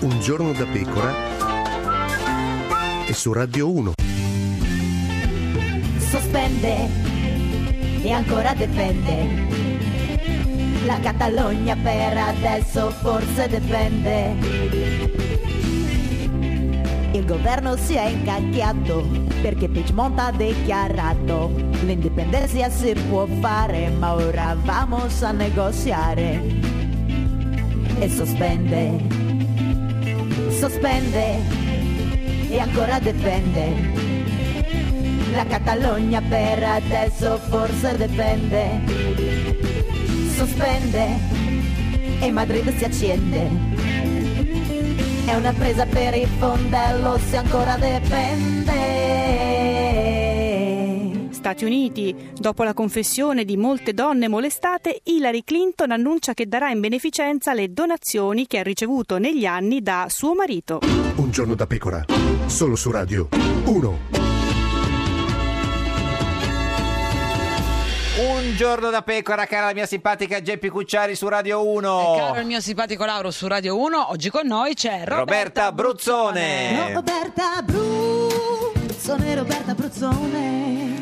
Speaker 8: Un giorno da pecora e su Radio 1.
Speaker 7: sospende e ancora difende. La Catalogna per adesso forse dipende. Il governo si è incacchiato perché Pichmont ha dichiarato l'indipendenza si può fare ma ora vamos a negoziare. E sospende, sospende e ancora difende. La Catalogna per adesso forse dipende. Sospende e Madrid si accende. È una presa per il fondello se ancora dipende.
Speaker 9: Stati Uniti. Dopo la confessione di molte donne molestate, Hillary Clinton annuncia che darà in beneficenza le donazioni che ha ricevuto negli anni da suo marito.
Speaker 8: Un giorno da pecora. Solo su Radio 1.
Speaker 2: Un giorno da pecora, cara la mia simpatica Geppi Cucciari su Radio
Speaker 11: Eh,
Speaker 2: 1.
Speaker 1: Caro il mio simpatico Lauro su Radio 1, oggi con noi c'è Roberta,
Speaker 2: Roberta
Speaker 11: Eh,
Speaker 2: Bruzzone.
Speaker 7: Roberta Bruzzone, Roberta Bruzzone.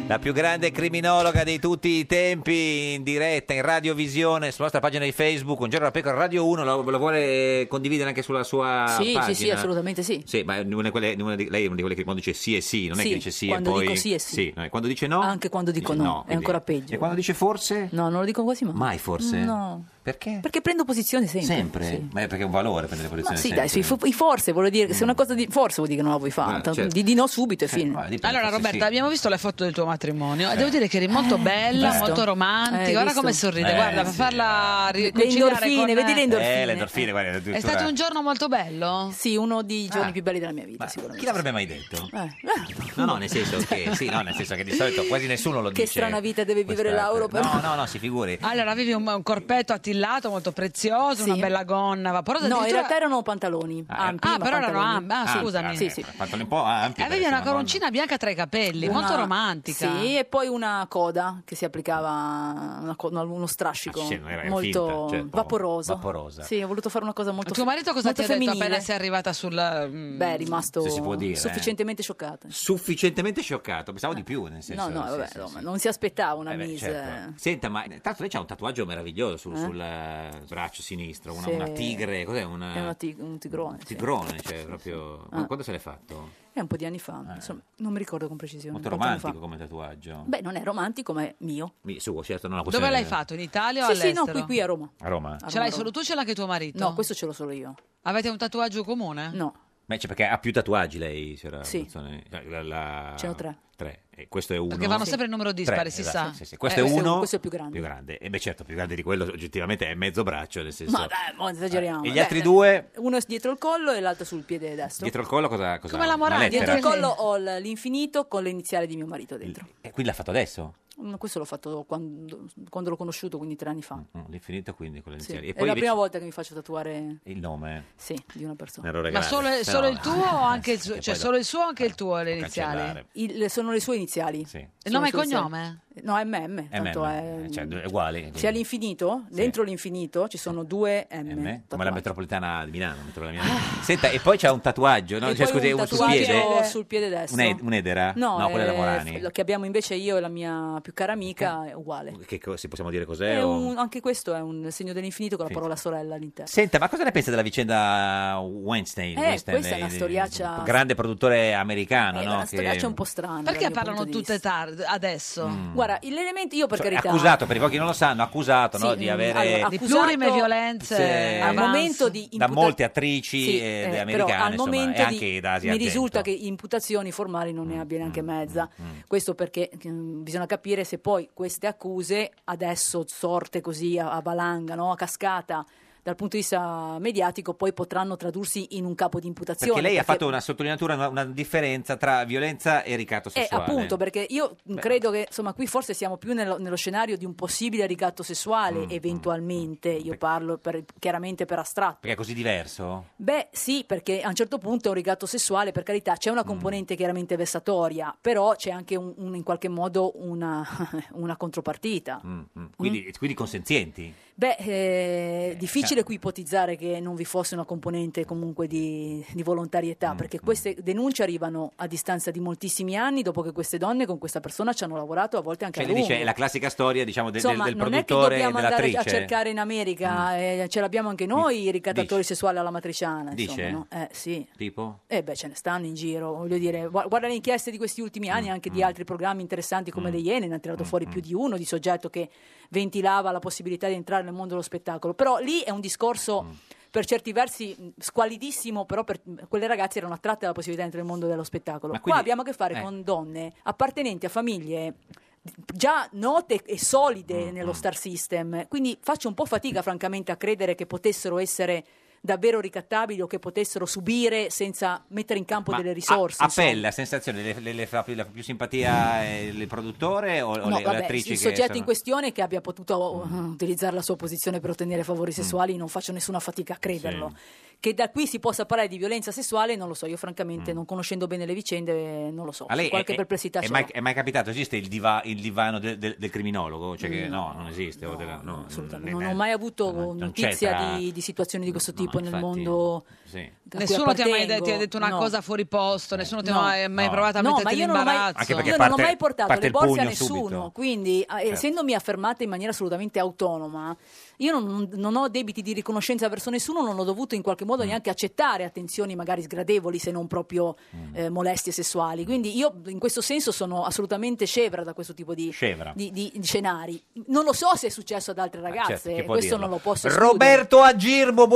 Speaker 2: La più grande criminologa di tutti i tempi, in diretta, in radiovisione, sulla nostra pagina di Facebook, un giorno da pecora, Radio 1, lo, lo vuole condividere anche sulla sua
Speaker 11: sì,
Speaker 2: Ah, pagina?
Speaker 11: sì, sì, assolutamente sì.
Speaker 2: Sì, ma è una di quelle- una di- lei è una di quelle che quando dice sì e sì, non è
Speaker 11: Sì,
Speaker 2: che dice sì e
Speaker 11: quando
Speaker 2: poi...
Speaker 11: dico sì e sì.
Speaker 2: no, e quando dice no...
Speaker 11: Anche quando dico
Speaker 2: dice
Speaker 11: no,
Speaker 2: no,
Speaker 11: è
Speaker 2: quindi-
Speaker 11: ancora peggio.
Speaker 2: E quando dice forse?
Speaker 11: No, non lo dico quasi mai.
Speaker 2: Mai forse?
Speaker 11: No.
Speaker 2: Perché?
Speaker 11: Perché prendo posizione sempre.
Speaker 2: Sempre?
Speaker 11: Sì.
Speaker 2: Ma è perché è un valore prendere
Speaker 11: Ma
Speaker 2: posizione
Speaker 11: sì,
Speaker 2: sempre.
Speaker 11: dai, sui fu- i forse vuol dire che se una cosa di forse vuol dire che non la vuoi fare,
Speaker 2: Guarda, certo.
Speaker 11: di, di no subito e
Speaker 2: Eh,
Speaker 11: fine.
Speaker 2: guarda, dipende,
Speaker 1: Allora
Speaker 2: forse
Speaker 1: Roberta,
Speaker 2: sì.
Speaker 1: abbiamo visto le foto del tuo matrimonio e devo dire che eri molto bella,
Speaker 2: Visto?
Speaker 1: molto romantica,
Speaker 11: Eh,
Speaker 1: guarda
Speaker 11: visto?
Speaker 1: come sorride,
Speaker 2: Eh,
Speaker 1: guarda, per
Speaker 2: sì.
Speaker 1: farla
Speaker 11: Le
Speaker 1: riconciliare
Speaker 11: endorfine,
Speaker 1: con-
Speaker 11: vedi le endorfine.
Speaker 2: Eh, le endorfine, guarda, addirittura-
Speaker 1: È stato un giorno molto bello? Ah.
Speaker 11: Sì, uno dei giorni più belli della mia vita,
Speaker 2: Ma
Speaker 11: sicuramente.
Speaker 2: Chi l'avrebbe mai detto?
Speaker 11: Eh,
Speaker 2: No, no, nel senso che sì, no, nel senso che di solito quasi nessuno lo
Speaker 11: Che
Speaker 2: dice.
Speaker 11: strana vita deve vivere
Speaker 2: Questa-
Speaker 11: Lauro, però.
Speaker 2: No, no, no, si figuri.
Speaker 1: Allora, avevi un, un corpetto attillato molto prezioso, una bella gonna vaporosa.
Speaker 11: No, in
Speaker 1: addirittura-
Speaker 11: realtà erano pantaloni ampi.
Speaker 1: Ah,
Speaker 11: ma
Speaker 1: però erano
Speaker 11: pantaloni.
Speaker 1: ampi. Ah, scusami.
Speaker 11: Sì, sì.
Speaker 2: Fatto un po' eh, ampio.
Speaker 1: Avevi una coroncina bianca tra i capelli,
Speaker 11: Una-
Speaker 1: molto romantica.
Speaker 11: Sì, e poi una coda che si applicava, una co- uno strascico
Speaker 2: Ah, sì, non era
Speaker 11: molto
Speaker 2: finta, cioè, un po'
Speaker 11: vaporoso.
Speaker 2: vaporosa.
Speaker 11: Sì, ho voluto fare una cosa molto
Speaker 1: Tuo marito cosa
Speaker 11: molto
Speaker 1: ti ha
Speaker 11: femminile.
Speaker 1: detto appena sei arrivata sul... mm,
Speaker 11: Beh, è rimasto
Speaker 2: Se si può dire, eh.
Speaker 11: sufficientemente scioccato.
Speaker 2: Sufficientemente scioccato, pensavo di più, nel senso.
Speaker 11: no, no,
Speaker 2: sì,
Speaker 11: vabbè,
Speaker 2: sì,
Speaker 11: no,
Speaker 2: sì.
Speaker 11: ma non si aspettava una
Speaker 2: Eh beh,
Speaker 11: Miss.
Speaker 2: certo. Senta, ma tanto lei c'ha un tatuaggio meraviglioso sul,
Speaker 11: Eh?
Speaker 2: sul, eh, braccio sinistro, una,
Speaker 11: Sì.
Speaker 2: una tigre, cos'è?
Speaker 11: È una
Speaker 2: Una
Speaker 11: tig- eh. un tigrone. sì.
Speaker 2: tigrone, cioè proprio... Ma
Speaker 11: Ah.
Speaker 2: Quando se l'è fatto?
Speaker 11: È un po' di anni fa, insomma, non mi ricordo con precisione.
Speaker 2: Ah. Molto
Speaker 11: un po' di anni
Speaker 2: romantico come tatuaggio.
Speaker 11: fa. Beh, non è romantico, ma è mio.
Speaker 2: Mi- Su, certo, non la
Speaker 1: Dove l'hai fatto? In Italia o
Speaker 11: sì, sì,
Speaker 1: all'estero?
Speaker 11: no, qui, qui a Roma.
Speaker 2: A Roma.
Speaker 1: Ce l'hai solo tu o ce l'ha anche tuo marito?
Speaker 11: No, questo ce l'ho solo io.
Speaker 1: Avete un tatuaggio comune?
Speaker 11: No.
Speaker 2: Beh, cioè, perché ha più tatuaggi lei, c'era
Speaker 1: Sì.
Speaker 2: Bruzzone? Cioè, la- la-
Speaker 1: Ce n'ho tre.
Speaker 2: Tre, e questo è uno.
Speaker 1: Perché vanno Sì. sempre in numero dispari,
Speaker 2: Tre,
Speaker 1: si
Speaker 2: esatto,
Speaker 1: sa.
Speaker 2: sì, sì. Questo
Speaker 1: Eh,
Speaker 2: è
Speaker 1: questo è-
Speaker 2: uno.
Speaker 1: questo è più grande.
Speaker 2: Più grande. E beh, certo, più grande di quello, oggettivamente, è mezzo braccio, nel senso...
Speaker 11: Ma dai, mo esageriamo.
Speaker 2: Eh, E gli
Speaker 11: Beh,
Speaker 2: altri due,
Speaker 11: Uno è dietro il collo e l'altro sul piede destro.
Speaker 2: dietro il collo, cosa... cosa
Speaker 11: Come la
Speaker 2: una
Speaker 11: morale.
Speaker 2: lettera?
Speaker 11: Dietro il collo oh. ho l- l'infinito con le iniziali di mio marito dentro.
Speaker 2: E quindi l'ha fatto adesso?
Speaker 11: Mm, Questo l'ho fatto quando, quando l'ho conosciuto, quindi tre anni fa.
Speaker 2: Mm, L'infinito, quindi, con le
Speaker 11: Sì.
Speaker 2: iniziali.
Speaker 11: È
Speaker 2: E poi
Speaker 11: la
Speaker 2: invece
Speaker 11: prima volta che mi faccio tatuare
Speaker 2: il nome.
Speaker 11: sì, di una persona.
Speaker 2: Un errore
Speaker 1: Ma
Speaker 2: grave.
Speaker 1: solo,
Speaker 2: Però-
Speaker 1: solo il tuo o anche il suo?
Speaker 2: che
Speaker 1: Cioè,
Speaker 2: poi Eh,
Speaker 1: solo il suo o anche il tuo le iniziali?
Speaker 2: cancellare.
Speaker 11: Il- sono le sue iniziali.
Speaker 1: Il
Speaker 11: Sono
Speaker 1: nome
Speaker 11: le
Speaker 1: e
Speaker 11: sue
Speaker 1: cognome?
Speaker 11: iniziali. No, MM. Tanto
Speaker 2: MM,
Speaker 11: è...
Speaker 2: cioè, due- uguali.
Speaker 11: Se all'infinito, dentro l'infinito ci sono due M.
Speaker 2: Eh, Come la metropolitana di Milano. la metropolitana di Milano. Senta, e poi c'è un tatuaggio, no?
Speaker 11: Ah. E
Speaker 2: Cioè,
Speaker 11: poi
Speaker 2: scusi,
Speaker 11: un
Speaker 2: un sul
Speaker 11: tatuaggio
Speaker 2: piede.
Speaker 11: sul piede destro.
Speaker 2: Un'e- un'edera?
Speaker 11: No,
Speaker 2: Ah, No, quella è la
Speaker 11: eh,
Speaker 2: Morani.
Speaker 11: f- Che abbiamo invece io e la mia più cara amica è uguale.
Speaker 2: Che co- se possiamo dire cos'è?
Speaker 11: È
Speaker 2: o-
Speaker 11: un- anche questo è un segno dell'infinito con la
Speaker 2: Sì.
Speaker 11: parola sorella all'interno.
Speaker 2: Senta, ma cosa ne pensa della vicenda Weinstein?
Speaker 11: Eh,
Speaker 2: Weinstein,
Speaker 11: questa è una
Speaker 2: eh,
Speaker 11: storiaccia-
Speaker 2: un Grande produttore americano,
Speaker 11: è
Speaker 2: no?
Speaker 11: una
Speaker 2: Che-
Speaker 11: storiaccia un po' strana.
Speaker 1: Perché
Speaker 11: dal mio
Speaker 1: parlano
Speaker 11: punto di
Speaker 1: tutte tardi adesso?
Speaker 11: Guarda, l'elemento io per
Speaker 2: Mm. Cioè,
Speaker 11: carità
Speaker 2: Accusato, per i pochi che non lo sanno, accusato
Speaker 11: Sì,
Speaker 2: no, di
Speaker 11: mm,
Speaker 2: avere...
Speaker 11: allora,
Speaker 1: Di
Speaker 11: accusato-
Speaker 1: plurime violenze
Speaker 2: Sì.
Speaker 11: al
Speaker 2: Avanza.
Speaker 11: momento di
Speaker 2: da
Speaker 11: imputa-
Speaker 2: molte attrici
Speaker 11: Sì,
Speaker 2: eh,
Speaker 11: eh, però
Speaker 2: americane,
Speaker 11: al
Speaker 2: insomma,
Speaker 11: momento
Speaker 2: e
Speaker 11: di-
Speaker 2: anche Mm, da Asia
Speaker 11: mi
Speaker 2: Argento.
Speaker 11: risulta che imputazioni formali non ne abbia neanche mezza
Speaker 2: mm.
Speaker 11: questo perché mm, bisogna capire se poi queste accuse adesso sorte così a, a valanga no? a cascata dal punto di vista mediatico poi potranno tradursi in un capo di imputazione
Speaker 2: Perché lei ha fatto una sottolineatura, una, una differenza tra violenza e ricatto
Speaker 11: Eh,
Speaker 2: sessuale.
Speaker 11: appunto, perché io mh, credo che insomma qui forse siamo più nello, nello scenario di un possibile ricatto
Speaker 2: Mm,
Speaker 11: sessuale, eventualmente. Io parlo per- chiaramente per astratto.
Speaker 2: Perché è così diverso?
Speaker 11: Beh, sì, perché a un certo punto è un ricatto sessuale, per carità, c'è
Speaker 2: Mm.
Speaker 11: una componente chiaramente vessatoria, però c'è anche un- un- in qualche modo una, una contropartita.
Speaker 2: Mm, mm. Quindi, quindi consenzienti?
Speaker 11: Beh, eh, difficile
Speaker 2: cioè-
Speaker 11: qui ipotizzare che non vi fosse una componente comunque di, di
Speaker 2: Mm,
Speaker 11: volontarietà, perché queste denunce arrivano a distanza di moltissimi anni dopo che queste donne con questa persona ci hanno lavorato, a volte anche
Speaker 2: Cioè,
Speaker 11: a
Speaker 2: lei
Speaker 11: lungo.
Speaker 2: dice è la classica storia diciamo, del,
Speaker 11: Insomma,
Speaker 2: del
Speaker 11: non è che
Speaker 2: produttore e
Speaker 11: dobbiamo andare
Speaker 2: dell'attrice. Mm.
Speaker 11: a cercare in America, eh, ce l'abbiamo anche noi i ricattatori sessuali alla matriciana. Insomma,
Speaker 2: Dice?
Speaker 11: no? eh, sì.
Speaker 2: Tipo?
Speaker 11: Eh beh, ce ne stanno in giro, voglio dire, gua- guarda le inchieste di questi ultimi anni,
Speaker 13: Mm,
Speaker 11: anche di altri programmi interessanti come le Iene, ne hanno tirato fuori più di uno, di soggetto che ventilava la possibilità di entrare nel mondo dello spettacolo. Però lì è un discorso
Speaker 13: Mm.
Speaker 11: per certi versi mh, squalidissimo, però per mh, quelle ragazze erano attratte dalla possibilità di entrare nel mondo dello spettacolo.
Speaker 13: Ma
Speaker 11: Qua
Speaker 13: quindi-
Speaker 11: abbiamo a che fare
Speaker 13: eh.
Speaker 11: con donne appartenenti a famiglie già note e
Speaker 2: Mm,
Speaker 11: solide nello star system, quindi faccio un po' fatica francamente a credere che potessero essere davvero ricattabili o che potessero subire senza mettere in campo
Speaker 2: Ma
Speaker 11: delle risorse.
Speaker 2: A, a
Speaker 11: insomma.
Speaker 2: Pella, sensazione, le, le- le fa più, la fa più simpatia eh, il produttore o, o
Speaker 11: No,
Speaker 2: le, o le
Speaker 11: vabbè,
Speaker 2: attrici
Speaker 11: il
Speaker 2: che
Speaker 11: soggetto
Speaker 2: sono- Mm.
Speaker 11: in questione che abbia potuto uh, utilizzare la sua posizione per ottenere favori sessuali, non faccio nessuna fatica a crederlo. Che da qui si possa parlare di violenza sessuale, non lo so, io francamente non conoscendo bene le vicende, non lo so,
Speaker 2: A Mm. lei
Speaker 11: qualche
Speaker 2: è,
Speaker 11: perplessità
Speaker 2: è,
Speaker 11: c'è.
Speaker 2: mai, è mai capitato? Esiste il, diva- il divano del, del- del criminologo? Cioè che,
Speaker 11: No.
Speaker 2: no, non esiste. o della- no, Eh, non-
Speaker 11: Non ho mai avuto
Speaker 2: c'è
Speaker 11: notizia
Speaker 2: tra-
Speaker 11: di, di situazioni di questo tipo nel
Speaker 2: infatti,
Speaker 11: mondo.
Speaker 2: sì.
Speaker 11: da cui
Speaker 1: Nessuno ti ha mai
Speaker 11: appartengo,
Speaker 1: de- ti ha detto una
Speaker 11: no.
Speaker 1: cosa fuori posto, nessuno ti
Speaker 11: No.
Speaker 1: ha mai, mai
Speaker 11: No.
Speaker 1: provato a
Speaker 11: No,
Speaker 1: metterti
Speaker 11: ma io
Speaker 1: in
Speaker 11: non ho mai-
Speaker 1: imbarazzo.
Speaker 2: Anche perché
Speaker 11: io non
Speaker 2: parte-
Speaker 11: ho mai portato
Speaker 2: parte
Speaker 11: le
Speaker 2: il
Speaker 11: borse a
Speaker 2: pugno
Speaker 11: nessuno,
Speaker 2: subito.
Speaker 11: quindi eh,
Speaker 2: Certo.
Speaker 11: essendomi affermata in maniera assolutamente autonoma, io non, non ho debiti di riconoscenza verso nessuno, non ho dovuto in qualche
Speaker 2: Mm.
Speaker 11: modo neanche accettare attenzioni magari sgradevoli se non proprio
Speaker 2: Mm.
Speaker 11: eh, molestie sessuali. Quindi io in questo senso sono assolutamente scevra da questo tipo di,
Speaker 2: mm, Scevra.
Speaker 11: di- di- di scenari. Non lo so se è successo ad altre
Speaker 2: Certo,
Speaker 11: ragazze,
Speaker 2: chi
Speaker 11: e
Speaker 2: può
Speaker 11: questo
Speaker 2: dirlo?
Speaker 11: non lo posso escludere.
Speaker 2: Roberto Agirbo,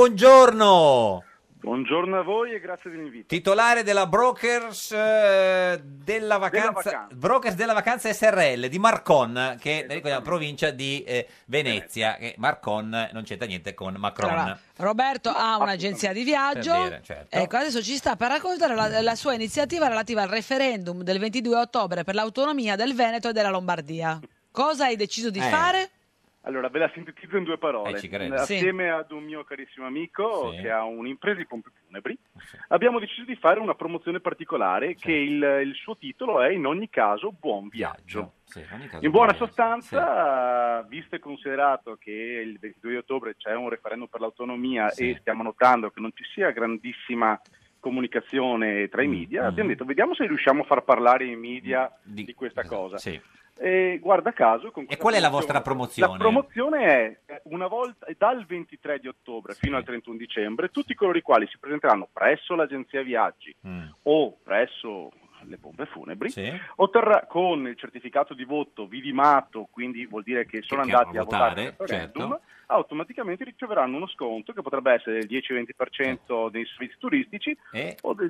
Speaker 2: buongiorno.
Speaker 13: Buongiorno a voi e grazie dell'invito.
Speaker 2: Titolare della Brokers eh, della vacanza,
Speaker 13: vacanza.
Speaker 2: Brokers della vacanza SRL di Marcon, che è la provincia di eh, Venezia, che Marcon non c'entra niente con Macron.
Speaker 1: Allora, Roberto ha un'agenzia di viaggio.
Speaker 2: Ah, Per dire, certo.
Speaker 1: Ecco, adesso ci sta per raccontare la, la sua iniziativa relativa al referendum del 22 ottobre per l'autonomia del Veneto e della Lombardia. Cosa hai deciso di
Speaker 13: Eh.
Speaker 1: fare?
Speaker 13: Allora, ve la sintetizzo in due parole.
Speaker 2: Eh, ci credo. Sì.
Speaker 13: Assieme ad un mio carissimo amico che ha un'impresa di pompe funebri,
Speaker 2: Eh,
Speaker 13: abbiamo deciso di fare una promozione particolare che il, il suo titolo è in ogni caso Buon Viaggio.
Speaker 2: Sì, in ogni caso
Speaker 13: In buona
Speaker 2: buono.
Speaker 13: sostanza, eh, visto e considerato che il 22 ottobre c'è un referendum per l'autonomia
Speaker 2: Sì.
Speaker 13: e stiamo notando che non ci sia grandissima comunicazione
Speaker 2: Mm,
Speaker 13: tra i media, abbiamo detto vediamo se riusciamo a far parlare i media di, questa cosa.
Speaker 2: Sì.
Speaker 13: E guarda caso... Con
Speaker 2: E
Speaker 13: questa
Speaker 2: qual è la
Speaker 13: promozione-
Speaker 2: vostra promozione?
Speaker 13: La promozione è eh, una volta, è dal 23 di ottobre fino al 31 dicembre tutti coloro i quali si presenteranno presso l'agenzia Viaggi o presso le pompe funebri otterrà con il certificato di voto vidimato, quindi vuol dire che sono
Speaker 2: che
Speaker 13: andati
Speaker 2: a
Speaker 13: a
Speaker 2: votare, certo.
Speaker 13: votare, il referendum, automaticamente riceveranno uno sconto che potrebbe essere del
Speaker 2: Certo.
Speaker 13: 10-20% nei servizi turistici o del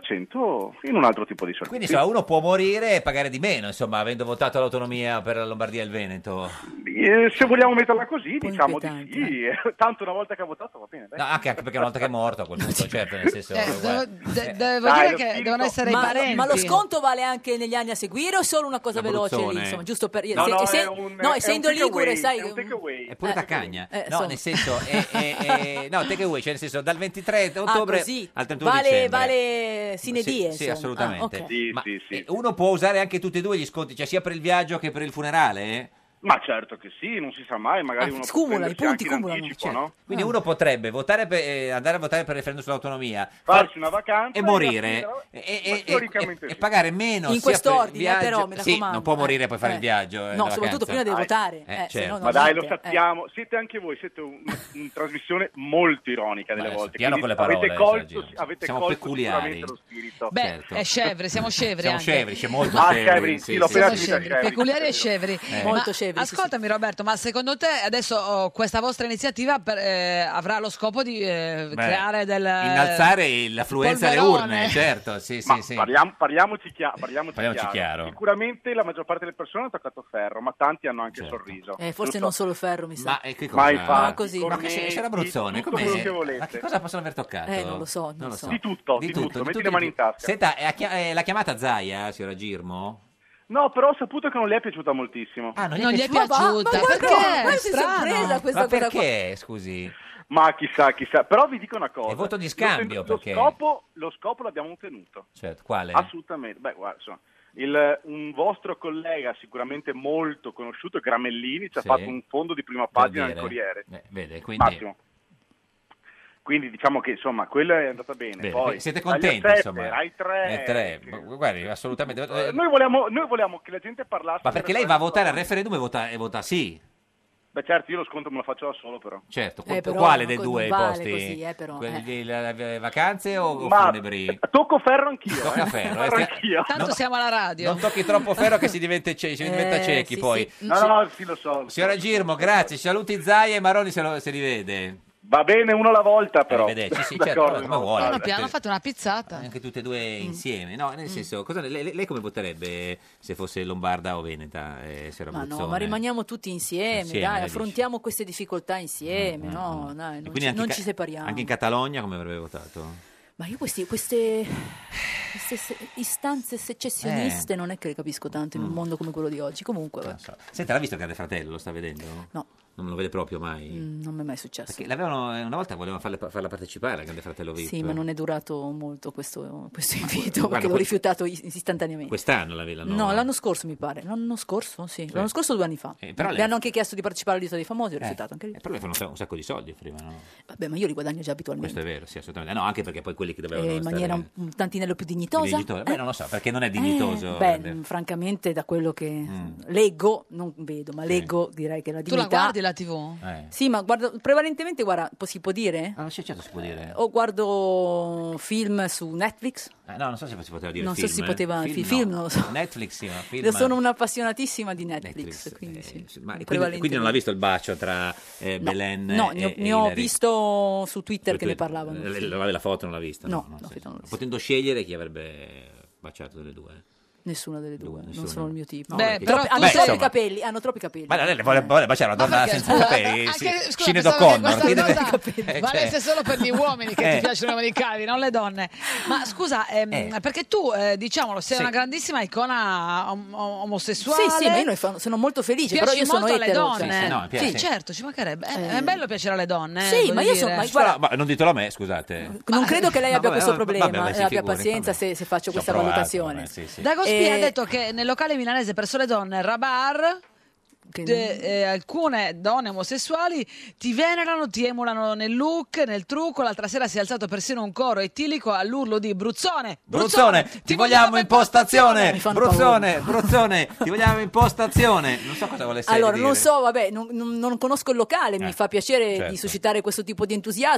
Speaker 13: 10% in un altro tipo di servizio.
Speaker 2: Quindi insomma, uno può morire e pagare di meno, insomma, avendo votato l'autonomia per la Lombardia e il Veneto.
Speaker 13: Eh, se vogliamo metterla così, diciamo di sì. Tanto una volta che ha votato va bene. dai.
Speaker 2: No, anche, anche perché una volta che è morto, a quel punto, certo, nel senso...
Speaker 1: Eh,
Speaker 2: guarda.
Speaker 1: devo de- devo
Speaker 2: Dai,
Speaker 1: dire
Speaker 2: lo
Speaker 1: che
Speaker 2: spirito-
Speaker 1: devono essere i
Speaker 11: Ma,
Speaker 1: parenti.
Speaker 11: ma lo sconto vale anche negli anni a seguire o è solo una cosa
Speaker 2: Una
Speaker 11: veloce lì?
Speaker 2: bruzzone.
Speaker 11: Insomma, giusto per...
Speaker 2: No, no,
Speaker 11: se-
Speaker 2: è un-
Speaker 11: no,
Speaker 2: è
Speaker 11: essendo
Speaker 2: un
Speaker 11: ligure,
Speaker 2: takeaway,
Speaker 11: sai...
Speaker 2: è un
Speaker 13: takeaway.
Speaker 2: È pure taccagna.
Speaker 11: eh,
Speaker 2: no,
Speaker 11: insomma.
Speaker 2: nel senso, è, è, è- no, take away, cioè nel senso dal 23
Speaker 11: Ah,
Speaker 2: ottobre
Speaker 11: così.
Speaker 2: al 31
Speaker 11: vale,
Speaker 2: dicembre.
Speaker 11: vale sine die,
Speaker 2: Sì, sì,
Speaker 11: insomma.
Speaker 2: assolutamente.
Speaker 11: Ah, ok.
Speaker 2: Ma eh, uno può usare anche tutti e due gli sconti, cioè sia per il viaggio che per il funerale?
Speaker 13: Ma certo che sì, non si sa mai,
Speaker 11: Ah,
Speaker 13: magari uno può
Speaker 2: scumula,
Speaker 13: prendersi anche in anticipo,
Speaker 11: certo.
Speaker 13: no?
Speaker 2: Quindi uno potrebbe votare per- eh, andare a votare per il referendum sull'autonomia,
Speaker 13: farsi una vacanza
Speaker 2: e morire
Speaker 13: alla fine-
Speaker 2: e,
Speaker 13: Ma
Speaker 2: e-
Speaker 13: teoricamente
Speaker 2: e pagare meno
Speaker 11: In
Speaker 2: sia per il
Speaker 11: quest'ordine,
Speaker 2: viaggio,
Speaker 11: però, mi
Speaker 2: sì,
Speaker 11: raccomando.
Speaker 2: non può morire e poi fare
Speaker 11: Eh.
Speaker 2: il viaggio eh,
Speaker 11: No,
Speaker 2: la
Speaker 11: soprattutto
Speaker 2: vacanza.
Speaker 11: prima deve votare,
Speaker 2: eh,
Speaker 11: eh, se
Speaker 2: certo.
Speaker 11: no non
Speaker 13: Ma dai, lo
Speaker 11: niente, eh.
Speaker 13: sappiamo. Siete anche voi, siete un- una trasmissione molto ironica delle
Speaker 2: adesso,
Speaker 13: volte.
Speaker 2: piano
Speaker 13: quindi
Speaker 2: con le parole,
Speaker 13: avete colto,
Speaker 2: Sergio.
Speaker 13: avete
Speaker 2: Siamo
Speaker 13: colto
Speaker 2: peculiari.
Speaker 13: sicuramente lo spirito.
Speaker 1: Beh, è Eh, scevri, siamo scevri
Speaker 2: Siamo
Speaker 1: anche.
Speaker 2: scevri,
Speaker 11: eh.
Speaker 2: c'è molto
Speaker 13: Ah,
Speaker 2: scevri,
Speaker 13: scevri, sì, l'ho
Speaker 2: sì,
Speaker 13: appena
Speaker 2: sì,
Speaker 13: finita,
Speaker 2: sì.
Speaker 13: scevri.
Speaker 1: Peculiari e scevri,
Speaker 2: Eh.
Speaker 1: Ma
Speaker 11: Molto scevri, sì,
Speaker 1: Ascoltami, Roberto, ma secondo te adesso oh, questa vostra iniziativa per- eh, avrà lo scopo di eh,
Speaker 2: Beh,
Speaker 1: creare del
Speaker 2: innalzare l'affluenza alle
Speaker 1: polverone.
Speaker 2: urne, certo, sì, sì,
Speaker 13: Ma
Speaker 2: sì.
Speaker 13: parliamo- parliamoci, chia- parliamoci
Speaker 2: Parliamoci
Speaker 13: chiaro.
Speaker 2: chiaro.
Speaker 13: Sicuramente la maggior parte delle persone hanno toccato ferro, ma tanti hanno anche sorriso.
Speaker 11: Eh, forse
Speaker 13: Giusto?
Speaker 11: non solo il ferro, mi sa.
Speaker 2: Certo. Ma, eh, che cosa?
Speaker 13: Ma infatti,
Speaker 11: Ma così.
Speaker 2: Ma che c'è, c'è l'Abruzzone,
Speaker 13: tutto
Speaker 2: com'è?
Speaker 13: quello che volete.
Speaker 2: Ma che cosa possono aver toccato?
Speaker 11: Eh, non lo so, non lo so.
Speaker 13: Di tutto, di tutto, metti le mani in tasca.
Speaker 2: Senta, è la chi- è la chiamata Zaia, signora Girmo?
Speaker 13: No, però ho saputo che non le è piaciuta moltissimo.
Speaker 2: Ah,
Speaker 1: Non gli è piaciuta, perché?
Speaker 11: ma si è
Speaker 1: Strano.
Speaker 11: sorpresa questa
Speaker 2: Ma
Speaker 11: cosa qua.
Speaker 2: perché, scusi?
Speaker 14: Ah,
Speaker 13: Ma chissà, chissà. Però vi dico una cosa.
Speaker 2: È voto di
Speaker 13: Lo,
Speaker 2: scambio,
Speaker 13: lo
Speaker 2: perché...
Speaker 13: scopo, lo scopo l'abbiamo ottenuto.
Speaker 2: Certo, quale?
Speaker 13: Assolutamente. Beh, guarda, insomma, il- un vostro collega sicuramente molto conosciuto, Gramellini,
Speaker 2: Sì.
Speaker 13: ci ha fatto un fondo di prima pagina del
Speaker 2: dire.
Speaker 13: Corriere.
Speaker 2: Eh, vede, quindi-
Speaker 13: Massimo. Quindi diciamo che insomma quella è andata bene.
Speaker 2: Bene,
Speaker 13: Poi,
Speaker 2: quindi siete
Speaker 13: agli
Speaker 2: contenti,
Speaker 13: sette,
Speaker 2: insomma.
Speaker 13: Ai tre.
Speaker 2: Eh, tre. Ma Guardi, assolutamente.
Speaker 13: Eh,
Speaker 2: Eh,
Speaker 13: Noi vogliamo, noi vogliamo che la gente parlasse.
Speaker 2: Ma
Speaker 13: del
Speaker 2: perché lei va a votare al
Speaker 13: referendum.
Speaker 2: referendum e vota, e vota sì,
Speaker 13: Beh, certo, io lo sconto me lo faccio da solo, però.
Speaker 2: certo.
Speaker 13: Eh, però,
Speaker 2: Quale
Speaker 13: ma
Speaker 2: dei
Speaker 13: co-
Speaker 2: due
Speaker 13: non vale
Speaker 2: posti?
Speaker 13: così, eh, però,
Speaker 2: Quelli
Speaker 13: eh.
Speaker 2: di la- la- vacanze o, o
Speaker 13: Ma-
Speaker 2: funebri?
Speaker 13: Tocco ferro anch'io.
Speaker 2: Tocca ferro, eh,
Speaker 13: Ferro
Speaker 2: stia-
Speaker 13: anch'io.
Speaker 1: Tanto siamo alla radio.
Speaker 2: Non tocchi troppo ferro che si diventa, ce- si diventa
Speaker 1: Eh,
Speaker 2: ciechi
Speaker 1: sì,
Speaker 2: poi.
Speaker 1: sì.
Speaker 13: No, no, sì, lo so.
Speaker 2: Signora Girmo, grazie. Saluti Zaia e Maroni se, lo, se li vede.
Speaker 13: Va bene uno alla volta però.
Speaker 2: Arrivederci, sì, certo,
Speaker 13: D'accordo.
Speaker 2: come vuole.
Speaker 1: Piano piano hanno fatto una pizzata.
Speaker 2: Anche tutte e
Speaker 11: Mm.
Speaker 2: due insieme, no? Nel senso, cosa- lei, lei come voterebbe se fosse lombarda o veneta? Eh, se era
Speaker 11: Ma no,
Speaker 2: Abruzzone?
Speaker 11: ma rimaniamo tutti insieme,
Speaker 2: Insieme,
Speaker 11: dai,
Speaker 2: dici. Mm,
Speaker 11: affrontiamo queste difficoltà insieme, no, dai,
Speaker 2: E
Speaker 11: non,
Speaker 2: quindi
Speaker 11: ci,
Speaker 2: anche
Speaker 11: non
Speaker 2: in
Speaker 11: ci
Speaker 2: Ca-
Speaker 11: separiamo.
Speaker 2: Anche in Catalogna come avrebbe votato?
Speaker 11: Ma io questi- queste, queste se- istanze
Speaker 2: Eh.
Speaker 11: secessioniste non è che le capisco tanto in
Speaker 2: Mm.
Speaker 11: un mondo come quello di oggi, comunque vabbè,
Speaker 2: Senta, l'ha visto Grande Fratello? Lo sta vedendo?
Speaker 11: No.
Speaker 2: Non lo vede proprio mai?
Speaker 11: mm, non mi è mai successo.
Speaker 2: Perché l'avevano, eh, una volta volevano farle- farla partecipare a Grande Fratello VIP.
Speaker 11: Sì, ma non è durato molto questo, questo
Speaker 2: eh.
Speaker 11: invito, perché
Speaker 2: guarda,
Speaker 11: l'ho
Speaker 2: que-
Speaker 11: rifiutato is- istantaneamente.
Speaker 2: Quest'anno la Eh. l'hanno...
Speaker 11: No, l'anno scorso mi pare. L'anno scorso, sì. L'anno scorso o due anni fa.
Speaker 2: Eh, però
Speaker 11: Mi
Speaker 2: lei-
Speaker 11: hanno anche chiesto di partecipare all'Isola dei Famosi, ho
Speaker 2: Eh,
Speaker 11: rifiutato anche lì.
Speaker 2: eh, però le fanno un sa- un sacco di soldi prima, no?
Speaker 11: Vabbè, ma io li guadagno già abitualmente.
Speaker 2: Questo è vero, sì, assolutamente. No, anche perché poi quelli che dovevano...
Speaker 11: Eh, in
Speaker 2: stare-
Speaker 11: maniera un, un tantinello più dignitosa.
Speaker 2: Dignitoso? Beh, non lo so, perché non è
Speaker 11: Eh,
Speaker 2: dignitoso. Mm.
Speaker 11: beh,
Speaker 2: Grande-
Speaker 11: francamente, da quello che leggo, non vedo, ma leggo direi che la
Speaker 1: Tu la
Speaker 11: dignità.
Speaker 1: guardi la TV?
Speaker 2: Eh.
Speaker 11: Sì, ma guardo, prevalentemente, guarda, po- si può dire?
Speaker 2: Ah, sì, certo si può dire.
Speaker 11: O guardo film su Netflix.
Speaker 2: Eh, no, non so se si poteva dire
Speaker 11: Non so
Speaker 2: film.
Speaker 11: se si
Speaker 2: eh.
Speaker 11: poteva-
Speaker 2: Film,
Speaker 11: fi-
Speaker 2: no.
Speaker 11: film, non lo so.
Speaker 2: Netflix, sì, ma film... eh.
Speaker 11: Io sono un'appassionatissima di Netflix, quindi sì.
Speaker 2: Ma quindi- quindi,
Speaker 11: prevalentemente.
Speaker 2: non l'ha visto il bacio tra eh, Belen
Speaker 11: No,
Speaker 2: e
Speaker 11: ne ho,
Speaker 2: e
Speaker 11: ne ho
Speaker 2: Hillary?
Speaker 11: visto su Twitter che ne
Speaker 2: Tu-
Speaker 11: parlavano.
Speaker 2: eh, La, la foto non l'ha vista?
Speaker 11: No,
Speaker 2: No,
Speaker 11: no,
Speaker 2: sì,
Speaker 11: foto non l'ho
Speaker 2: sì. Potendo scegliere chi avrebbe baciato delle due.
Speaker 11: Nessuna delle due, non
Speaker 2: nessuna.
Speaker 11: sono il mio tipo.
Speaker 2: No, Beh, perché-
Speaker 11: Troppi-
Speaker 2: però
Speaker 11: hanno
Speaker 2: tu-
Speaker 11: troppi
Speaker 2: insomma.
Speaker 11: capelli, hanno troppi capelli.
Speaker 2: Ma lei vuole, vuole baciare una donna
Speaker 1: perché,
Speaker 2: senza
Speaker 1: scusa,
Speaker 2: capelli?
Speaker 1: anche-
Speaker 2: Sì,
Speaker 1: scusa,
Speaker 2: Sinead
Speaker 1: pensavo che
Speaker 2: O'Connor,
Speaker 1: questa
Speaker 2: chi deve-
Speaker 1: cosa
Speaker 2: Eh,
Speaker 1: Valesse
Speaker 2: cioè-
Speaker 1: solo per gli uomini che
Speaker 2: Eh.
Speaker 1: ti piacciono i americani, non le donne. Ma scusa, ehm,
Speaker 11: Eh.
Speaker 1: perché tu, eh, diciamolo, sei
Speaker 11: Sì.
Speaker 1: una grandissima icona om- om- omosessuale.
Speaker 11: Sì, sì, ma io ne fa- sono molto felice,
Speaker 1: Piaci
Speaker 11: però io sono
Speaker 1: molto alle
Speaker 11: etero,
Speaker 1: donne.
Speaker 11: cioè, sì. No, mi piace.
Speaker 1: certo, ci mancherebbe. Eh,
Speaker 11: Eh.
Speaker 1: È bello piacere alle donne.
Speaker 11: Sì,
Speaker 1: eh, voglio
Speaker 11: ma io sono-
Speaker 1: dire. Eh.
Speaker 11: ma
Speaker 2: Ma guarda- ma non ditelo a me, scusate.
Speaker 11: Non credo che lei
Speaker 2: Ma
Speaker 11: abbia
Speaker 2: vabbè,
Speaker 11: questo
Speaker 2: vabbè,
Speaker 11: problema,
Speaker 2: vabbè, si
Speaker 11: e abbia
Speaker 2: figuri,
Speaker 11: pazienza
Speaker 2: vabbè.
Speaker 11: se, se faccio
Speaker 2: Ci ho
Speaker 11: questa
Speaker 2: provato,
Speaker 11: valutazione.
Speaker 2: vabbè, sì, sì.
Speaker 1: Dagospina
Speaker 11: Eh,
Speaker 1: ha detto che nel locale milanese per sole donne Rabar de- eh, alcune donne omosessuali ti venerano, ti emulano nel look, nel trucco. L'altra sera si è alzato persino un coro etilico all'urlo di Bruzzone.
Speaker 2: Bruzzone, ti vogliamo in postazione!
Speaker 1: Mi fanno
Speaker 2: Bruzzone, Bruzzone, ti vogliamo in postazione! Non so cosa volesse
Speaker 11: Allora,
Speaker 2: dire.
Speaker 11: non so, vabbè, non, non- non conosco il locale, mi
Speaker 2: Eh,
Speaker 11: fa piacere
Speaker 2: certo.
Speaker 11: di suscitare questo tipo di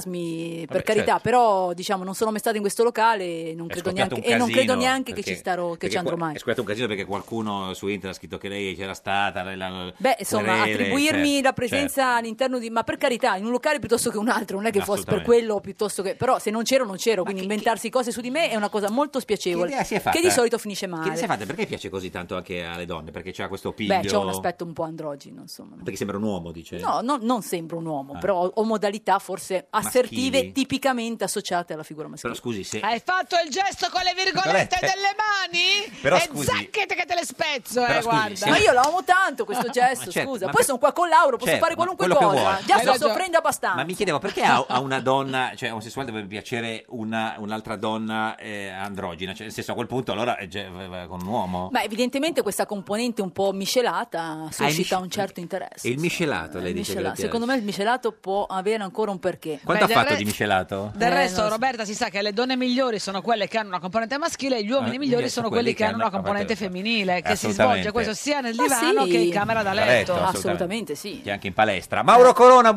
Speaker 11: entusiasmi, per
Speaker 2: Vabbè,
Speaker 11: carità,
Speaker 2: certo.
Speaker 11: però diciamo non sono mai stata in questo locale non
Speaker 2: È
Speaker 11: credo
Speaker 2: scoppiato
Speaker 11: neanche,
Speaker 2: un
Speaker 11: e non credo
Speaker 2: casino,
Speaker 11: neanche
Speaker 2: perché-
Speaker 11: che ci, starò, che
Speaker 2: perché
Speaker 11: ci andrò
Speaker 2: qua-
Speaker 11: mai.
Speaker 2: È scoperto un casino perché qualcuno su internet ha scritto che lei c'era stata. lei la-
Speaker 11: Beh, insomma,
Speaker 2: querele,
Speaker 11: attribuirmi
Speaker 2: certo,
Speaker 11: la presenza all'interno di... Ma per carità, in un locale piuttosto che un altro, non è che fosse per
Speaker 2: Assolutamente.
Speaker 11: quello piuttosto che... Però se non c'ero, non c'ero, quindi inventarsi cose su di me è una cosa molto spiacevole,
Speaker 2: Che idea si è fatta?
Speaker 11: di solito finisce
Speaker 2: certo. Che ne
Speaker 11: male.
Speaker 2: sei fatta? Perché piace così tanto anche alle donne? Perché c'ha questo piglio?
Speaker 11: Beh, c'ho un aspetto un po' androgino, insomma.
Speaker 2: Perché sembra un uomo, dice.
Speaker 11: No, no- non sembro un uomo,
Speaker 2: Ah.
Speaker 11: però ho- ho modalità forse assertive
Speaker 2: Maschili.
Speaker 11: tipicamente associate alla figura maschile.
Speaker 2: Però scusi, se...
Speaker 1: Hai fatto il gesto con le virgolette
Speaker 2: Virgolette.
Speaker 1: delle mani? Eh,
Speaker 2: Però
Speaker 1: e
Speaker 2: scusi-
Speaker 1: zacchete che te le spezzo,
Speaker 2: Però
Speaker 1: eh,
Speaker 2: scusi,
Speaker 1: guarda.
Speaker 2: se-
Speaker 11: Ma io lo amo tanto questo gesto,
Speaker 2: Ma certo,
Speaker 11: scusa.
Speaker 2: ma
Speaker 11: Poi
Speaker 2: per-
Speaker 11: sono qua con Lauro, posso
Speaker 2: Certo,
Speaker 11: fare qualunque
Speaker 2: quello che
Speaker 11: cosa.
Speaker 2: vuoi.
Speaker 11: Già
Speaker 2: Hai
Speaker 11: sto
Speaker 2: ragione.
Speaker 11: soffrendo abbastanza.
Speaker 2: Ma mi chiedevo perché a, a una donna, cioè omosessuale, dovrebbe piacere una- un'altra donna eh, androgina? Cioè, nel senso, a quel punto allora è già- va- va con un uomo.
Speaker 11: Ma evidentemente questa componente un po' miscelata suscita
Speaker 2: misce-
Speaker 11: un certo interesse.
Speaker 2: E il miscelato, lei dice. che le
Speaker 11: Miscela-
Speaker 2: piace.
Speaker 11: Secondo me il miscelato può avere ancora un perché.
Speaker 2: Quanto
Speaker 1: Beh,
Speaker 2: ha
Speaker 1: del
Speaker 2: fatto
Speaker 1: re-
Speaker 2: di miscelato?
Speaker 1: Del
Speaker 11: Eh,
Speaker 1: resto,
Speaker 11: non lo so.
Speaker 1: Roberta, si sa che le donne migliori sono quelle che hanno una componente maschile e gli uomini
Speaker 2: Eh,
Speaker 1: migliori sono quelli che hanno una componente femminile, che si
Speaker 2: Assolutamente.
Speaker 1: svolge questo sia nel
Speaker 11: Ma
Speaker 1: divano
Speaker 11: sì.
Speaker 1: che in camera
Speaker 2: Da
Speaker 1: da
Speaker 2: letto,
Speaker 1: letto.
Speaker 2: assolutamente.
Speaker 11: Assolutamente sì.
Speaker 2: Che è anche in palestra. Mauro Corona,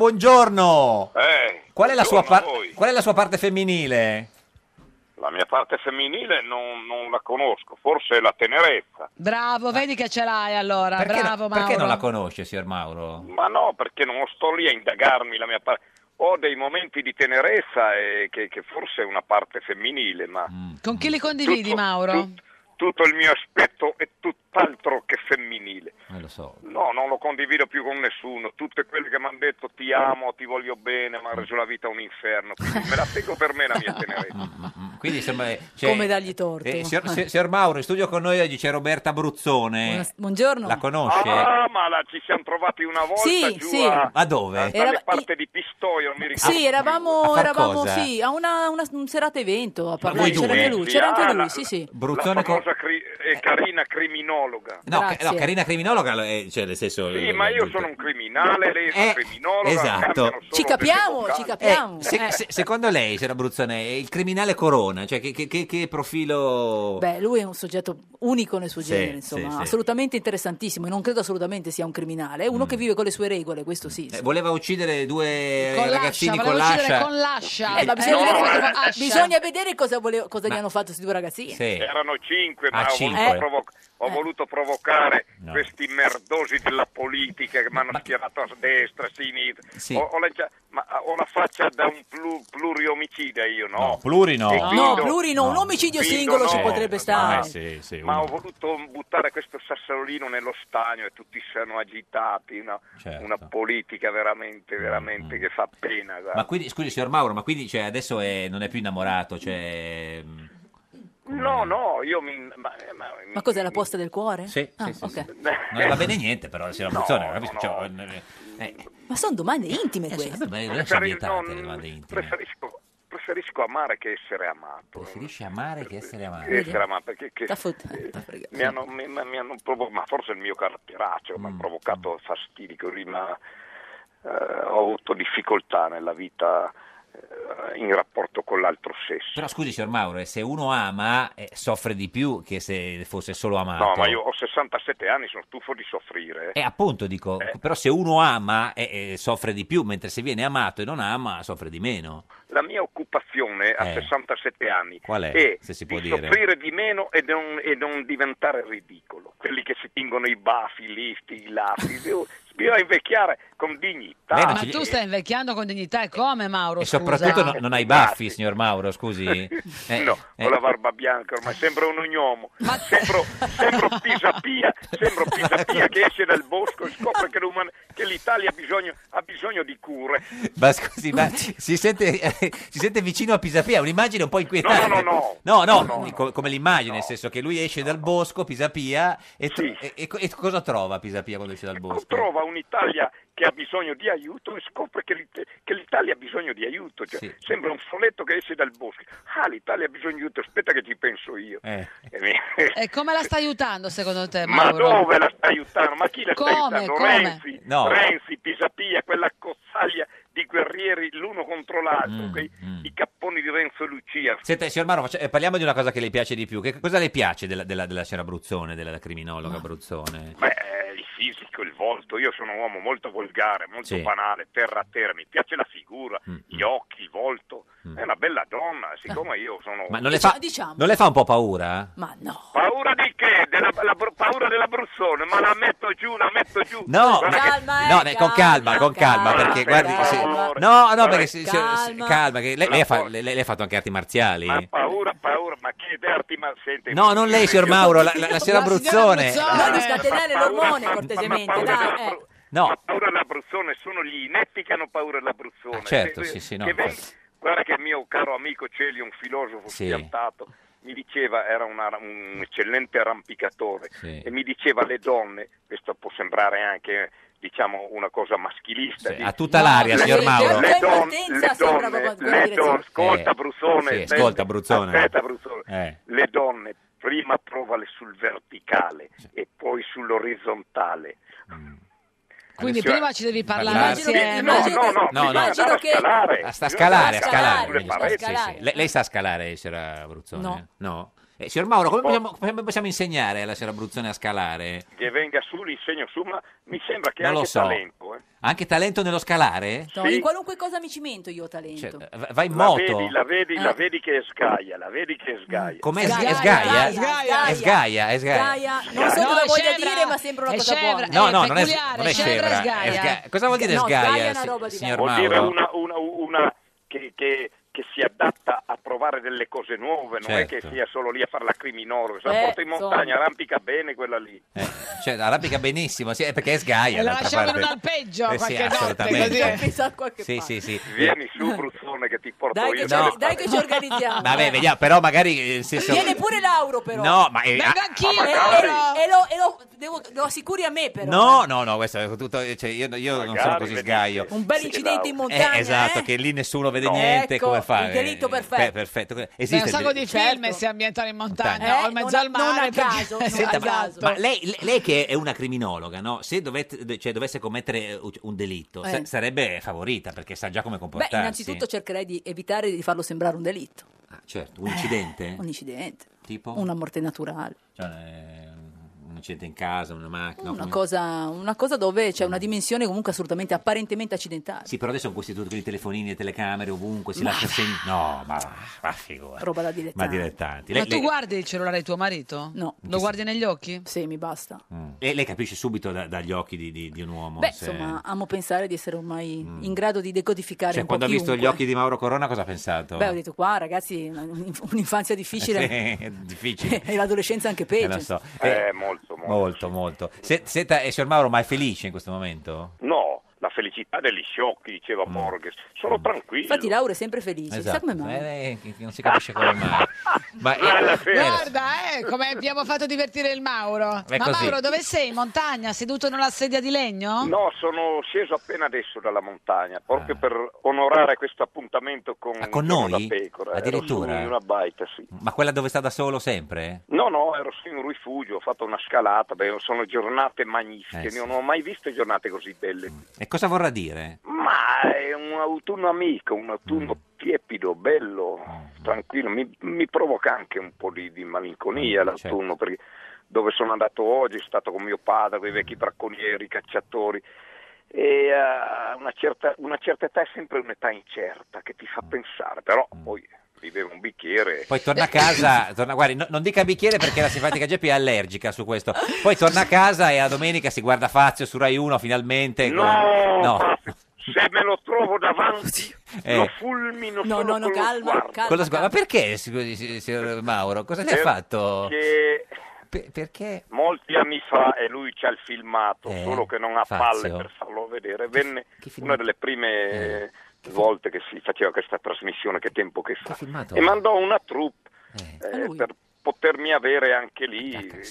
Speaker 2: buongiorno!
Speaker 14: Eh,
Speaker 2: Qual è la sua,
Speaker 14: buongiorno
Speaker 2: par-
Speaker 14: a voi.
Speaker 2: qual è la sua parte femminile?
Speaker 14: La mia parte femminile non, non la conosco, forse la tenerezza.
Speaker 1: Bravo, vedi che ce l'hai allora. Bravo, Mauro.
Speaker 2: Perché non la conosce, signor Mauro?
Speaker 14: Ma no, perché non sto lì a indagarmi la mia parte. Ho dei momenti di tenerezza eh, che, che forse è una parte femminile, ma
Speaker 2: Mm.
Speaker 1: Con chi li condividi,
Speaker 14: Tutto-
Speaker 1: Mauro?
Speaker 14: tutto il mio aspetto è tutt'altro che femminile.
Speaker 2: Eh, lo so.
Speaker 14: No, non lo condivido più con nessuno. Tutte quelle che mi hanno detto ti amo, ti voglio bene, mi hanno reso la vita un inferno. Quindi me la tengo per me la mia tenerezza.
Speaker 2: Quindi insomma, eh, c'è-
Speaker 11: Come dargli torto.
Speaker 2: eh, signor, si- signor Mauro, in studio con noi oggi c'è Roberta Bruzzone.
Speaker 11: Buona- Buongiorno.
Speaker 2: La conosce?
Speaker 14: Ah, ma la- ci siamo trovati una volta
Speaker 11: Sì,
Speaker 14: giù ah.
Speaker 11: sì.
Speaker 14: a,
Speaker 2: Ma dove?
Speaker 14: dalle
Speaker 11: Era-
Speaker 14: parti di Pistoia, mi ricordo.
Speaker 11: Sì,
Speaker 2: A
Speaker 11: eravamo,
Speaker 2: far
Speaker 11: eravamo
Speaker 2: cosa?
Speaker 11: sì, a una, una- un serata evento a
Speaker 2: voi
Speaker 11: parlare. C'era
Speaker 2: due? Ah,
Speaker 11: anche lui, c'era anche lui, sì, sì.
Speaker 2: Bruzzone con...
Speaker 14: Cosa cri- eh, carina criminologa.
Speaker 2: No, ca-
Speaker 11: Grazie.
Speaker 2: no, Carina Criminologa, eh, cioè nel senso...
Speaker 14: Sì, ma io sono un criminale, lei
Speaker 2: Eh,
Speaker 14: è un criminologa.
Speaker 2: Esatto.
Speaker 11: Ci capiamo, ci capiamo.
Speaker 2: Se-
Speaker 11: Eh.
Speaker 2: se- secondo lei, signora Bruzzone, il criminale Corona, cioè che, che- che- che profilo...
Speaker 11: Beh, lui è un soggetto unico nel suo
Speaker 2: Sì,
Speaker 11: genere,
Speaker 2: sì,
Speaker 11: insomma,
Speaker 2: sì.
Speaker 11: assolutamente interessantissimo. E non credo assolutamente sia un criminale. È uno che vive con le sue regole, questo sì.
Speaker 2: Mm. Eh, voleva uccidere due
Speaker 1: Con l'ascia,
Speaker 2: ragazzini con
Speaker 1: voleva uccidere
Speaker 2: l'ascia.
Speaker 1: con l'ascia.
Speaker 11: Eh, ma bisogna,
Speaker 1: Eh,
Speaker 11: vedere,
Speaker 1: no,
Speaker 11: cosa,
Speaker 1: eh, ascia.
Speaker 11: bisogna vedere cosa, vole- cosa gli hanno fatto questi due ragazzini.
Speaker 2: Sì.
Speaker 14: Erano cinque,
Speaker 2: Ah,
Speaker 14: ma ho voluto,
Speaker 2: cinque.
Speaker 14: provo-
Speaker 11: Eh.
Speaker 14: ho voluto provocare questi merdosi della politica che mi hanno schierato a destra, a sinistra.
Speaker 2: Sì.
Speaker 14: Ho, ho la, gia- ma ho la faccia da un plu- pluriomicida io, no?
Speaker 2: No, pluri no.
Speaker 14: E
Speaker 2: No,
Speaker 14: quindi-
Speaker 11: pluri no, un omicidio
Speaker 14: quindi
Speaker 11: singolo ci
Speaker 14: no.
Speaker 11: potrebbe stare.
Speaker 14: Ma- ma ho voluto buttare questo sassolino nello stagno e tutti siano agitati, no?
Speaker 2: Certo. Mm,
Speaker 14: una politica veramente, veramente che fa pena. guarda.
Speaker 2: Ma quindi, scusi, signor Mauro, ma quindi cioè, adesso è- non è più innamorato, cioè... mm,
Speaker 14: No, no, io mi... Ma, eh, ma-
Speaker 11: Ma cos'è la posta del cuore?
Speaker 2: Sì, sì,
Speaker 11: Ah,
Speaker 2: sì,
Speaker 11: ok.
Speaker 2: Non va bene niente, però, signor
Speaker 14: No,
Speaker 2: Mazzone,
Speaker 14: no,
Speaker 2: capisci?
Speaker 14: no.
Speaker 2: Cioè, eh, eh,
Speaker 11: Ma sono domande intime
Speaker 2: eh,
Speaker 11: queste.
Speaker 2: vabbè, ma non è
Speaker 14: Preferi-
Speaker 2: vietate
Speaker 14: non-
Speaker 2: le domande intime.
Speaker 14: preferisco, preferisco amare che essere amato.
Speaker 2: Preferisci amare che essere amato.
Speaker 14: Che essere amato, perché che-
Speaker 2: T'ha fot-
Speaker 14: eh,
Speaker 2: t'ha fregato.
Speaker 14: mi hanno, mi- ma- mi hanno provo- ma forse il mio caratteraccio mi ha
Speaker 2: Mm.
Speaker 14: provocato fastidi così, ma eh, ho avuto difficoltà nella vita eh, in rapporto con l'altro sesso.
Speaker 2: Però scusi, signor Mauro, eh, se uno ama, eh, soffre di più che se fosse solo amato.
Speaker 14: No, ma io ho 67 anni, sono stufo di soffrire.
Speaker 2: E appunto dico,
Speaker 14: Eh.
Speaker 2: però se uno ama eh, eh, soffre di più, mentre se viene amato e non ama soffre di meno.
Speaker 14: La mia occupazione a
Speaker 2: Eh.
Speaker 14: 67 anni
Speaker 2: Qual è, se si può
Speaker 14: di
Speaker 2: dire?
Speaker 14: soffrire di meno e non, e non diventare ridicolo. Quelli che si tingono i baffi, i lifti, i lati. Io- Bisogna invecchiare con dignità.
Speaker 1: Ma tu stai invecchiando con dignità e come Mauro?
Speaker 2: E
Speaker 1: scusa?
Speaker 2: soprattutto no- non hai baffi, signor Mauro, scusi.
Speaker 14: No,
Speaker 2: eh.
Speaker 14: ho la barba bianca ormai, sembra un ognomo. Sembro, sembro Pisapia, sembro Pisapia che esce dal bosco e scopre che, l'uman- che l'Italia ha bisogno, ha bisogno di cure.
Speaker 2: eh, Ma scusi, ma si sente, eh, si sente vicino a Pisapia, è un'immagine un po' inquietante.
Speaker 14: No, no,
Speaker 2: no.
Speaker 14: No, no,
Speaker 2: dico, come l'immagine, nel senso che lui esce dal bosco, Pisapia, e, tro- e- e co- e cosa trova Pisapia quando esce dal
Speaker 14: Ecco.
Speaker 2: bosco?
Speaker 14: Trova un'Italia che ha bisogno di aiuto e scopre che, l'It- che l'Italia ha bisogno di aiuto. Cioè,
Speaker 2: Sì.
Speaker 14: Sembra un folletto che esce dal bosco. Ah, l'Italia ha bisogno di aiuto, aspetta che ci penso io.
Speaker 2: Eh.
Speaker 14: E mi-
Speaker 1: E come la sta aiutando secondo te
Speaker 14: Ma
Speaker 1: Mauro?
Speaker 14: dove la sta aiutando? Ma chi la sta
Speaker 1: Come?
Speaker 14: aiutando?
Speaker 1: Come?
Speaker 14: Renzi,
Speaker 2: No.
Speaker 14: Renzi, Pisapia, quella cozzaglia di guerrieri l'uno contro l'altro, quei- i capponi di Renzo e Lucia.
Speaker 2: Mm, Senta, signor Mauro, faccia- eh, parliamo di una cosa che le piace di più. Che cosa le piace della, della, della signora Bruzzone, della criminologa Bruzzone?
Speaker 14: Beh, il fisico, il volto, io sono un uomo molto volgare, molto
Speaker 2: Sì. Mm,
Speaker 14: banale, terra a terra, mi piace la figura, gli occhi, il volto, è una bella donna, siccome io sono...
Speaker 2: Eh. Ma non le, fa, non le fa un po' paura?
Speaker 11: Ma no.
Speaker 14: Paura di che? Della, la br- paura dell'Abruzzone, ma la metto giù, la metto giù.
Speaker 2: No,
Speaker 14: Guarda che-
Speaker 2: no, dai, con calma, con calma, perché guardi, se- no, no, perché se- se- se- calma, che lei, lei ha fa- lei- lei ha fatto anche arti marziali.
Speaker 14: Ma paura, paura, ma che darti ma senti.
Speaker 2: No, non lei, signor Mauro, la, la- la signora Bruzzone. Eh.
Speaker 11: Non scatenare l'ormone cortesemente, dai. eh.
Speaker 2: No,
Speaker 14: Paura dell'Abruzzone, sono gli inetti che hanno paura dell'Abruzzone.
Speaker 2: Ah, certo,
Speaker 14: Che-
Speaker 2: sì, sì, no,
Speaker 14: che ven-
Speaker 2: infatti.
Speaker 14: Guarda che il mio caro amico Celio, un filosofo
Speaker 2: Sì.
Speaker 14: schiantato, mi diceva, era un ara- un eccellente arrampicatore,
Speaker 2: Sì.
Speaker 14: e mi diceva le donne, questo può sembrare anche diciamo una cosa maschilista di-
Speaker 2: ha tutta No, l'aria,
Speaker 14: le-
Speaker 2: signor
Speaker 14: le-
Speaker 2: Mauro.
Speaker 14: le,
Speaker 2: Già in
Speaker 14: donne,
Speaker 11: partenza
Speaker 14: le
Speaker 11: sembra
Speaker 14: donne-
Speaker 11: proprio
Speaker 14: le
Speaker 11: dire
Speaker 14: donne-
Speaker 11: sì.
Speaker 14: ascolta
Speaker 2: Eh,
Speaker 14: Bruzzone
Speaker 2: sì, ascolta,
Speaker 14: aspetta,
Speaker 2: Bruzzone.
Speaker 14: aspetta, Bruzzone.
Speaker 2: Eh.
Speaker 14: le donne prima provale sul verticale e poi sull'orizzontale
Speaker 1: Quindi
Speaker 14: Cioè,
Speaker 1: prima ci devi parlare
Speaker 2: parlare.
Speaker 1: insieme.
Speaker 14: Immagino- no, no, no,
Speaker 2: no, no.
Speaker 14: bisogna andare a
Speaker 1: che-
Speaker 14: scalare.
Speaker 2: Ah, sta a
Speaker 14: Bisogna
Speaker 2: scalare, a
Speaker 14: andare a
Speaker 2: scalare.
Speaker 14: sulle
Speaker 2: meglio
Speaker 14: pareti.
Speaker 2: scalare, sì, sì. Lei, lei sa scalare, signora Bruzzone?
Speaker 14: No.
Speaker 2: Eh, signor Mauro,
Speaker 14: Oh.
Speaker 2: come possiamo, come possiamo insegnare alla signora Bruzzone a scalare?
Speaker 14: che venga su l'insegno su ma mi sembra che
Speaker 2: Non lo
Speaker 14: anche
Speaker 2: so.
Speaker 14: talento eh.
Speaker 2: Anche talento nello scalare?
Speaker 11: No, In qualunque cosa mi cimento io ho
Speaker 2: Cioè,
Speaker 11: talento.
Speaker 2: v- va in
Speaker 14: la
Speaker 2: moto.
Speaker 14: vedi, la vedi, la
Speaker 11: Eh.
Speaker 14: vedi che sgaia la vedi che sgaia
Speaker 2: Com'è?
Speaker 11: Sgaia,
Speaker 2: È sgaia? eh,
Speaker 11: sgaia,
Speaker 2: È sgaia, Ah, è sgaia.
Speaker 11: Gaia, non so
Speaker 1: No,
Speaker 11: cosa
Speaker 1: è
Speaker 11: voglia
Speaker 1: scevra,
Speaker 11: dire, ma sembra una
Speaker 1: è
Speaker 11: cosa
Speaker 1: scevra, Eh,
Speaker 11: buona.
Speaker 2: No, no, non è,
Speaker 1: peculiare,
Speaker 2: non è
Speaker 1: scevra e
Speaker 2: scevra.
Speaker 1: sgaia.
Speaker 2: è sga- Cosa vuol dire
Speaker 1: No, sgaia
Speaker 2: sgaia,
Speaker 1: è una
Speaker 2: si-
Speaker 1: roba diversa.
Speaker 2: signor
Speaker 14: vuol
Speaker 2: Mauro?
Speaker 14: dire una, una- una che, che- che si adatta a provare delle cose nuove non è
Speaker 2: Certo.
Speaker 14: che sia solo lì a fare la criminologa se
Speaker 1: Eh,
Speaker 14: la porta in montagna
Speaker 1: insomma.
Speaker 14: arrampica bene quella lì
Speaker 2: Cioè, arrampica benissimo, sì, è perché è sgaia.
Speaker 1: E la
Speaker 2: d'altra
Speaker 1: lasciamo in un
Speaker 2: parte.
Speaker 1: alpeggio
Speaker 2: Eh, sì,
Speaker 1: qualche notte.
Speaker 2: assolutamente.
Speaker 1: Così.
Speaker 2: Sì, sì, sì.
Speaker 14: vieni su Bruzzone che ti porto
Speaker 11: Dai
Speaker 14: io
Speaker 11: che,
Speaker 2: No.
Speaker 11: ci, dai che ci organizziamo.
Speaker 2: Vabbè, vediamo, però magari... eh, nel senso-
Speaker 11: Viene pure Lauro però.
Speaker 2: No, ma... eh, ah-
Speaker 11: E,
Speaker 2: ah,
Speaker 11: e- e eh, lo, e lo- devo- lo assicuri a me però.
Speaker 2: No, no, no, questo è tutto, cioè, io, io non sono così sgaio.
Speaker 11: eh. Un bel incidente in montagna.
Speaker 2: Eh, esatto,
Speaker 11: eh.
Speaker 2: che lì nessuno vede
Speaker 11: No.
Speaker 2: niente,
Speaker 11: Ecco,
Speaker 2: come fa?
Speaker 11: il delitto
Speaker 2: Eh,
Speaker 11: perfetto.
Speaker 2: per- perfetto. Esiste
Speaker 1: Beh, un
Speaker 2: il Certo.
Speaker 1: sacco
Speaker 2: delitto-
Speaker 1: di film si ambientano in montagna o
Speaker 11: Eh,
Speaker 1: in mezzo al mare. perché-
Speaker 2: Senta, ma-
Speaker 1: Esatto.
Speaker 2: ma, lei, lei- lei che è una criminologa, no? se dovete- de- cioè, dovesse commettere eh, un delitto, sa-
Speaker 11: Eh.
Speaker 2: sarebbe favorita perché sa già come
Speaker 11: Beh,
Speaker 2: comportarsi.
Speaker 11: innanzitutto cercherei di evitare di farlo sembrare un delitto, Eh,
Speaker 2: Ah, certo, un incidente?
Speaker 11: un incidente,
Speaker 2: tipo?
Speaker 11: una morte naturale.
Speaker 2: Cioè, eh, un incidente in casa, una macchina.
Speaker 11: Una
Speaker 2: come-
Speaker 11: cosa, una cosa dove c'è una dimensione comunque assolutamente apparentemente accidentale.
Speaker 2: Sì, però adesso con questi tutti quei telefonini e telecamere ovunque, si lascia segno. No, ma va, va figura.
Speaker 11: Roba da
Speaker 2: Ma
Speaker 11: dilettante.
Speaker 2: dilettanti.
Speaker 1: Ma
Speaker 2: Lei,
Speaker 1: tu
Speaker 2: lei-
Speaker 1: guardi il cellulare di tuo marito?
Speaker 11: No.
Speaker 1: Lo guardi negli occhi?
Speaker 11: Sì, mi basta.
Speaker 2: Mm. E lei capisce subito da- dagli occhi di, di- di un uomo.
Speaker 11: Beh,
Speaker 2: se-
Speaker 11: insomma, amo pensare di essere ormai in grado di decodificare
Speaker 2: Mm. Cioè,
Speaker 11: un po'
Speaker 2: quando ha visto gli
Speaker 11: chiunque.
Speaker 2: occhi di Mauro Corona, cosa ha pensato?
Speaker 11: Beh, ho detto qua, ragazzi, un- un- un'infanzia difficile
Speaker 2: Eh,
Speaker 11: Cioè,
Speaker 2: Sì, è difficile.
Speaker 11: e l'adolescenza anche
Speaker 2: Eh,
Speaker 11: peggio.
Speaker 2: lo so. Eh, molto, molto. Molto, Se- senta, e signor Mauro, ma è felice in questo momento?
Speaker 14: No, la felicità degli sciocchi, diceva
Speaker 2: Mm.
Speaker 14: Borges. Sono tranquillo. Ah,
Speaker 11: Infatti Laura è sempre felice,
Speaker 2: Esatto.
Speaker 11: sa come mai?
Speaker 2: Eh, che- che non si capisce come mai. Ma eh,
Speaker 1: Guarda, eh, come abbiamo fatto divertire il Mauro.
Speaker 14: È
Speaker 1: Ma
Speaker 14: così.
Speaker 1: Mauro, dove sei? In montagna? Seduto in una sedia di legno?
Speaker 14: No, sono sceso appena adesso dalla montagna, proprio per onorare questo appuntamento con,
Speaker 2: Ah. con
Speaker 14: con
Speaker 2: noi?
Speaker 14: la pecora. Ero
Speaker 2: Addirittura?
Speaker 14: su in una baita, sì.
Speaker 2: ma quella dove sta da solo sempre?
Speaker 14: No, no, ero su in un rifugio, ho fatto una scalata, beh, sono giornate magnifiche,
Speaker 2: Eh, sì.
Speaker 14: non ho mai visto giornate così belle.
Speaker 2: E cosa vorrà dire?
Speaker 14: Ma è un autunno amico, un autunno
Speaker 2: Mm.
Speaker 14: tiepido, bello, tranquillo, mi, mi provoca anche un po' di, di
Speaker 2: Mm,
Speaker 14: malinconia
Speaker 2: certo.
Speaker 14: l'autunno, perché dove sono andato oggi sono stato con mio padre, con i vecchi bracconieri, i cacciatori, e eh, una, certa, una certa età è sempre un'età incerta che ti fa pensare, però poi ti beve un bicchiere.
Speaker 2: Mm. Poi torna a casa, torna, guardi, no- non dica bicchiere perché la simpatica Geppi è allergica su questo. Poi torna a casa e la domenica si guarda Fazio su Rai 1 finalmente.
Speaker 14: No,
Speaker 2: con-
Speaker 14: Se me lo trovo davanti,
Speaker 2: Eh.
Speaker 14: lo fulmino
Speaker 11: No,
Speaker 14: solo
Speaker 11: no, no,
Speaker 14: con lo
Speaker 11: calma,
Speaker 14: sguardo.
Speaker 11: calma.
Speaker 2: Con lo sguardo- Ma perché, scusi, si- signor Mauro? Cosa le ha
Speaker 14: Per-
Speaker 2: fatto?
Speaker 14: Che
Speaker 2: perché?
Speaker 14: Molti anni fa, e lui c'ha il filmato,
Speaker 2: Eh,
Speaker 14: solo che non ha
Speaker 2: Fazio.
Speaker 14: palle per farlo vedere, venne una delle prime eh, volte che si faceva questa trasmissione, che tempo che fa,
Speaker 2: filmato?
Speaker 14: e mandò una troupe eh, per potermi avere anche lì.
Speaker 2: Eh,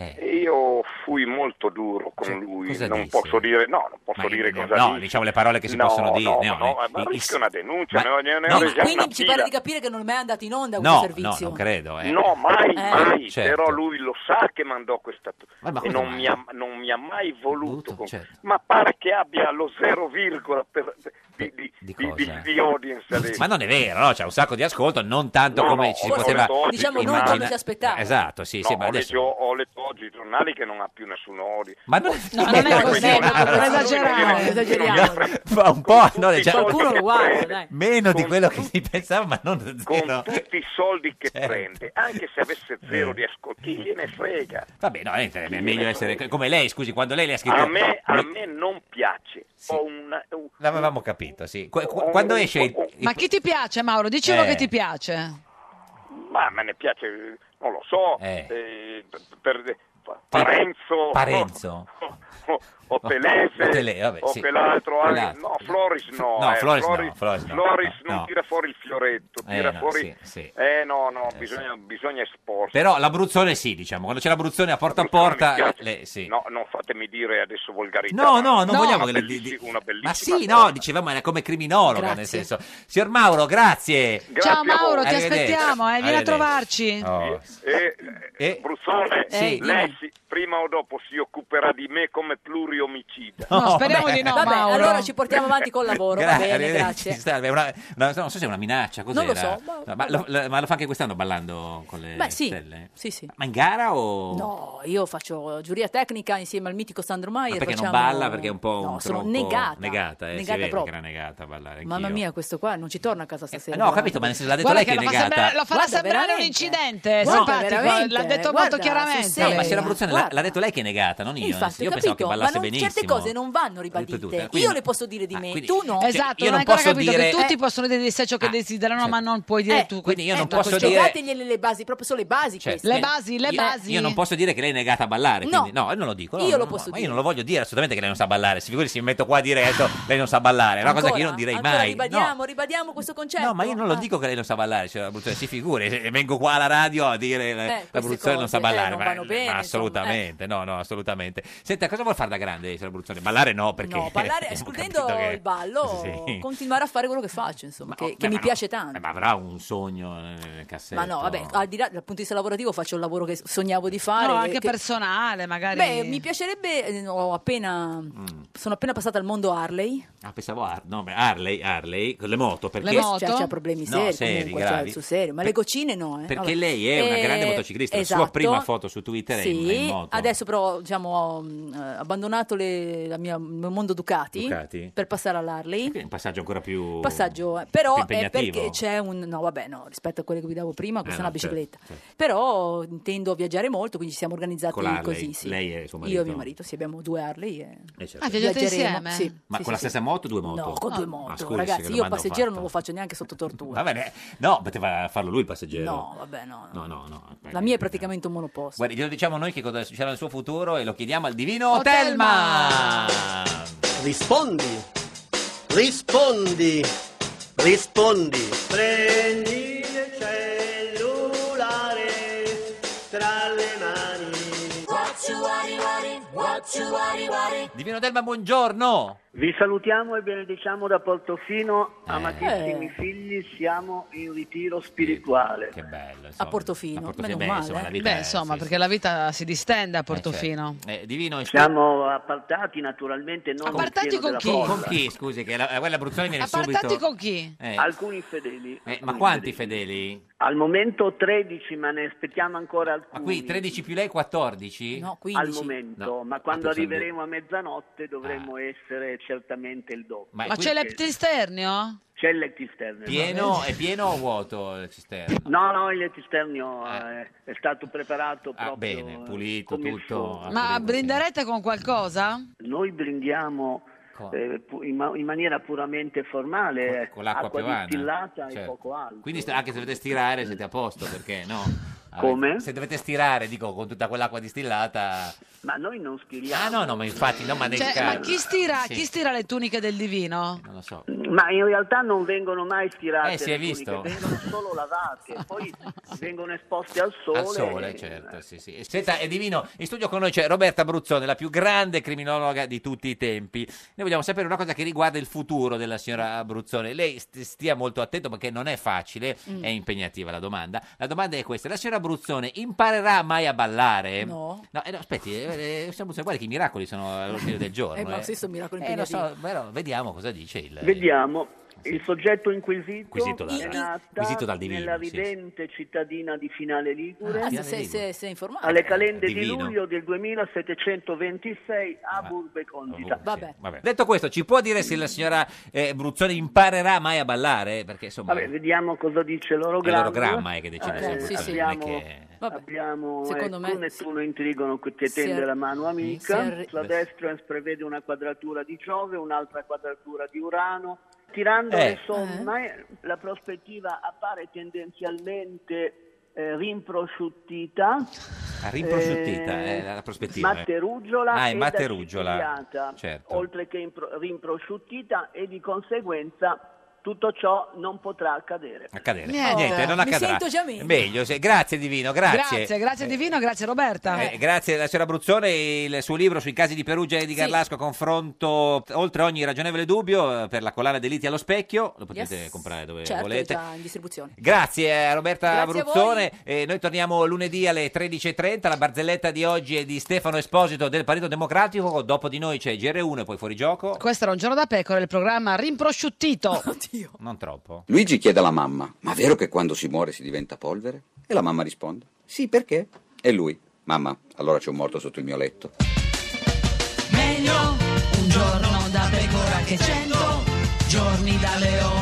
Speaker 14: E io fui molto duro con lui,
Speaker 2: Cioè, cosa
Speaker 14: non
Speaker 2: disse?
Speaker 14: posso dire, no, non posso
Speaker 2: Ma-
Speaker 14: dire cosa
Speaker 2: no,
Speaker 14: disse.
Speaker 2: diciamo le parole che si
Speaker 14: No,
Speaker 2: possono dire,
Speaker 14: No,
Speaker 2: no,
Speaker 14: no,
Speaker 2: eh,
Speaker 14: ma
Speaker 2: il-
Speaker 14: rischio una denuncia,
Speaker 2: ma-
Speaker 14: ne ho, ne ho
Speaker 2: no,
Speaker 14: resa una
Speaker 11: Quindi ci pare
Speaker 14: pila.
Speaker 11: di capire che non è mai andato in onda
Speaker 2: No,
Speaker 11: questo
Speaker 2: no,
Speaker 11: servizio.
Speaker 2: non credo. eh.
Speaker 14: No, mai,
Speaker 11: Eh.
Speaker 14: mai,
Speaker 2: Certo.
Speaker 14: però lui lo sa che mandò questa
Speaker 2: Ma- ma
Speaker 14: e
Speaker 2: come
Speaker 14: non
Speaker 2: mai?
Speaker 14: mi, ha, non mi ha mai voluto, con-
Speaker 2: certo.
Speaker 14: ma pare che abbia lo zero virgola per- di, di- di- di-
Speaker 2: cosa?
Speaker 14: di audience adesso.
Speaker 2: Ma non è vero, no? c'è un sacco di ascolto, non tanto
Speaker 14: No,
Speaker 2: come
Speaker 14: no,
Speaker 2: ci si
Speaker 14: ho
Speaker 2: poteva.
Speaker 14: letto oggi, Diciamo, non
Speaker 11: come ci aspettavamo.
Speaker 2: Esatto, sì, sì,
Speaker 14: No,
Speaker 2: ma
Speaker 14: ho,
Speaker 2: adesso.
Speaker 14: letto, ho letto oggi i giornali che non ha più nessuno audience.
Speaker 2: Ma non,
Speaker 14: non è così,
Speaker 2: Quindi-
Speaker 14: no, non
Speaker 11: esageriamo, esageriamo.
Speaker 2: Fa un po', no, già-
Speaker 11: Qualcuno lo guarda, dai.
Speaker 2: Meno di quello che si pensava, ma non zero.
Speaker 14: Tutti i soldi che
Speaker 2: Certo.
Speaker 14: prende, anche se avesse
Speaker 2: Eh.
Speaker 14: zero di ascolti, gliene frega.
Speaker 2: Vabbè, no, niente, è meglio essere come lei, scusi, quando lei le ha scritto
Speaker 14: A me, a me non piace. Ho una- un-
Speaker 2: L'avevamo capito, sì. Qu- qu- Quando esce il-
Speaker 1: Ma chi ti piace, Mauro? Dici uno
Speaker 14: Eh.
Speaker 1: che ti piace.
Speaker 14: ma me ne piace, non lo so,
Speaker 2: Eh.
Speaker 14: eh, per, per- Parenzo,
Speaker 2: Parenzo.
Speaker 14: o, Oh, o Pelese,
Speaker 2: O Pele- vabbè,
Speaker 14: o
Speaker 2: sì.
Speaker 14: quell'altro, anche-
Speaker 2: Quell'altro.
Speaker 14: no, Floris no,
Speaker 2: No,
Speaker 14: eh,
Speaker 2: Floris no, Floris no,
Speaker 14: Floris
Speaker 2: no,
Speaker 14: non
Speaker 2: no.
Speaker 14: tira fuori il fioretto,
Speaker 2: Eh,
Speaker 14: tira
Speaker 2: no,
Speaker 14: fuori,
Speaker 2: sì, sì.
Speaker 14: eh no, no, bisogna, bisogna esporsi.
Speaker 2: Però l'Abruzzone sì, diciamo, quando c'è l'Abruzzone a porta a porta... le- sì.
Speaker 14: No, non fatemi dire adesso volgarità.
Speaker 2: No,
Speaker 14: ma
Speaker 2: no, non
Speaker 14: una
Speaker 2: vogliamo che le-
Speaker 14: bellissi-
Speaker 2: di-
Speaker 14: una
Speaker 2: Ma
Speaker 14: bellissima
Speaker 2: sì, no, dicevamo era come criminologa,
Speaker 14: Grazie.
Speaker 2: nel senso. Signor Mauro, grazie.
Speaker 1: Ciao Mauro, ti
Speaker 2: Arrivederci.
Speaker 1: aspettiamo, eh, vieni a
Speaker 2: Arrivederci.
Speaker 1: trovarci.
Speaker 2: Oh, sì.
Speaker 14: E, eh, Bruzzone,
Speaker 1: Sì.
Speaker 14: lei si- prima o dopo si occuperà di me come pluriomicida.
Speaker 2: No, No, speriamo vabbè. di no,
Speaker 11: Vabbè,
Speaker 2: Mauro.
Speaker 11: allora ci portiamo avanti col lavoro, va
Speaker 2: Gra-
Speaker 11: bene,
Speaker 2: arrivederci,
Speaker 11: grazie.
Speaker 2: salve. Una- una- non so se è una minaccia, cos'era?
Speaker 11: Non lo so, ma-
Speaker 2: No, lo, lo- ma lo fa anche quest'anno ballando con le
Speaker 11: Beh, sì.
Speaker 2: stelle? Oh.
Speaker 11: Sì, sì.
Speaker 2: Ma in gara o...
Speaker 11: No, io faccio giuria tecnica insieme al mitico Sandro
Speaker 2: Ma
Speaker 11: Maier.
Speaker 2: perché
Speaker 11: facciamo...
Speaker 2: non balla? Perché è un po' un
Speaker 11: No, sono
Speaker 2: tronco-
Speaker 11: negata.
Speaker 2: Negata, eh, si
Speaker 11: Negata
Speaker 2: vede
Speaker 11: proprio.
Speaker 2: che era negata a ballare.
Speaker 11: Mamma
Speaker 2: anch'io. Eh,
Speaker 11: mia, questo qua non ci torna a casa stasera.
Speaker 2: no, ho capito, ma nel senso l'ha detto
Speaker 1: Guarda
Speaker 2: lei che è
Speaker 1: che lo fa
Speaker 2: negata.
Speaker 1: sembrare- lo farà
Speaker 11: Guarda,
Speaker 1: sembrare
Speaker 11: veramente.
Speaker 1: un incidente,
Speaker 11: Guarda,
Speaker 1: simpatico.
Speaker 11: veramente,
Speaker 1: L'ha detto
Speaker 11: guarda,
Speaker 1: molto chiaramente.
Speaker 11: sul
Speaker 2: No,
Speaker 11: serio.
Speaker 2: ma se la Bruzzone l'ha,
Speaker 11: Guarda.
Speaker 2: l'ha detto lei che è negata, non io. nel
Speaker 11: Infatti,
Speaker 2: senso, io
Speaker 11: ho
Speaker 2: pensavo che
Speaker 11: capito, ma
Speaker 2: ballasse
Speaker 11: non,
Speaker 2: benissimo.
Speaker 11: certe cose non vanno ribadite.
Speaker 2: Ripetute, quindi-
Speaker 11: Io le posso dire di me,
Speaker 2: quindi-
Speaker 11: tu no.
Speaker 2: cioè,
Speaker 1: Esatto,
Speaker 2: io
Speaker 1: non
Speaker 2: non
Speaker 1: hai ancora
Speaker 2: posso
Speaker 1: capito
Speaker 2: dire-
Speaker 1: che tutti
Speaker 2: eh,
Speaker 1: possono dire il ciò che desiderano, ma non puoi dire tu.
Speaker 2: quindi io non
Speaker 1: Ecco,
Speaker 2: posso
Speaker 1: cioè,
Speaker 2: dire-
Speaker 11: Giocategliele le basi, proprio solo le basi
Speaker 2: Cioè,
Speaker 11: queste.
Speaker 2: Le
Speaker 1: basi, le
Speaker 11: Io-
Speaker 1: basi.
Speaker 2: Io non posso dire che lei è negata a ballare,
Speaker 11: No.
Speaker 2: quindi no, io non lo dico. no,
Speaker 11: Io lo
Speaker 2: no,
Speaker 11: posso
Speaker 2: no, ma
Speaker 11: dire.
Speaker 2: io non lo voglio dire assolutamente che lei non sa ballare. Si figuri, se mi metto qua a dire adesso lei non sa ballare, è una cosa che io non direi
Speaker 11: Ancora
Speaker 2: mai.
Speaker 11: Ribadiamo,
Speaker 2: No.
Speaker 11: ribadiamo questo concetto.
Speaker 2: No, ma io non lo dico che lei non sa ballare, cioè, Bruzzone, si figuri, se vengo qua alla radio a dire
Speaker 11: Eh,
Speaker 2: la
Speaker 11: queste
Speaker 2: l'Abruzzone non sa
Speaker 11: cose, eh,
Speaker 2: ballare,
Speaker 11: non
Speaker 2: ma,
Speaker 11: vanno
Speaker 2: ma
Speaker 11: bene, insomma,
Speaker 2: assolutamente, no, no, assolutamente. Senta, cosa vuol fare da grande signor Abruzzone? Ballare no, perché...
Speaker 11: No, ballare,
Speaker 2: abbiamo
Speaker 11: escludendo
Speaker 2: capito che-
Speaker 11: il ballo,
Speaker 2: Sì.
Speaker 11: continuare a fare quello che faccio, insomma, che, che
Speaker 2: beh,
Speaker 11: mi
Speaker 2: ma no.
Speaker 11: piace
Speaker 2: Eh,
Speaker 11: tanto.
Speaker 2: ma avrà un sogno eh, nel cassetto.
Speaker 11: Ma no, vabbè,
Speaker 2: Certo.
Speaker 11: al di là dal punto di vista lavorativo faccio il lavoro che sognavo di fare.
Speaker 1: No, anche
Speaker 11: che-
Speaker 1: personale, magari.
Speaker 11: Beh, mi piacerebbe, eh, ho appena,
Speaker 2: Mm.
Speaker 11: sono appena passata al mondo Harley,
Speaker 2: Ah, pensavo Har- no, beh, Harley, Harley, con le moto, perché...
Speaker 11: Che c'ha, c'ha Cioè, problemi
Speaker 2: No,
Speaker 11: seri,
Speaker 2: seri,
Speaker 11: comunque,
Speaker 2: gravi.
Speaker 11: cioè, sul serio, ma le goccine no. eh.
Speaker 2: Perché
Speaker 11: Vabbè.
Speaker 2: lei è una grande
Speaker 11: Eh,
Speaker 2: motociclista, la sua
Speaker 11: esatto.
Speaker 2: prima foto su Twitter è
Speaker 11: Sì,
Speaker 2: in in- in
Speaker 11: sì,
Speaker 2: moto.
Speaker 11: adesso però diciamo, ho mh, eh, abbandonato le- la mia- il mio mondo Ducati,
Speaker 2: Ducati.
Speaker 11: per passare all'Harley.
Speaker 2: Un passaggio ancora più...
Speaker 11: Passaggio, eh, però
Speaker 2: più
Speaker 11: è
Speaker 2: impegnativo.
Speaker 11: perché c'è un no, vabbè, no, rispetto a quelle che guidavo prima, questa
Speaker 2: Eh,
Speaker 11: è una
Speaker 2: no, certo,
Speaker 11: bicicletta.
Speaker 2: certo.
Speaker 11: Però intendo viaggiare molto, quindi ci siamo organizzati
Speaker 2: Con l'Harley,
Speaker 11: così. Sì.
Speaker 2: lei e suo
Speaker 11: Io
Speaker 2: marito?
Speaker 11: e mio marito, sì, abbiamo due Harley. E...
Speaker 2: Eh, certo. Ah,
Speaker 1: viaggiate
Speaker 11: viaggeremo,
Speaker 1: insieme?
Speaker 11: Sì.
Speaker 2: Ma
Speaker 11: sì,
Speaker 2: con la
Speaker 11: sì,
Speaker 2: stessa moto o due moto?
Speaker 11: No, con due
Speaker 2: Ah,
Speaker 11: moto,
Speaker 2: scusi, che
Speaker 11: ragazzi, io
Speaker 2: domanda ho
Speaker 11: passeggero
Speaker 2: fatto.
Speaker 11: non lo faccio neanche sotto tortura.
Speaker 2: Va bene. No, poteva farlo lui il passeggero.
Speaker 11: No, vabbè, no.
Speaker 2: No, no, no.
Speaker 11: La mia è praticamente un monoposto.
Speaker 2: Guardi, glielo diciamo noi che cosa succederà nel suo futuro e lo chiediamo al divino
Speaker 11: Oh,
Speaker 2: Telma.
Speaker 15: Rispondi, rispondi, rispondi.
Speaker 4: Prendi il cellulare tra le mani. What you worry, worry, what you worry, worry.
Speaker 2: Divino Telma, buongiorno.
Speaker 16: Vi salutiamo e benediciamo da Portofino, amatissimi
Speaker 11: Eh.
Speaker 16: figli, siamo in ritiro spirituale.
Speaker 2: Che bello.
Speaker 1: A Portofino,
Speaker 2: Portofino, Eh, meno beh, male. insomma, la vita
Speaker 1: eh. Beh,
Speaker 2: è-
Speaker 1: insomma, perché la vita si distende a Portofino.
Speaker 2: Eh, divino,
Speaker 16: Siamo appartati naturalmente, non
Speaker 1: Appartati
Speaker 16: al pieno
Speaker 1: con
Speaker 16: della
Speaker 1: chi?
Speaker 16: folla.
Speaker 2: Con chi, scusi, che la, eh, quella Bruzzone viene
Speaker 1: Appartati
Speaker 2: subito...
Speaker 1: con chi?
Speaker 2: Eh,
Speaker 16: Alcuni fedeli.
Speaker 2: eh, ma quanti fedeli?
Speaker 16: Al momento 13, ma ne aspettiamo ancora alcuni.
Speaker 2: Ma qui 13 più lei 14?
Speaker 16: Al momento,
Speaker 2: No.
Speaker 16: ma quando
Speaker 2: Ah, pensavo-
Speaker 16: arriveremo a mezzanotte dovremmo essere certamente il doppio.
Speaker 2: Ah. Ma
Speaker 1: Ma c'è l'eptisternio?
Speaker 16: C'è il lectisterno.
Speaker 2: Pieno, è pieno o vuoto il cisterno?
Speaker 16: No, no, il lectisternio eh, è stato preparato
Speaker 2: Ah,
Speaker 16: proprio...
Speaker 2: bene, pulito,
Speaker 16: eh, come il
Speaker 2: tutto. Ah,
Speaker 16: suo.
Speaker 1: Ma brinderete con qualcosa?
Speaker 16: Noi brindiamo eh, pu- in, ma- in maniera puramente formale, eh,
Speaker 2: Con l'acqua
Speaker 16: acqua
Speaker 2: piovana.
Speaker 16: distillata e
Speaker 2: certo.
Speaker 16: poco altro.
Speaker 2: Quindi sta- anche se dovete stirare siete a posto, perché no? Avete-
Speaker 16: Come?
Speaker 2: Se dovete stirare, dico, con tutta quell'acqua distillata...
Speaker 16: Ma noi non stiriamo.
Speaker 2: Ah no, no, ma infatti, no, ma nel
Speaker 1: Cioè,
Speaker 2: caso...
Speaker 1: ma chi stira,
Speaker 2: Sì,
Speaker 1: chi stira le tuniche del divino?
Speaker 2: Non lo so.
Speaker 16: Ma in realtà non vengono mai stirate,
Speaker 2: Eh, si è
Speaker 16: le tuniche,
Speaker 2: visto.
Speaker 16: vengono solo lavate, poi vengono esposte al sole.
Speaker 2: Al sole, certo, sì, sì. Senta, è divino. In studio con noi c'è Roberta Bruzzone, la più grande criminologa di tutti i tempi. Noi vogliamo sapere una cosa che riguarda il futuro della signora Bruzzone. Lei st- stia molto attento perché non è facile,
Speaker 11: Mm.
Speaker 2: è impegnativa la domanda. La domanda è questa: la signora Bruzzone imparerà mai a ballare?
Speaker 11: No.
Speaker 2: eh, no, aspetti, eh, eh, signora Bruzzone, guardi che i miracoli sono all'ordine del giorno.
Speaker 11: Eh, ma
Speaker 2: eh.
Speaker 11: sì, sono miracoli
Speaker 2: Eh, lo so,
Speaker 11: impegnativi.
Speaker 2: però vediamo cosa dice il. eh,
Speaker 16: Vediamo, il soggetto inquisito,
Speaker 2: Acquisito dal-
Speaker 16: è nata
Speaker 2: acquisito dal divino,
Speaker 16: nella
Speaker 2: sì, sì.
Speaker 16: ridente cittadina di Finale Ligure,
Speaker 11: Ah, se- se- se- se è informato.
Speaker 16: alle calende
Speaker 2: Divino. Ah,
Speaker 16: di luglio del 2726 a Burbe Condita.
Speaker 11: Vabbè.
Speaker 2: Vabbè. Detto questo, ci può dire se la signora eh, Bruzzone imparerà mai a ballare? Perché insomma.
Speaker 16: Vabbè, vediamo cosa dice l'orogramma.
Speaker 2: È l'orogramma, eh, che decide se
Speaker 16: Eh,
Speaker 2: Bruzzone, non è
Speaker 16: abbiamo,
Speaker 2: che-
Speaker 16: abbiamo
Speaker 11: Secondo
Speaker 16: eh,
Speaker 11: me
Speaker 16: tu Nettuno intrigono che ti
Speaker 11: si
Speaker 16: tende
Speaker 11: ar-
Speaker 16: la mano
Speaker 11: si
Speaker 16: amica.
Speaker 11: arri-
Speaker 16: Sulla destra prevede una quadratura di Giove, un'altra quadratura di Urano. Tirando
Speaker 2: Eh.
Speaker 16: le somme, la prospettiva appare tendenzialmente eh, rimprosciuttita.
Speaker 2: Ah, rimprosciuttita eh, la la prospettiva. eh.
Speaker 16: Matteruggiola
Speaker 2: Ah, è
Speaker 16: e
Speaker 2: Matteruggiola,
Speaker 16: dacipigliata,
Speaker 2: certo.
Speaker 16: oltre che impro- rimprosciuttita e di conseguenza tutto ciò non potrà accadere.
Speaker 2: Accadere.
Speaker 1: Niente.
Speaker 2: Ah, Niente, non
Speaker 1: Mi
Speaker 2: accadrà.
Speaker 1: sento già meglio.
Speaker 2: Meglio, se- grazie Divino, grazie.
Speaker 1: grazie, grazie divino, grazie Roberta.
Speaker 2: Eh, grazie alla signora Bruzzone, il suo libro sui casi di Perugia e di
Speaker 1: Sì.
Speaker 2: Garlasco, confronto oltre ogni ragionevole dubbio eh, per la collana Delitti allo specchio, lo potete
Speaker 11: Yes.
Speaker 2: comprare dove
Speaker 11: certo,
Speaker 2: volete.
Speaker 11: è già in distribuzione.
Speaker 2: Grazie a Roberta
Speaker 11: Grazie a
Speaker 2: Bruzzone, Eh, noi torniamo lunedì alle 13.30, la barzelletta di oggi è di Stefano Esposito del Partito Democratico, dopo di noi c'è GR1 e poi fuori gioco,
Speaker 1: Questo era un giorno da pecora, il programma rimprosciuttito.
Speaker 2: non troppo.
Speaker 17: Luigi chiede alla mamma: Ma è vero che quando si muore si diventa polvere? E la mamma risponde: Sì, perché? E lui: Mamma, allora c'è un morto sotto il mio letto.
Speaker 4: Meglio un giorno da pecora che cento giorni da leone.